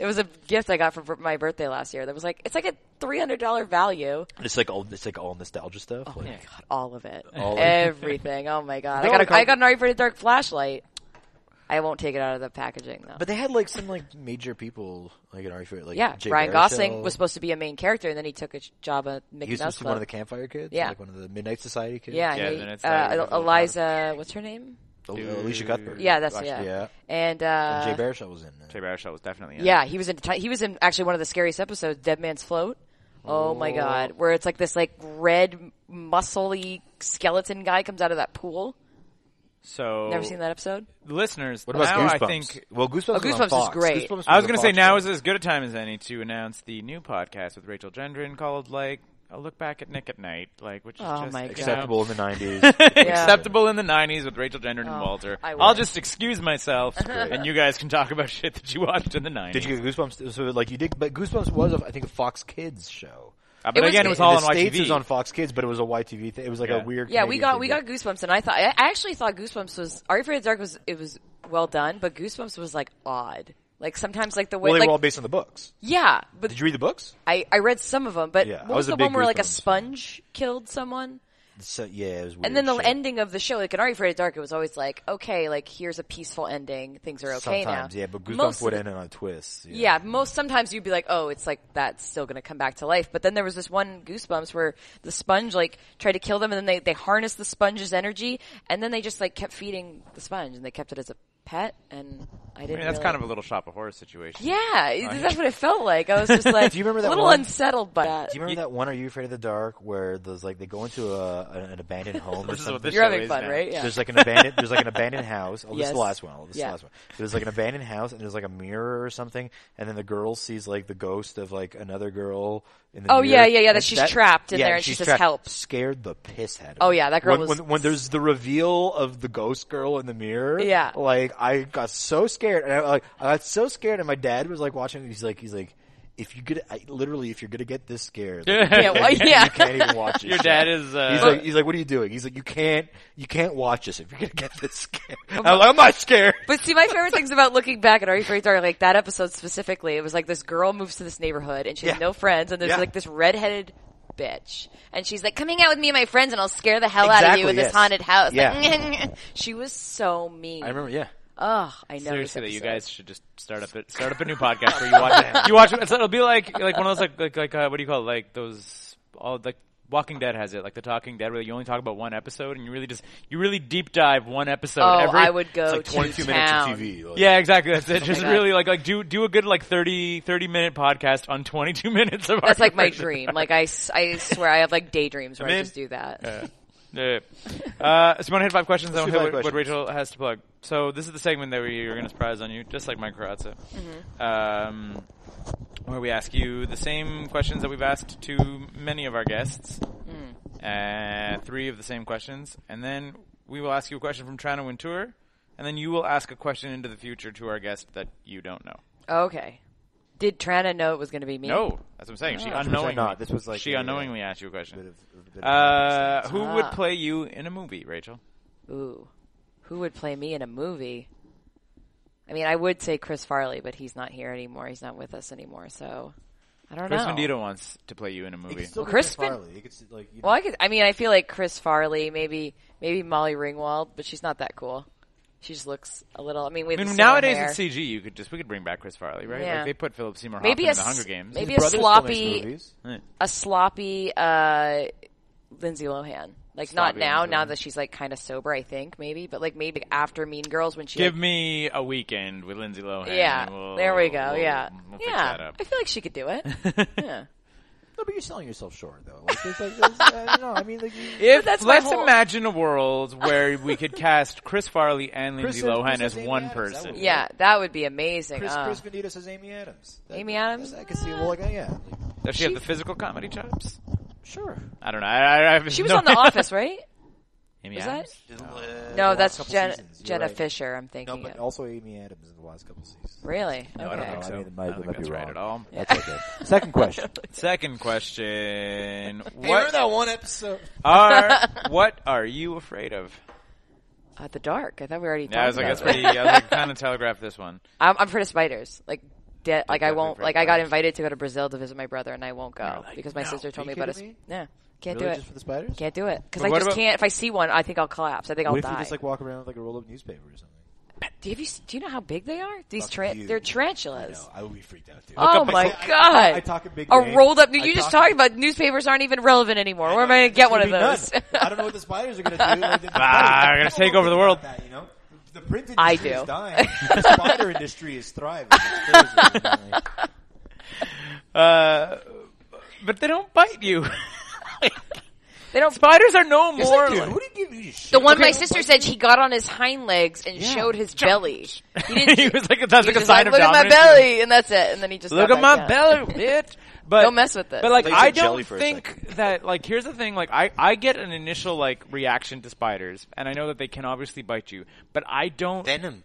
Speaker 2: It was a gift I got for my birthday last year. That was like it's like a three hundred dollar value.
Speaker 3: It's like all it's like all nostalgia stuff.
Speaker 2: Oh my god, all of it,
Speaker 3: All of it.
Speaker 2: everything. Oh my god.
Speaker 3: They
Speaker 2: I got
Speaker 3: wanna
Speaker 2: a, I
Speaker 3: call-
Speaker 2: got an Ari Pretty Dark flashlight. I won't take it out of the packaging though.
Speaker 3: But they had like some like major people like in our like
Speaker 2: yeah,
Speaker 3: Jay
Speaker 2: Ryan
Speaker 3: Baruchel.
Speaker 2: Gosling was supposed to be a main character, and then he took a j- job at Mickey
Speaker 3: He was
Speaker 2: Mouse
Speaker 3: supposed to be one of the
Speaker 2: Club.
Speaker 3: campfire kids.
Speaker 2: Yeah.
Speaker 3: like one of the Midnight Society kids.
Speaker 2: yeah,
Speaker 4: Yeah,
Speaker 2: and
Speaker 4: then it's
Speaker 2: he,
Speaker 4: like-
Speaker 2: uh, El- Eliza, what's her name?
Speaker 3: Oh, Alicia Cuthbert.
Speaker 2: Yeah, that's yeah.
Speaker 3: yeah.
Speaker 2: And, uh,
Speaker 3: Jay Baruchel was in. It.
Speaker 4: Jay Baruchel was definitely in. it.
Speaker 2: Yeah, he was in. Ti- He was in actually one of the scariest episodes, Dead Man's Float. Oh, my god, where it's like this like red muscly skeleton guy comes out of that pool.
Speaker 4: So
Speaker 3: Oh.
Speaker 2: Never seen that episode.
Speaker 4: Listeners,
Speaker 3: What about
Speaker 4: now
Speaker 3: Goosebumps?
Speaker 4: I think
Speaker 3: well, Goosebumps, was
Speaker 2: Oh, Goosebumps
Speaker 3: on
Speaker 2: is
Speaker 3: Fox.
Speaker 2: great.
Speaker 3: Goosebumps was
Speaker 4: I was
Speaker 3: a
Speaker 4: going to say
Speaker 3: Fox
Speaker 4: now
Speaker 3: show.
Speaker 4: is as good a time as any to announce the new podcast with Rachel Gendron called like a look back at Nick at Night, like which is
Speaker 2: Oh
Speaker 4: just
Speaker 2: my
Speaker 4: you know,
Speaker 3: acceptable in the nineties.
Speaker 4: acceptable in the '90s with Rachel Gendron and
Speaker 2: Oh,
Speaker 4: Walter.
Speaker 2: I
Speaker 4: I'll
Speaker 2: would.
Speaker 4: just excuse myself,
Speaker 3: great.
Speaker 4: and you guys can talk about shit that you watched in the '90s.
Speaker 3: Did you get Goosebumps? So like you did, but Goosebumps was a, I think a Fox Kids show.
Speaker 4: Uh,
Speaker 2: It
Speaker 4: but
Speaker 2: was-
Speaker 4: again, it was all
Speaker 3: the
Speaker 4: on
Speaker 3: States
Speaker 4: YTV.
Speaker 3: It was on Fox Kids, but it was a YTV thing. It was like
Speaker 4: Yeah.
Speaker 3: a weird.
Speaker 2: Yeah, we
Speaker 3: Canadian
Speaker 2: got
Speaker 3: thing.
Speaker 2: we got Goosebumps, and I thought I I actually thought Goosebumps was Are You Afraid of the Dark was it was well done, but Goosebumps was like odd. Like sometimes like the way
Speaker 3: Well, they
Speaker 2: like
Speaker 3: were all based on the books.
Speaker 2: yeah, but
Speaker 3: Did you read the books?
Speaker 2: I I read some of them, but
Speaker 3: Yeah, I
Speaker 2: what
Speaker 3: was
Speaker 2: was,
Speaker 3: a
Speaker 2: the
Speaker 3: big
Speaker 2: one where like a
Speaker 3: Goosebumps fan.
Speaker 2: sponge killed someone?
Speaker 3: So yeah, it was. Weird
Speaker 2: And then the
Speaker 3: shit.
Speaker 2: ending of the show, like in Are You Afraid of the Dark, it was always like, okay, like here's a peaceful ending, things are okay
Speaker 3: Sometimes,
Speaker 2: now.
Speaker 3: yeah, but Goosebumps
Speaker 2: Most of
Speaker 3: would
Speaker 2: the-
Speaker 3: end on a twist.
Speaker 2: Yeah, most sometimes you'd be like, oh, it's like that's still gonna come back to life. But then there was this one Goosebumps where the sponge like tried to kill them, and then they they harnessed the sponge's energy, and then they just like kept feeding the sponge, and they kept it as a pet. And I didn't.
Speaker 4: I mean, that's
Speaker 2: really-
Speaker 4: kind of a little shop of horror situation.
Speaker 2: yeah, it- that's what it felt like. I was just like,
Speaker 3: Do you remember
Speaker 2: a
Speaker 3: that
Speaker 2: little
Speaker 3: one?
Speaker 2: unsettled by that.
Speaker 3: Do you remember that one? Are you afraid of the dark? Where there's like they go into a, an, an abandoned home. or
Speaker 4: This is what
Speaker 3: something.
Speaker 4: this
Speaker 2: You're
Speaker 4: show
Speaker 2: having
Speaker 4: is
Speaker 2: fun,
Speaker 4: now.
Speaker 2: right? Yeah.
Speaker 3: There's like an abandoned. There's like an abandoned house. Oh, this is
Speaker 2: Yes.
Speaker 3: the last one. Oh, this is
Speaker 2: Yeah.
Speaker 3: the last one. There's like an abandoned house, and there's like a mirror or something, and then the girl sees like the ghost of like another girl in the
Speaker 2: Oh,
Speaker 3: mirror.
Speaker 2: yeah, yeah, yeah, that
Speaker 3: And
Speaker 2: she's trapped in
Speaker 3: yeah,
Speaker 2: there and she
Speaker 3: she's
Speaker 2: says,
Speaker 3: trapped.
Speaker 2: "Help."
Speaker 3: Scared the piss out of
Speaker 2: Oh,
Speaker 3: me.
Speaker 2: yeah, that girl
Speaker 3: When,
Speaker 2: was-
Speaker 3: when, when there's the reveal of the ghost girl in the mirror.
Speaker 2: Yeah.
Speaker 3: Like I got so scared, and I, like I got so scared, and my dad was like watching. He's like, he's like. If you get, I, literally, if you're gonna get this scared, like,
Speaker 2: Yeah, well, yeah.
Speaker 3: you can't even watch it.
Speaker 4: Your dad is, uh,
Speaker 3: he's like, he's like, what are you doing? He's like, you can't, you can't watch this if you're gonna get this scared. I'm like, I'm not scared.
Speaker 2: But see, my favorite things about looking back at Are You Afraid of the Dark, like that episode specifically, it was like this girl moves to this neighborhood and she has
Speaker 3: Yeah.
Speaker 2: no friends, and there's
Speaker 3: Yeah.
Speaker 2: like this redheaded bitch, and she's like, "Coming out with me and my friends, and I'll scare the hell out of
Speaker 3: Exactly,
Speaker 2: you in
Speaker 3: yes.
Speaker 2: this haunted house." Like,
Speaker 3: Yeah.
Speaker 2: she was so mean.
Speaker 3: I remember, yeah.
Speaker 2: Ugh, I know.
Speaker 4: Seriously, that you guys should just start up a, start up a new podcast where you watch it. You watch it. It'll be like like one of those like like, like uh, what do you call it? Like those all like Walking Dead has it, like the Talking Dead, where you only talk about one episode and you really just you really deep dive one episode.
Speaker 2: Oh,
Speaker 4: every,
Speaker 2: I would go
Speaker 3: It's like
Speaker 2: to
Speaker 3: 22 minutes
Speaker 2: town.
Speaker 3: of TV. Like,
Speaker 4: Yeah, exactly. That's it. Just
Speaker 2: God.
Speaker 4: really like like do do a good like 30, 30 minute podcast on twenty two minutes of
Speaker 2: That's like my
Speaker 4: Arthur.
Speaker 2: dream. Like I, s- I swear, I have like daydreams where I
Speaker 3: in.
Speaker 2: just do that.
Speaker 4: Yeah. Uh, so you want to hit five questions? I
Speaker 3: Let's do
Speaker 4: want to
Speaker 3: five
Speaker 4: hit what, what
Speaker 3: questions.
Speaker 4: Rachel has to plug.
Speaker 2: Mm-hmm.
Speaker 4: So this is the segment that we are going to surprise on you, just like my Karatza. Um, where we ask you the same questions that we've asked to many of our guests.
Speaker 2: Mm.
Speaker 4: Uh, three of the same questions, and then we will ask you a question from Trana Wintour, and then you will ask a question into the future to our guest that you don't know.
Speaker 2: Okay. Did Trana know it was going to be me? Oh.
Speaker 4: No, that's what I'm saying. she unknowingly.
Speaker 3: not. This was like
Speaker 4: she
Speaker 3: a-
Speaker 4: unknowingly asked you a
Speaker 3: Bit
Speaker 4: question.
Speaker 3: of- a bit of-
Speaker 4: Uh, who would
Speaker 2: Ah.
Speaker 4: play you in a movie, Rachel?
Speaker 2: Ooh. Who would play me in a movie? I mean, I would say Chris Farley, but he's not here anymore. He's not with us anymore, so I don't
Speaker 4: Chris
Speaker 2: know.
Speaker 4: Mendito wants to play you in a
Speaker 3: It
Speaker 4: movie.
Speaker 3: could still be
Speaker 2: Crispin-
Speaker 3: Farley. It could s- like, you
Speaker 2: Well, I could. I mean, I feel like Chris Farley, maybe maybe Molly Ringwald, but she's not that cool. She just looks a little. I mean, we
Speaker 4: I mean,
Speaker 2: have
Speaker 4: nowadays
Speaker 2: hair.
Speaker 4: it's CG. You could just we could bring back Chris Farley, right?
Speaker 2: Yeah.
Speaker 4: Like they put Philip Seymour Hoffman
Speaker 2: Maybe
Speaker 4: in
Speaker 2: a
Speaker 4: the
Speaker 2: s-
Speaker 4: Hunger Games.
Speaker 2: maybe
Speaker 3: His
Speaker 2: a
Speaker 3: brother still makes
Speaker 2: sloppy-
Speaker 3: movies.
Speaker 4: Yeah.
Speaker 2: a sloppy uh, Lindsay Lohan. Like not
Speaker 4: Sloppy
Speaker 2: now,
Speaker 4: Lindsay
Speaker 2: now
Speaker 4: Lohan.
Speaker 2: that she's like kind of sober, I think maybe, but like maybe after Mean Girls when she
Speaker 4: Give
Speaker 2: like-
Speaker 4: me a weekend with Lindsay Lohan.
Speaker 2: yeah,
Speaker 4: and we'll-
Speaker 2: there we go,
Speaker 4: we'll-
Speaker 2: yeah,
Speaker 4: we'll fix
Speaker 2: yeah.
Speaker 4: that up.
Speaker 2: I feel like she could do it. yeah,
Speaker 3: No, but you're selling yourself short, though. Like, there's, like, there's, uh, no, I mean, like, you-
Speaker 4: If
Speaker 2: that's my
Speaker 4: let's
Speaker 2: whole-
Speaker 4: imagine a world where we could cast Chris Farley and
Speaker 3: Chris
Speaker 4: Lindsay
Speaker 3: and-
Speaker 4: Lohan
Speaker 3: Chris
Speaker 4: as
Speaker 3: and Amy
Speaker 4: one
Speaker 3: Adams, that
Speaker 4: person.
Speaker 3: would-
Speaker 2: yeah, that would be amazing.
Speaker 3: Chris,
Speaker 2: uh,
Speaker 3: Chris Venito says Amy Adams. That-
Speaker 2: Amy Adams?
Speaker 3: I can see. Well, like, uh, yeah, like,
Speaker 4: Does she have
Speaker 2: She-
Speaker 4: the physical comedy chops?
Speaker 3: sure.
Speaker 4: I don't know. I, I, I
Speaker 2: she was
Speaker 4: no.
Speaker 2: on The Office, right?
Speaker 4: Amy
Speaker 2: Was
Speaker 4: Adams?
Speaker 2: that?
Speaker 3: Uh,
Speaker 2: No,
Speaker 3: the
Speaker 2: that's
Speaker 3: last couple
Speaker 2: Jen-
Speaker 3: seasons, you're
Speaker 2: Jenna
Speaker 3: right.
Speaker 2: Fisher. I'm
Speaker 3: No,
Speaker 2: thinking.
Speaker 3: but
Speaker 2: of.
Speaker 3: also Amy Adams in the last couple seasons.
Speaker 2: Really?
Speaker 4: No, I don't
Speaker 2: Okay.
Speaker 4: think
Speaker 3: I
Speaker 4: so.
Speaker 3: mean, it
Speaker 4: I
Speaker 3: might,
Speaker 4: don't
Speaker 3: it
Speaker 4: think
Speaker 3: might
Speaker 4: that's
Speaker 3: be
Speaker 4: right
Speaker 3: wrong.
Speaker 4: at all.
Speaker 3: That's okay. Second question.
Speaker 4: Second question.
Speaker 3: Hey, remember
Speaker 4: what
Speaker 3: that one episode?
Speaker 4: are what are you afraid of?
Speaker 2: Uh, the Dark. I thought we already.
Speaker 4: Yeah, I was
Speaker 2: talked
Speaker 4: like,
Speaker 2: about
Speaker 4: that's
Speaker 2: that.
Speaker 4: pretty. I was like, kind of telegraphed this one.
Speaker 2: I'm, I'm afraid of spiders. Like, de- like I
Speaker 4: definitely
Speaker 2: won't.
Speaker 4: afraid
Speaker 2: Like,
Speaker 4: of
Speaker 2: I got
Speaker 4: spiders.
Speaker 2: invited to go to Brazil to visit my brother, and I won't go
Speaker 4: You're like,
Speaker 2: because my
Speaker 4: "No,
Speaker 2: sister
Speaker 3: are
Speaker 2: told
Speaker 3: you
Speaker 2: me about
Speaker 3: kidding
Speaker 2: it.
Speaker 3: me?
Speaker 2: Yeah, can't
Speaker 3: really
Speaker 2: do
Speaker 3: just
Speaker 2: it.
Speaker 3: for the spiders?
Speaker 2: Can't do it because
Speaker 4: But
Speaker 2: I
Speaker 4: what
Speaker 2: just
Speaker 4: about-
Speaker 2: can't. If I see one, I think I'll collapse. I think I'll
Speaker 3: What if you
Speaker 2: die.
Speaker 3: just like walk around with like a roll up newspaper or something?
Speaker 2: do, you, have you s- do you know how big they are? These
Speaker 3: Fuck
Speaker 2: tra-
Speaker 3: you.
Speaker 2: they're
Speaker 3: I
Speaker 2: tarantulas.
Speaker 3: know. I would be freaked out too.
Speaker 2: Oh
Speaker 4: up-
Speaker 2: my
Speaker 4: I-
Speaker 2: god!
Speaker 3: I- I- I talk a big game.
Speaker 2: rolled up.
Speaker 3: I
Speaker 2: You just
Speaker 3: talk-
Speaker 2: talking about newspapers aren't even relevant anymore. Where am I going to get one of those?
Speaker 3: I don't know what the spiders are going to do. Like, the-
Speaker 4: Ah, they're gonna
Speaker 3: people
Speaker 4: take
Speaker 3: don't
Speaker 4: over the
Speaker 3: think
Speaker 4: world.
Speaker 3: about That, you know? The print industry
Speaker 2: I do.
Speaker 3: is dying. The spider industry is thriving. It's crazy, apparently.
Speaker 4: Uh, but they don't bite you.
Speaker 2: they don't.
Speaker 4: Spiders are no
Speaker 3: Yes,
Speaker 4: more.
Speaker 3: they do.
Speaker 4: like-
Speaker 3: Who do you give you shit?
Speaker 2: The one
Speaker 3: Okay,
Speaker 2: my sister said he got on his hind legs and
Speaker 3: Yeah.
Speaker 2: showed his belly. He didn't.
Speaker 4: he was like, that's
Speaker 2: he
Speaker 4: like a
Speaker 2: was like,
Speaker 4: sign of
Speaker 2: look at my
Speaker 4: dominance.
Speaker 2: belly, and that's it. And then he just
Speaker 4: Look
Speaker 2: got
Speaker 4: at
Speaker 2: back
Speaker 4: my
Speaker 2: down.
Speaker 4: belly, bitch. But
Speaker 2: Don't mess with it.
Speaker 4: But like,
Speaker 6: They
Speaker 4: I
Speaker 6: said jelly
Speaker 4: don't
Speaker 6: for a
Speaker 4: think that like. Here's the thing: like, I I get an initial like reaction to spiders, and I know that they can obviously bite you, but I don't.
Speaker 6: Venom.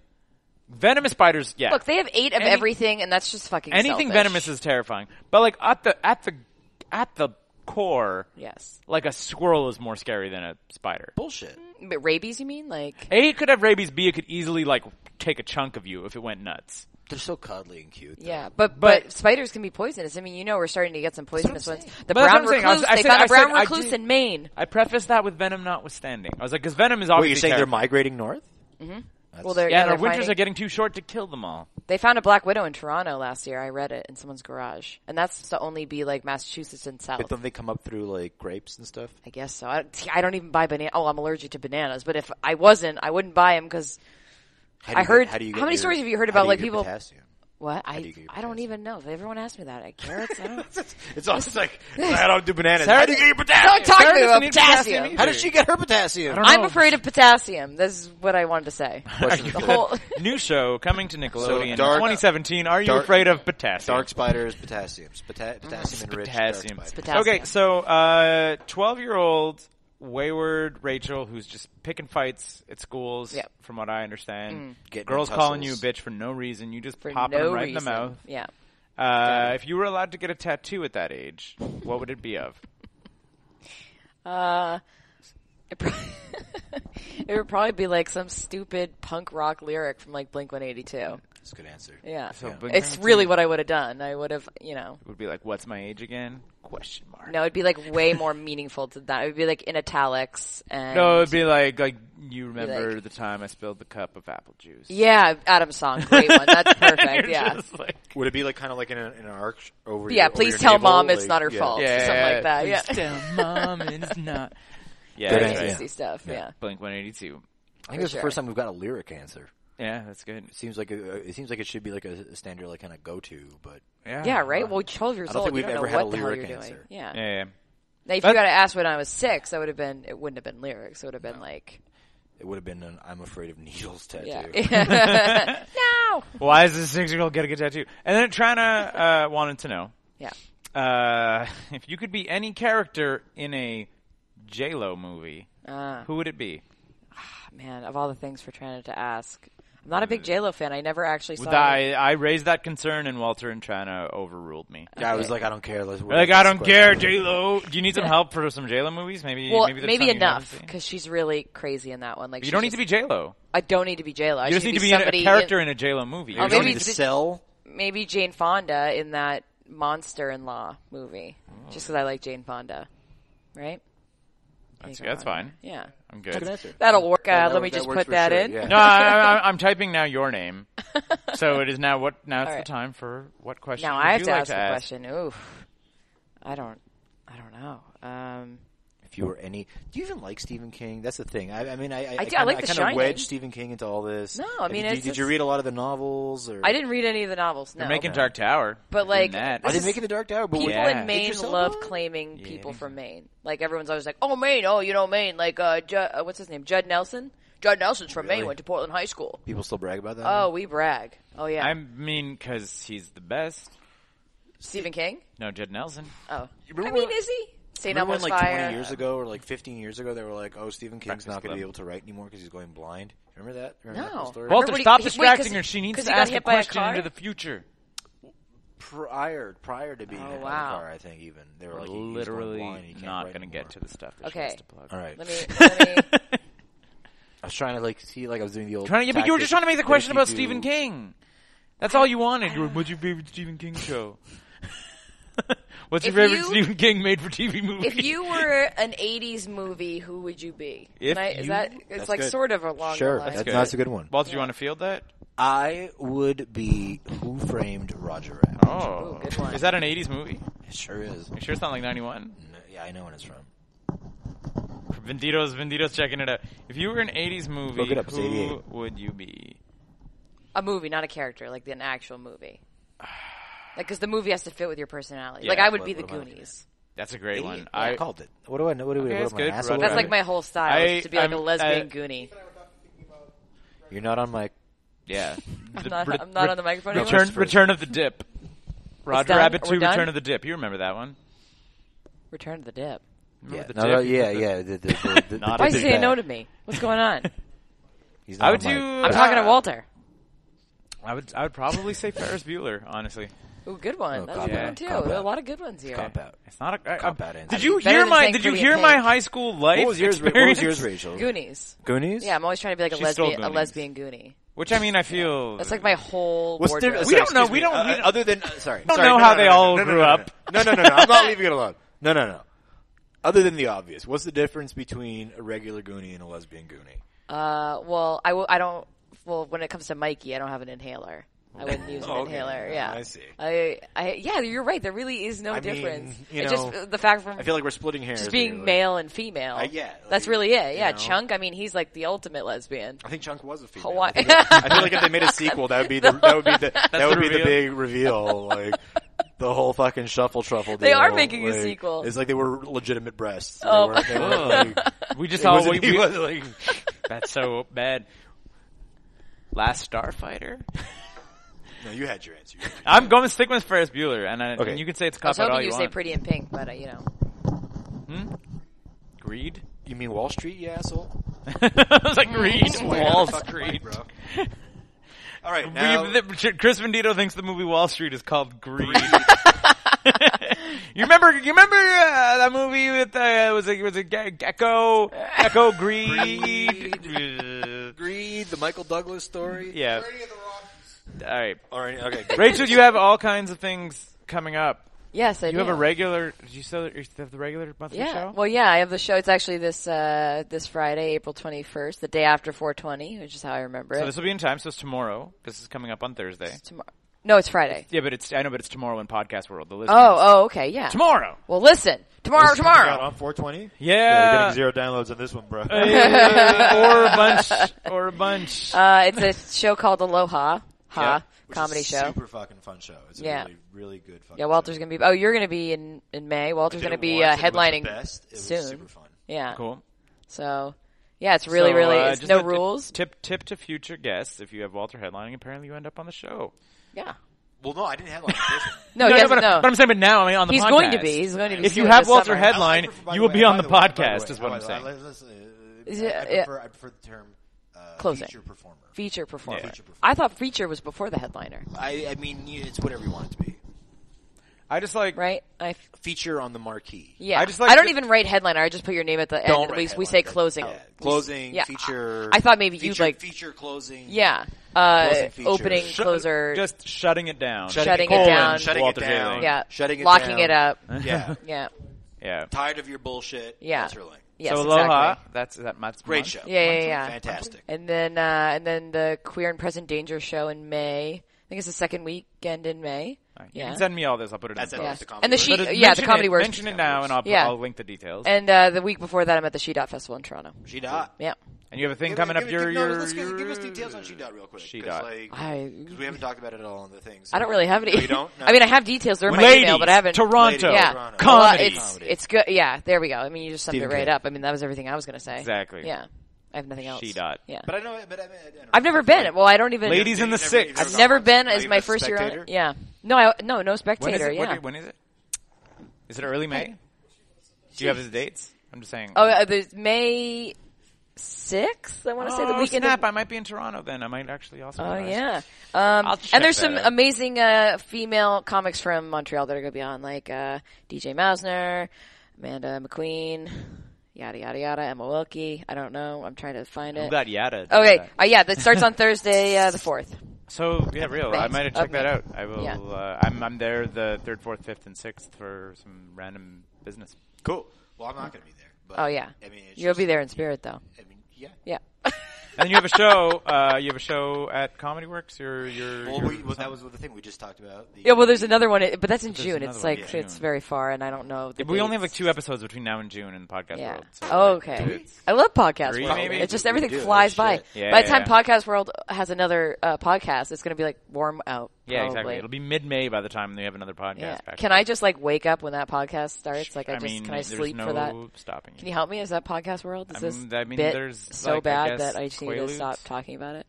Speaker 4: venomous spiders, yeah.
Speaker 2: Look, they have eight of
Speaker 4: Any-
Speaker 2: everything, and that's just fucking
Speaker 4: Anything
Speaker 2: selfish.
Speaker 4: venomous is terrifying. But like at the at the at the core,
Speaker 2: yes.
Speaker 4: like a squirrel is more scary than a spider.
Speaker 6: Bullshit.
Speaker 2: But rabies, you mean? Like
Speaker 4: A it could have rabies. B it could easily like take a chunk of you if it went nuts.
Speaker 6: They're so cuddly and cute. though.
Speaker 2: yeah, but, but
Speaker 4: But-
Speaker 2: spiders can be poisonous. I mean, you know, we're starting to get some poisonous ones. The
Speaker 4: But that's
Speaker 2: brown
Speaker 4: what I'm saying. I was-
Speaker 2: recluse.
Speaker 4: I
Speaker 2: they
Speaker 4: said-
Speaker 2: found
Speaker 4: I
Speaker 2: a brown
Speaker 4: said I
Speaker 2: recluse
Speaker 4: did-
Speaker 2: in Maine.
Speaker 4: I preface that with venom notwithstanding. I was like, because venom is obviously.
Speaker 6: Wait, you're saying they're
Speaker 4: terrifying.
Speaker 6: migrating north?
Speaker 2: Well, they're,
Speaker 4: Yeah, and
Speaker 2: they're
Speaker 4: our winters
Speaker 2: finding-
Speaker 4: are getting too short to kill them all.
Speaker 2: They found a black widow in Toronto last year. I read it in someone's garage, and that's to only be like Massachusetts and South.
Speaker 6: But then they come up through like grapes and stuff.
Speaker 2: I guess so. I don't, I don't even buy banana. Oh, I'm allergic to bananas. But if I wasn't, I wouldn't buy them because
Speaker 6: How
Speaker 2: I
Speaker 6: you
Speaker 2: heard-
Speaker 6: Get, how do you
Speaker 2: how
Speaker 6: get
Speaker 2: many
Speaker 6: your-
Speaker 2: stories have you heard
Speaker 6: how
Speaker 2: about,
Speaker 6: do
Speaker 2: like,
Speaker 6: get
Speaker 2: people-
Speaker 6: potassium?
Speaker 2: what I
Speaker 6: do you get your
Speaker 2: I don't
Speaker 6: potassium?
Speaker 2: even know. Everyone asked me that. I carrots. I don't.
Speaker 6: It's always like I don't do bananas.
Speaker 4: Sarah-
Speaker 6: how do you get your potassium?
Speaker 2: Don't talk to me
Speaker 4: doesn't
Speaker 2: about
Speaker 4: need
Speaker 2: potassium.
Speaker 4: potassium
Speaker 6: How did she get her potassium?
Speaker 4: don't
Speaker 2: I'm
Speaker 4: know.
Speaker 2: afraid of potassium. This is what I wanted to say. The whole
Speaker 4: New show coming to Nickelodeon in
Speaker 6: dark-
Speaker 4: 2017. Are you
Speaker 6: dark-
Speaker 4: afraid of potassium?
Speaker 6: Dark spiders, potassiums, Pota-
Speaker 2: Mm-hmm.
Speaker 6: potassium enriched.
Speaker 4: potassium.
Speaker 6: Dark spiders.
Speaker 2: potassium.
Speaker 4: Okay, so uh, 12-year-old wayward Rachel, who's just picking fights at schools,
Speaker 2: Yep. Mm.
Speaker 4: from what I understand.
Speaker 6: Getting
Speaker 4: Girls
Speaker 6: in
Speaker 4: calling you a
Speaker 6: tussles.
Speaker 4: bitch for no reason. You just
Speaker 2: for
Speaker 4: pop
Speaker 2: no
Speaker 4: them right
Speaker 2: reason.
Speaker 4: in the mouth.
Speaker 2: Yeah.
Speaker 4: Uh, if you were allowed to get a tattoo at that age, what would it be of?
Speaker 2: It pro- it would probably be like some stupid punk rock lyric from like Blink 182.
Speaker 6: That's a good answer.
Speaker 2: Yeah.
Speaker 4: So Blink
Speaker 2: It's
Speaker 4: 182.
Speaker 2: really what I would have done. I would have, you know.
Speaker 4: It would be like, what's my age again? Question mark.
Speaker 2: No, it'd be like way more meaningful to that. It would be like in italics and
Speaker 4: No, it'd be like like you remember
Speaker 2: like-
Speaker 4: the time I spilled the cup of apple juice.
Speaker 2: yeah, Adam's song, great one. That's perfect.
Speaker 4: You're
Speaker 2: yeah,
Speaker 4: just like,
Speaker 6: Would it be like kind of like in, a, in an arch over?
Speaker 2: yeah.
Speaker 6: your- over
Speaker 2: Please
Speaker 6: your
Speaker 2: tell
Speaker 6: navel?
Speaker 2: mom it's
Speaker 6: Like,
Speaker 2: not her
Speaker 6: yeah.
Speaker 2: fault.
Speaker 4: yeah,
Speaker 2: something like that. Yeah,
Speaker 4: please tell mom it's not. Yeah,
Speaker 3: Good
Speaker 4: that's
Speaker 3: idea.
Speaker 4: right.
Speaker 2: Crazy stuff. Yeah.
Speaker 4: Blink 182.
Speaker 3: I think that's
Speaker 2: sure.
Speaker 3: the first time we've got a lyric answer.
Speaker 4: Yeah, that's good.
Speaker 3: Seems like a, it seems like it should be like a, a standard, like kind of go to. But
Speaker 4: Yeah.
Speaker 2: yeah, right. Well, twelve years
Speaker 3: I don't
Speaker 2: old.
Speaker 3: think
Speaker 2: you
Speaker 3: we've
Speaker 2: don't
Speaker 3: ever
Speaker 2: know
Speaker 3: had a
Speaker 2: what the hell
Speaker 3: lyric
Speaker 2: you're doing.
Speaker 3: answer.
Speaker 2: Yeah.
Speaker 4: Yeah, yeah.
Speaker 2: Now, if
Speaker 4: But-
Speaker 2: you got to ask when I was six, I would have been. It wouldn't have been lyrics. It would have been like
Speaker 3: It would have been an "I'm afraid of needles" tattoo.
Speaker 2: Yeah. no.
Speaker 4: Why is this six-year-old gonna get tattooed? And then Trana uh, wanted to know
Speaker 2: Yeah.
Speaker 4: uh, if you could be any character in a J Lo movie,
Speaker 2: Uh,
Speaker 4: who would it be?
Speaker 2: man, of all the things for Trana to ask, I'm not a
Speaker 4: Mm-hmm.
Speaker 2: big J Lo fan. I never actually saw. her.
Speaker 4: I, I raised that concern, and Walter and Trana overruled me.
Speaker 3: Yeah, I was like, I don't care. Let's
Speaker 4: They're Like I don't care, J Lo. Do you need some help for some J Lo movies? Maybe
Speaker 2: well,
Speaker 4: maybe,
Speaker 2: maybe,
Speaker 4: there's something you haven't
Speaker 2: enough
Speaker 4: seen.
Speaker 2: because she's really crazy in that one. Like
Speaker 4: You don't need to
Speaker 2: she's
Speaker 4: be J Lo.
Speaker 2: just- I don't need to be J Lo.
Speaker 4: You just need to be in a character in a J Lo movie.
Speaker 2: Oh,
Speaker 4: You
Speaker 3: You don't
Speaker 4: don't
Speaker 2: maybe
Speaker 3: need to
Speaker 2: it's-
Speaker 3: sell.
Speaker 2: maybe Jane Fonda in that Monster-in-Law movie, just because I like Jane Fonda, right?
Speaker 4: need-
Speaker 2: There you go.
Speaker 4: that's fine.
Speaker 2: Yeah,
Speaker 4: I'm good.
Speaker 2: that'll work. Uh,
Speaker 6: that-
Speaker 2: let me
Speaker 6: that
Speaker 2: just
Speaker 6: works
Speaker 2: put
Speaker 6: for
Speaker 2: that
Speaker 6: sure,
Speaker 2: in.
Speaker 6: yeah.
Speaker 4: No, I, I, I'm- I'm typing now your name. So it is now what? Now it's
Speaker 2: All
Speaker 4: the
Speaker 2: right.
Speaker 4: time for what question?
Speaker 2: Now
Speaker 4: would
Speaker 2: I have
Speaker 4: you
Speaker 2: to
Speaker 4: like
Speaker 2: ask
Speaker 4: to
Speaker 2: a
Speaker 4: ask?
Speaker 2: question. Oof, I don't, I don't know. Um,
Speaker 3: If you were any, do you even like Stephen King? That's the thing. I, I mean, I, I,
Speaker 2: do- I like The
Speaker 3: kind of
Speaker 2: Shining.
Speaker 3: wedge Stephen King into all this.
Speaker 2: No, I
Speaker 3: Have you-
Speaker 2: mean,
Speaker 3: did,
Speaker 2: it's
Speaker 3: did you
Speaker 2: just-
Speaker 3: read a lot of the novels? Or
Speaker 2: I didn't read any of the novels. No,
Speaker 4: You're making Dark Tower,
Speaker 2: But,
Speaker 4: You're doing
Speaker 2: like,
Speaker 4: that.
Speaker 3: I
Speaker 2: this
Speaker 3: didn't make it to Dark Tower, but
Speaker 2: people
Speaker 3: we-
Speaker 4: Yeah.
Speaker 2: in Maine
Speaker 3: yourself
Speaker 2: love
Speaker 3: on?
Speaker 2: claiming people from Maine. Like everyone's always like, "Oh, Maine! Oh, you know Maine!" Like, uh, Ju- uh what's his name? Judd Nelson. Judd Nelson's from Maine. Went to Portland High School.
Speaker 3: people still brag about that.
Speaker 2: Oh, we brag. Oh yeah,
Speaker 4: I mean, because he's the best.
Speaker 2: Stephen King.
Speaker 4: No, Jed Nelson.
Speaker 2: Oh, I
Speaker 3: remember
Speaker 2: mean,
Speaker 3: when-
Speaker 2: is he? St.
Speaker 3: Remember when,
Speaker 2: Elmo's
Speaker 3: like
Speaker 2: Fire.
Speaker 3: 20 years ago or like 15 years ago, they were like, "Oh, Stephen King's
Speaker 4: Breakfast
Speaker 3: not going
Speaker 4: Club.
Speaker 3: to be able to write anymore because he's going blind." Remember that? Remember that whole
Speaker 2: No.
Speaker 3: story?
Speaker 2: Remember
Speaker 4: Walter,
Speaker 2: when he-
Speaker 4: stop
Speaker 2: he- wait, 'cause
Speaker 4: distracting
Speaker 2: he-
Speaker 4: her. She needs
Speaker 2: 'cause
Speaker 4: to
Speaker 2: he got
Speaker 4: ask a
Speaker 2: hit by a
Speaker 4: question
Speaker 2: car?
Speaker 4: into the future.
Speaker 3: prior prior to being
Speaker 2: Oh,
Speaker 3: hit by the
Speaker 2: wow.
Speaker 3: car, I think even they were like, he- he's going blind, he
Speaker 4: Literally
Speaker 3: can't
Speaker 4: not
Speaker 3: write
Speaker 4: going to
Speaker 3: anymore.
Speaker 4: get to the stuff that she
Speaker 2: Okay.
Speaker 4: has to plug.
Speaker 3: All right,
Speaker 2: Let me. Let me
Speaker 3: I was trying to like see like I was doing the old.
Speaker 4: Trying to, yeah, but you were just trying to make the
Speaker 3: tactic,
Speaker 4: question
Speaker 3: what
Speaker 4: about
Speaker 3: if you
Speaker 4: Stephen
Speaker 3: do-
Speaker 4: King. That's all you wanted. You were, What's your favorite Stephen King show? What's your
Speaker 2: If
Speaker 4: favorite
Speaker 2: you-
Speaker 4: Stephen King made for TV movie?
Speaker 2: if you were an '80s movie, who would you be?
Speaker 4: If
Speaker 2: Can I, is
Speaker 4: you-
Speaker 2: that it's
Speaker 3: That's
Speaker 2: like
Speaker 3: good.
Speaker 2: sort of along
Speaker 3: Sure,
Speaker 2: the lines.
Speaker 3: that's,
Speaker 4: good.
Speaker 3: that's a good one.
Speaker 4: Walter, you want to field that?
Speaker 3: I would be Who Framed Roger Rabbit.
Speaker 4: Oh,
Speaker 2: good one.
Speaker 4: is that an '80s movie?
Speaker 3: It sure is.
Speaker 4: You sure it's not like '91?
Speaker 3: Yeah, I know when it's from.
Speaker 4: Venditos, Venditos, checking it out. If you were an '80s movie,
Speaker 3: Look it up, it's
Speaker 4: who
Speaker 3: 88.
Speaker 4: would you be?
Speaker 2: a movie, not a character, like an actual movie. Like, because the movie has to fit with your personality.
Speaker 4: Yeah,
Speaker 2: like, I would
Speaker 3: what-
Speaker 2: be the
Speaker 3: what am I looking
Speaker 2: Goonies.
Speaker 4: That's a great one.
Speaker 3: Yeah,
Speaker 4: I,
Speaker 3: I called it. What do I know? What do we?
Speaker 4: Okay,
Speaker 3: what
Speaker 4: that's
Speaker 3: am I, an
Speaker 4: good.
Speaker 3: asshole?
Speaker 4: Roger
Speaker 2: That's
Speaker 4: I
Speaker 2: like
Speaker 4: mean,
Speaker 2: my whole style
Speaker 4: I-
Speaker 2: is to be like
Speaker 4: I'm-
Speaker 2: a lesbian
Speaker 4: I-
Speaker 2: Goonie.
Speaker 3: You're not on my.
Speaker 4: yeah. The
Speaker 2: not-
Speaker 4: re-
Speaker 2: I'm not
Speaker 4: re-
Speaker 2: on the microphone anymore?
Speaker 4: Return, Return of the Dip. Roger
Speaker 2: done?
Speaker 4: Rabbit
Speaker 2: Are
Speaker 4: 2,
Speaker 2: we done?
Speaker 4: Return of the Dip. You remember that one?
Speaker 2: Return to the Dip.
Speaker 4: Remember
Speaker 3: Yeah,
Speaker 4: the
Speaker 3: no,
Speaker 4: Dip?
Speaker 3: no,
Speaker 4: You
Speaker 3: yeah,
Speaker 4: put the-
Speaker 3: yeah. The, the, the, the,
Speaker 4: Not
Speaker 3: the
Speaker 2: Why
Speaker 4: a
Speaker 2: is he
Speaker 3: big
Speaker 2: saying no
Speaker 3: bad.
Speaker 2: to me? What's going on?
Speaker 3: He's
Speaker 4: I
Speaker 3: not
Speaker 4: would
Speaker 3: on my-
Speaker 4: do-
Speaker 2: I'm talking
Speaker 3: Uh,
Speaker 2: to Walter.
Speaker 4: I would, I would probably say Ferris Bueller, honestly.
Speaker 2: Ooh, good one.
Speaker 3: Oh,
Speaker 2: That's
Speaker 3: cop
Speaker 2: a good
Speaker 4: out.
Speaker 2: one too.
Speaker 3: Cop
Speaker 2: There are a
Speaker 3: out.
Speaker 2: lot of good ones here.
Speaker 3: Cop out.
Speaker 4: It's not a I-
Speaker 3: Cop
Speaker 4: I-
Speaker 3: out answer.
Speaker 4: Did you
Speaker 2: Better
Speaker 4: hear
Speaker 2: than
Speaker 4: my?
Speaker 2: saying
Speaker 4: Did you
Speaker 2: pretty
Speaker 4: hear
Speaker 2: pink.
Speaker 4: my high school life?
Speaker 3: What was yours? Ra- What
Speaker 4: experience?
Speaker 3: was yours, Rachel?
Speaker 2: Goonies.
Speaker 3: Goonies.
Speaker 2: Yeah, I'm always trying to be like a
Speaker 4: She stole
Speaker 2: lesbian, a
Speaker 4: Goonies.
Speaker 2: lesbian Goonie.
Speaker 4: Which I mean, I feel
Speaker 2: That's like my whole
Speaker 3: What's
Speaker 2: wardrobe.
Speaker 3: different-
Speaker 4: We don't
Speaker 3: sorry,
Speaker 4: know,
Speaker 3: excuse
Speaker 4: we
Speaker 3: me.
Speaker 4: don't-
Speaker 3: Uh,
Speaker 4: we don't-
Speaker 3: Other than uh, sorry,
Speaker 4: don't
Speaker 3: Sorry,
Speaker 4: know
Speaker 3: no,
Speaker 4: how
Speaker 3: no,
Speaker 4: they
Speaker 3: no, no, no,
Speaker 4: all
Speaker 3: no,
Speaker 4: grew
Speaker 3: no, no,
Speaker 4: up.
Speaker 3: No, no, no, no. I'm not leaving it alone. No, no, no. Other than the obvious, what's the difference between a regular Goonie and a lesbian Goonie?
Speaker 2: Uh, well, I w- I don't. Well, when it comes to Mikey, I don't have an inhaler. I wouldn't use an
Speaker 3: Oh, Okay,
Speaker 2: inhaler. Yeah,
Speaker 3: I see.
Speaker 2: I, I, yeah, you're right. There really is no
Speaker 3: I mean,
Speaker 2: difference.
Speaker 3: you
Speaker 2: it's
Speaker 3: know,
Speaker 2: just the fact from
Speaker 3: I feel like we're splitting hairs.
Speaker 2: just
Speaker 3: here,
Speaker 2: being
Speaker 3: like-
Speaker 2: male and female.
Speaker 3: Uh, yeah,
Speaker 2: that's
Speaker 3: like,
Speaker 2: really it.
Speaker 3: you
Speaker 2: Yeah,
Speaker 3: know.
Speaker 2: Chunk. I mean, he's like the ultimate lesbian.
Speaker 3: I think Chunk was a female.
Speaker 2: Hawaii.
Speaker 3: I, think- I feel like if they made a sequel, that would be the that would be the that would
Speaker 4: the
Speaker 3: be the
Speaker 4: reveal.
Speaker 3: big reveal. Like the whole fucking shuffle truffle.
Speaker 2: They are
Speaker 3: deal,
Speaker 2: making a
Speaker 3: like,
Speaker 2: sequel.
Speaker 3: It's like they were legitimate breasts. They
Speaker 2: Oh.
Speaker 3: were- they were, like-
Speaker 4: we just
Speaker 3: it
Speaker 4: all
Speaker 3: wasn't-
Speaker 4: we,
Speaker 3: he
Speaker 4: we-
Speaker 3: wasn't, like-
Speaker 4: that's so bad. Last Starfighter.
Speaker 3: no, you had your answer. You had your-
Speaker 4: I'm going to stick with Ferris Bueller, and, I,
Speaker 3: Okay.
Speaker 4: and you can say it's
Speaker 2: I
Speaker 4: cop
Speaker 2: was
Speaker 4: out all
Speaker 2: hoping
Speaker 4: you
Speaker 2: you say
Speaker 4: want. Hmm?
Speaker 2: pretty in pink, but uh, you know,
Speaker 4: Greed.
Speaker 3: You mean Wall Street, you asshole?
Speaker 4: I was
Speaker 2: Mm.
Speaker 4: like Greed, Wall
Speaker 3: Fuck
Speaker 4: Street.
Speaker 3: right, bro. All right,
Speaker 4: We-
Speaker 3: now
Speaker 4: the- Chris Vendito thinks the movie Wall Street is called Greed. you remember? You remember uh, that movie with uh, it was a, it was a ge- gecko, gecko Greed.
Speaker 3: Greed, the Michael Douglas story.
Speaker 4: yeah. All right,
Speaker 3: All right. Okay. good.
Speaker 4: Rachel, you have all kinds of things coming up.
Speaker 2: yes, I
Speaker 4: You
Speaker 2: do.
Speaker 4: have a regular. Did you still you still have the regular monthly
Speaker 2: Yeah.
Speaker 4: show?
Speaker 2: Well, yeah, I have the show. It's actually this uh, this Friday, April 21st, the day after 420, which is how I remember
Speaker 4: so
Speaker 2: it.
Speaker 4: this will be in time. So it's tomorrow. This is coming up on Thursday.
Speaker 2: Tomorrow. No, it's Friday.
Speaker 4: Yeah, but it's I know, but it's tomorrow in podcast world. The list.
Speaker 2: Oh, oh, okay, yeah.
Speaker 4: tomorrow.
Speaker 2: Well, listen, tomorrow, tomorrow.
Speaker 3: on 420.
Speaker 4: Yeah.
Speaker 6: Yeah, getting zero downloads on this one, bro.
Speaker 4: or a bunch. Or a bunch.
Speaker 2: Uh, it's a show called Aloha
Speaker 4: Yeah,
Speaker 2: Ha comedy show.
Speaker 3: Super fucking fun show. It's a
Speaker 2: Yeah.
Speaker 3: really, really good. Fucking
Speaker 2: yeah, Walter's gonna be. Oh, you're gonna be in in May. Walter's
Speaker 3: show.
Speaker 2: gonna be
Speaker 3: Did it
Speaker 2: uh,
Speaker 3: once, it was the
Speaker 2: headlining
Speaker 3: best. It was
Speaker 2: soon.
Speaker 3: super fun.
Speaker 2: Yeah.
Speaker 4: cool.
Speaker 2: So Yeah, it's really,
Speaker 4: So,
Speaker 2: really.
Speaker 4: uh,
Speaker 2: It's
Speaker 4: just
Speaker 2: no
Speaker 4: a tip-
Speaker 2: rules.
Speaker 4: Tip tip to future guests: if you have Walter headlining, apparently you end up on the
Speaker 2: Oh,
Speaker 4: show.
Speaker 2: yeah.
Speaker 3: Well, no, I didn't have like this.
Speaker 2: No, he
Speaker 4: but,
Speaker 2: doesn't know.
Speaker 4: but I'm saying, but now I mean, on the
Speaker 2: He's
Speaker 4: podcast.
Speaker 2: going to be. He's going to be.
Speaker 4: If you
Speaker 2: soon
Speaker 4: have
Speaker 2: this
Speaker 4: Walter
Speaker 2: summer.
Speaker 4: Headline- Line, you will be on the podcast, is
Speaker 3: Is
Speaker 4: what I'm saying.
Speaker 3: uh,
Speaker 2: Is
Speaker 3: I,
Speaker 2: it- yeah.
Speaker 3: prefer, I prefer the term uh,
Speaker 2: Closing.
Speaker 3: feature performer.
Speaker 2: feature performer.
Speaker 3: Yeah. Feature performer.
Speaker 2: I thought feature was before the headliner,
Speaker 3: I, I mean, you- it's whatever you want it to be.
Speaker 4: I just like
Speaker 2: right? I f-
Speaker 3: Feature on the marquee.
Speaker 2: yeah.
Speaker 4: I just like
Speaker 2: don't
Speaker 4: to-
Speaker 2: even write headliner. I just put your name at the
Speaker 3: Don't
Speaker 2: end.
Speaker 3: write
Speaker 2: We, we
Speaker 3: headliner.
Speaker 2: say closing.
Speaker 3: Yeah. Closing,
Speaker 2: Yeah,
Speaker 3: feature.
Speaker 2: I thought maybe you'd
Speaker 3: feature,
Speaker 2: like-
Speaker 3: Feature closing.
Speaker 2: Yeah. Uh,
Speaker 3: Closing feature.
Speaker 2: opening
Speaker 3: Shut-
Speaker 4: Shut-
Speaker 2: closer.
Speaker 4: just shutting it down.
Speaker 2: Shutting it
Speaker 3: colon,
Speaker 2: down.
Speaker 3: Shutting
Speaker 4: Walter
Speaker 3: it down.
Speaker 4: Haley.
Speaker 2: yeah.
Speaker 3: Shutting it
Speaker 2: Locking
Speaker 3: down.
Speaker 2: it up.
Speaker 3: Yeah.
Speaker 2: Yeah.
Speaker 4: yeah.
Speaker 3: Tired of your bullshit.
Speaker 2: Yeah.
Speaker 3: Walter Ling.
Speaker 2: Yes,
Speaker 4: so Aloha,
Speaker 2: exactly.
Speaker 4: that's that. That's
Speaker 3: Great
Speaker 4: mine.
Speaker 3: show.
Speaker 2: Yeah, yeah, yeah.
Speaker 3: Fantastic.
Speaker 2: And then uh, and then the Queer and Present Danger show in May. I think it's the second weekend in May.
Speaker 4: All right, You
Speaker 2: Yeah.
Speaker 4: can send me all this. I'll put it in
Speaker 3: That's
Speaker 4: the
Speaker 3: it.
Speaker 2: yeah.
Speaker 3: the comedy
Speaker 2: and the
Speaker 3: works.
Speaker 2: she,
Speaker 4: But it-
Speaker 2: yeah, the
Speaker 4: mention
Speaker 2: comedy
Speaker 4: it,
Speaker 2: works.
Speaker 4: Mention it now, and I'll,
Speaker 2: Yeah.
Speaker 4: I'll link the details.
Speaker 2: And uh, the week before that, I'm at the She Dot Festival in Toronto.
Speaker 3: She dot.
Speaker 2: Yeah.
Speaker 4: And you have a thing
Speaker 3: Give-
Speaker 4: coming
Speaker 3: give-
Speaker 4: up.
Speaker 3: give-
Speaker 4: Your,
Speaker 3: no,
Speaker 4: your,
Speaker 3: let's give,
Speaker 4: your-
Speaker 3: give us details on She Dot real quick.
Speaker 4: She
Speaker 3: 'cause,
Speaker 4: Dot.
Speaker 3: Like,
Speaker 2: I-
Speaker 3: 'cause we haven't talked about it at all on the things.
Speaker 2: I don't really have any.
Speaker 3: No, you don't? No.
Speaker 2: I mean, I have details. They're in my
Speaker 4: Ladies,
Speaker 2: email, but I haven't.
Speaker 4: Toronto,
Speaker 3: Ladies,
Speaker 2: yeah.
Speaker 3: Toronto.
Speaker 2: Well,
Speaker 4: comedy.
Speaker 2: it's it's good. Yeah, there we go. I mean, you just summed
Speaker 3: Stephen
Speaker 2: it right
Speaker 3: King.
Speaker 2: up. I mean, that was everything I was going to say.
Speaker 4: Exactly.
Speaker 2: Yeah. I have nothing else.
Speaker 4: She dot.
Speaker 2: Yeah.
Speaker 3: But I know. But I, mean, I don't know.
Speaker 2: I've never been. Well, I don't even.
Speaker 4: Ladies in the
Speaker 3: You've never-
Speaker 4: six.
Speaker 3: you've
Speaker 2: I've
Speaker 3: gone
Speaker 2: never
Speaker 3: on-
Speaker 2: been.
Speaker 3: Are
Speaker 2: It's
Speaker 3: you
Speaker 2: my
Speaker 3: a
Speaker 2: first year. On,
Speaker 3: spectator?
Speaker 2: yeah. No, I no no
Speaker 4: When
Speaker 2: spectator.
Speaker 4: is it?
Speaker 2: Yeah.
Speaker 4: What- when is it? Is it early May? Do you have the dates? I'm just saying.
Speaker 2: oh, uh, there's May sixth. I want to say the
Speaker 4: Oh,
Speaker 2: weekend.
Speaker 4: snap!
Speaker 2: Of,
Speaker 4: I might be in Toronto then. I might actually also.
Speaker 2: oh
Speaker 4: arrive.
Speaker 2: yeah. Um,
Speaker 4: check
Speaker 2: and there's some
Speaker 4: that out.
Speaker 2: amazing uh, female comics from Montreal that are going to be on, like uh, DJ Mausner, Amanda McQueen, yada yada yada. Emma Wilkie. I don't know. I'm trying to find
Speaker 4: I'm
Speaker 2: it.
Speaker 4: glad Yada. did
Speaker 2: Okay.
Speaker 4: that.
Speaker 2: Uh, yeah, that starts on Thursday uh, the fourth.
Speaker 4: So yeah, real. I
Speaker 2: Thanks.
Speaker 4: might have checked that
Speaker 2: Okay.
Speaker 4: out. I will.
Speaker 2: Yeah.
Speaker 4: Uh, I'm I'm there the third, fourth, fifth, and sixth for some random business.
Speaker 3: Cool. Well, I'm not going to be there. But,
Speaker 2: Oh yeah.
Speaker 3: I mean, it's
Speaker 2: You'll
Speaker 3: just-
Speaker 2: be there in spirit though.
Speaker 3: I mean, yeah.
Speaker 2: Yeah.
Speaker 4: And then you have a show. Uh, you have a show at Comedy Works. Your your.
Speaker 3: Well,
Speaker 4: your
Speaker 3: we, well, that was the thing we just talked about. The,
Speaker 2: Yeah, well, there's another one, but that's in June.
Speaker 4: another
Speaker 2: It's
Speaker 4: one
Speaker 2: like
Speaker 4: in June.
Speaker 2: it's very far, and I don't know. The
Speaker 4: we only have like
Speaker 2: dates.
Speaker 4: two episodes between now and June in the podcast
Speaker 2: Yeah.
Speaker 4: world. so,
Speaker 2: oh,
Speaker 4: like,
Speaker 2: okay.
Speaker 4: it's-
Speaker 2: I love podcast
Speaker 4: Three,
Speaker 2: world.
Speaker 4: maybe?
Speaker 2: It's just
Speaker 3: We
Speaker 2: everything
Speaker 3: do,
Speaker 2: flies by.
Speaker 3: holy shit.
Speaker 4: Yeah,
Speaker 2: by the
Speaker 4: yeah,
Speaker 2: time
Speaker 4: yeah.
Speaker 2: podcast world has another uh, podcast, it's going to be like warm out.
Speaker 4: Yeah,
Speaker 2: probably.
Speaker 4: exactly. It'll be mid-May by the time they have another podcast.
Speaker 2: Yeah.
Speaker 4: Back
Speaker 2: Can I just like wake up when that podcast starts? Like I, just
Speaker 4: mean,
Speaker 2: can I
Speaker 4: there's
Speaker 2: sleep
Speaker 4: no
Speaker 2: for that?
Speaker 4: Stopping.
Speaker 2: Can you help me? Is that podcast world? Is
Speaker 4: I'm-
Speaker 2: this
Speaker 4: I mean,
Speaker 2: bit
Speaker 4: there's,
Speaker 2: so
Speaker 4: like, I
Speaker 2: bad
Speaker 4: guess,
Speaker 2: that I just need to
Speaker 4: Quaaludes.
Speaker 2: stop talking about it?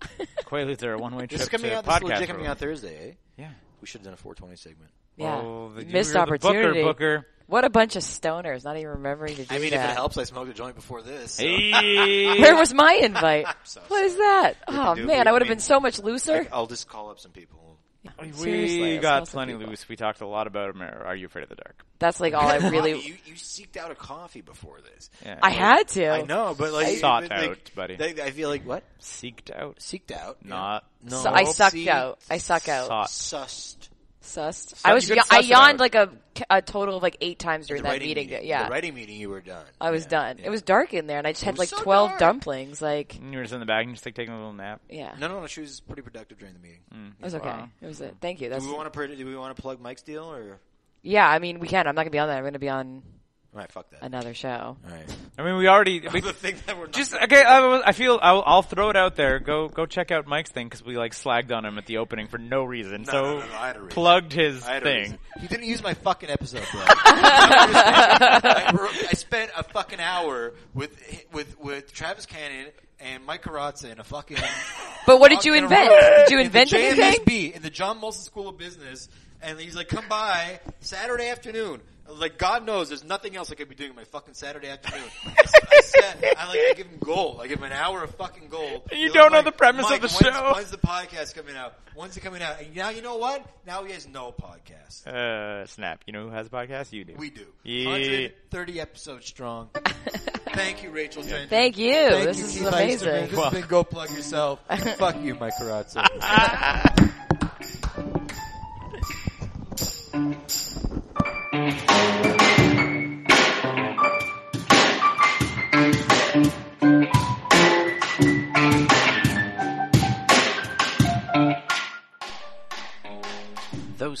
Speaker 4: Quaaludes are a one-way trip
Speaker 3: This is coming
Speaker 4: to
Speaker 3: out. This is
Speaker 4: podcast
Speaker 3: legit
Speaker 4: world.
Speaker 3: coming out Thursday. Eh?
Speaker 4: Yeah.
Speaker 3: We should have done a 420 segment.
Speaker 2: Yeah,
Speaker 4: Well, Oh, the- you
Speaker 2: missed
Speaker 4: were the
Speaker 2: opportunity.
Speaker 4: Booker, Booker.
Speaker 2: What a bunch of stoners! Not even remembering to do
Speaker 3: I mean,
Speaker 2: that.
Speaker 3: if it helps, I smoked a joint before this. so-
Speaker 4: Hey.
Speaker 2: Where was my invite?
Speaker 3: so
Speaker 2: what is that? Oh
Speaker 3: do-
Speaker 2: man,
Speaker 3: we-
Speaker 2: I would
Speaker 3: I
Speaker 2: have
Speaker 3: mean,
Speaker 2: been so much looser.
Speaker 4: oh,
Speaker 3: I'll just call up some people.
Speaker 2: Seriously,
Speaker 4: we
Speaker 2: I
Speaker 4: got
Speaker 2: smell some
Speaker 4: plenty
Speaker 2: people.
Speaker 4: loose. We talked a lot about Amer- Are You Afraid of the Dark?
Speaker 2: That's like all I
Speaker 3: Bobby,
Speaker 2: really.
Speaker 3: you, you seeked out a coffee before this.
Speaker 4: Yeah.
Speaker 2: I had to.
Speaker 3: I know, but like
Speaker 4: Sought
Speaker 3: but, like,
Speaker 4: out, buddy.
Speaker 3: they- I feel like what
Speaker 4: Seeked out.
Speaker 3: seeked out? yeah.
Speaker 4: Not.
Speaker 3: No.
Speaker 2: So I sucked
Speaker 3: Seeked,
Speaker 2: out. I suck out.
Speaker 4: Sought.
Speaker 3: Sussed.
Speaker 2: Sussed. I was.
Speaker 4: you could
Speaker 2: ya- I
Speaker 4: suss it
Speaker 2: yawned
Speaker 4: out.
Speaker 2: like a, a total of like eight times during
Speaker 3: the
Speaker 2: that
Speaker 3: writing
Speaker 2: meeting.
Speaker 3: meeting.
Speaker 2: Yeah.
Speaker 3: The writing meeting. You were done.
Speaker 2: I was
Speaker 3: Yeah.
Speaker 2: done.
Speaker 3: Yeah.
Speaker 2: It was dark in there, and I just had
Speaker 3: was
Speaker 2: like
Speaker 3: so
Speaker 2: twelve
Speaker 3: dark.
Speaker 2: dumplings. Like,
Speaker 4: And you were just in the back and just like taking a little nap.
Speaker 2: yeah,
Speaker 3: No, no, no. She was pretty productive during the meeting.
Speaker 2: it was okay.
Speaker 4: Wow.
Speaker 2: It was it. Thank you. That's
Speaker 3: Do we want to? Do we want to plug Mike's deal or?
Speaker 2: yeah. I mean, we can. I'm not gonna be on that. I'm gonna be on
Speaker 3: All right, fuck that.
Speaker 2: another show.
Speaker 3: All right.
Speaker 4: I mean, we already. We,
Speaker 3: the thing that we're not
Speaker 4: just okay. I, I feel I'll, I'll throw it out there. Go go check out Mike's thing because we like slagged on him at the opening for no reason. so
Speaker 3: no, no, no, I had a reason.
Speaker 4: plugged his
Speaker 3: I had a
Speaker 4: thing.
Speaker 3: reason. You didn't use my fucking episode, bro. I, I spent a fucking hour with with with Travis Cannon and Mike Carrazza in a fucking.
Speaker 2: But what did you
Speaker 3: in a
Speaker 2: invent?
Speaker 3: room
Speaker 2: Did you
Speaker 3: in the
Speaker 2: invent anything?
Speaker 3: JMSB in the John Molson School of Business, and he's like, "Come by Saturday afternoon." I was Like God knows, there's nothing else I could be doing on my fucking Saturday afternoon. I, s- I sat, I like, I give him gold. I give him an hour of fucking gold.
Speaker 4: And you
Speaker 3: He's
Speaker 4: don't know
Speaker 3: like,
Speaker 4: the premise
Speaker 3: "Mike,
Speaker 4: of the
Speaker 3: when's-
Speaker 4: show."
Speaker 3: When's the podcast coming out? When's it coming out? And now you know what? Now he has no podcast.
Speaker 4: Uh, snap. You know who has a podcast? You do.
Speaker 3: We do.
Speaker 4: Yeah.
Speaker 3: 130 episodes strong. Thank you, Rachel. Sanders.
Speaker 2: Thank you.
Speaker 3: Thank
Speaker 2: this
Speaker 3: you,
Speaker 2: is
Speaker 3: Keith
Speaker 2: amazing.
Speaker 3: Eisterman. This has been Go Plug Yourself. Fuck you, Mike Carrazza.
Speaker 5: Those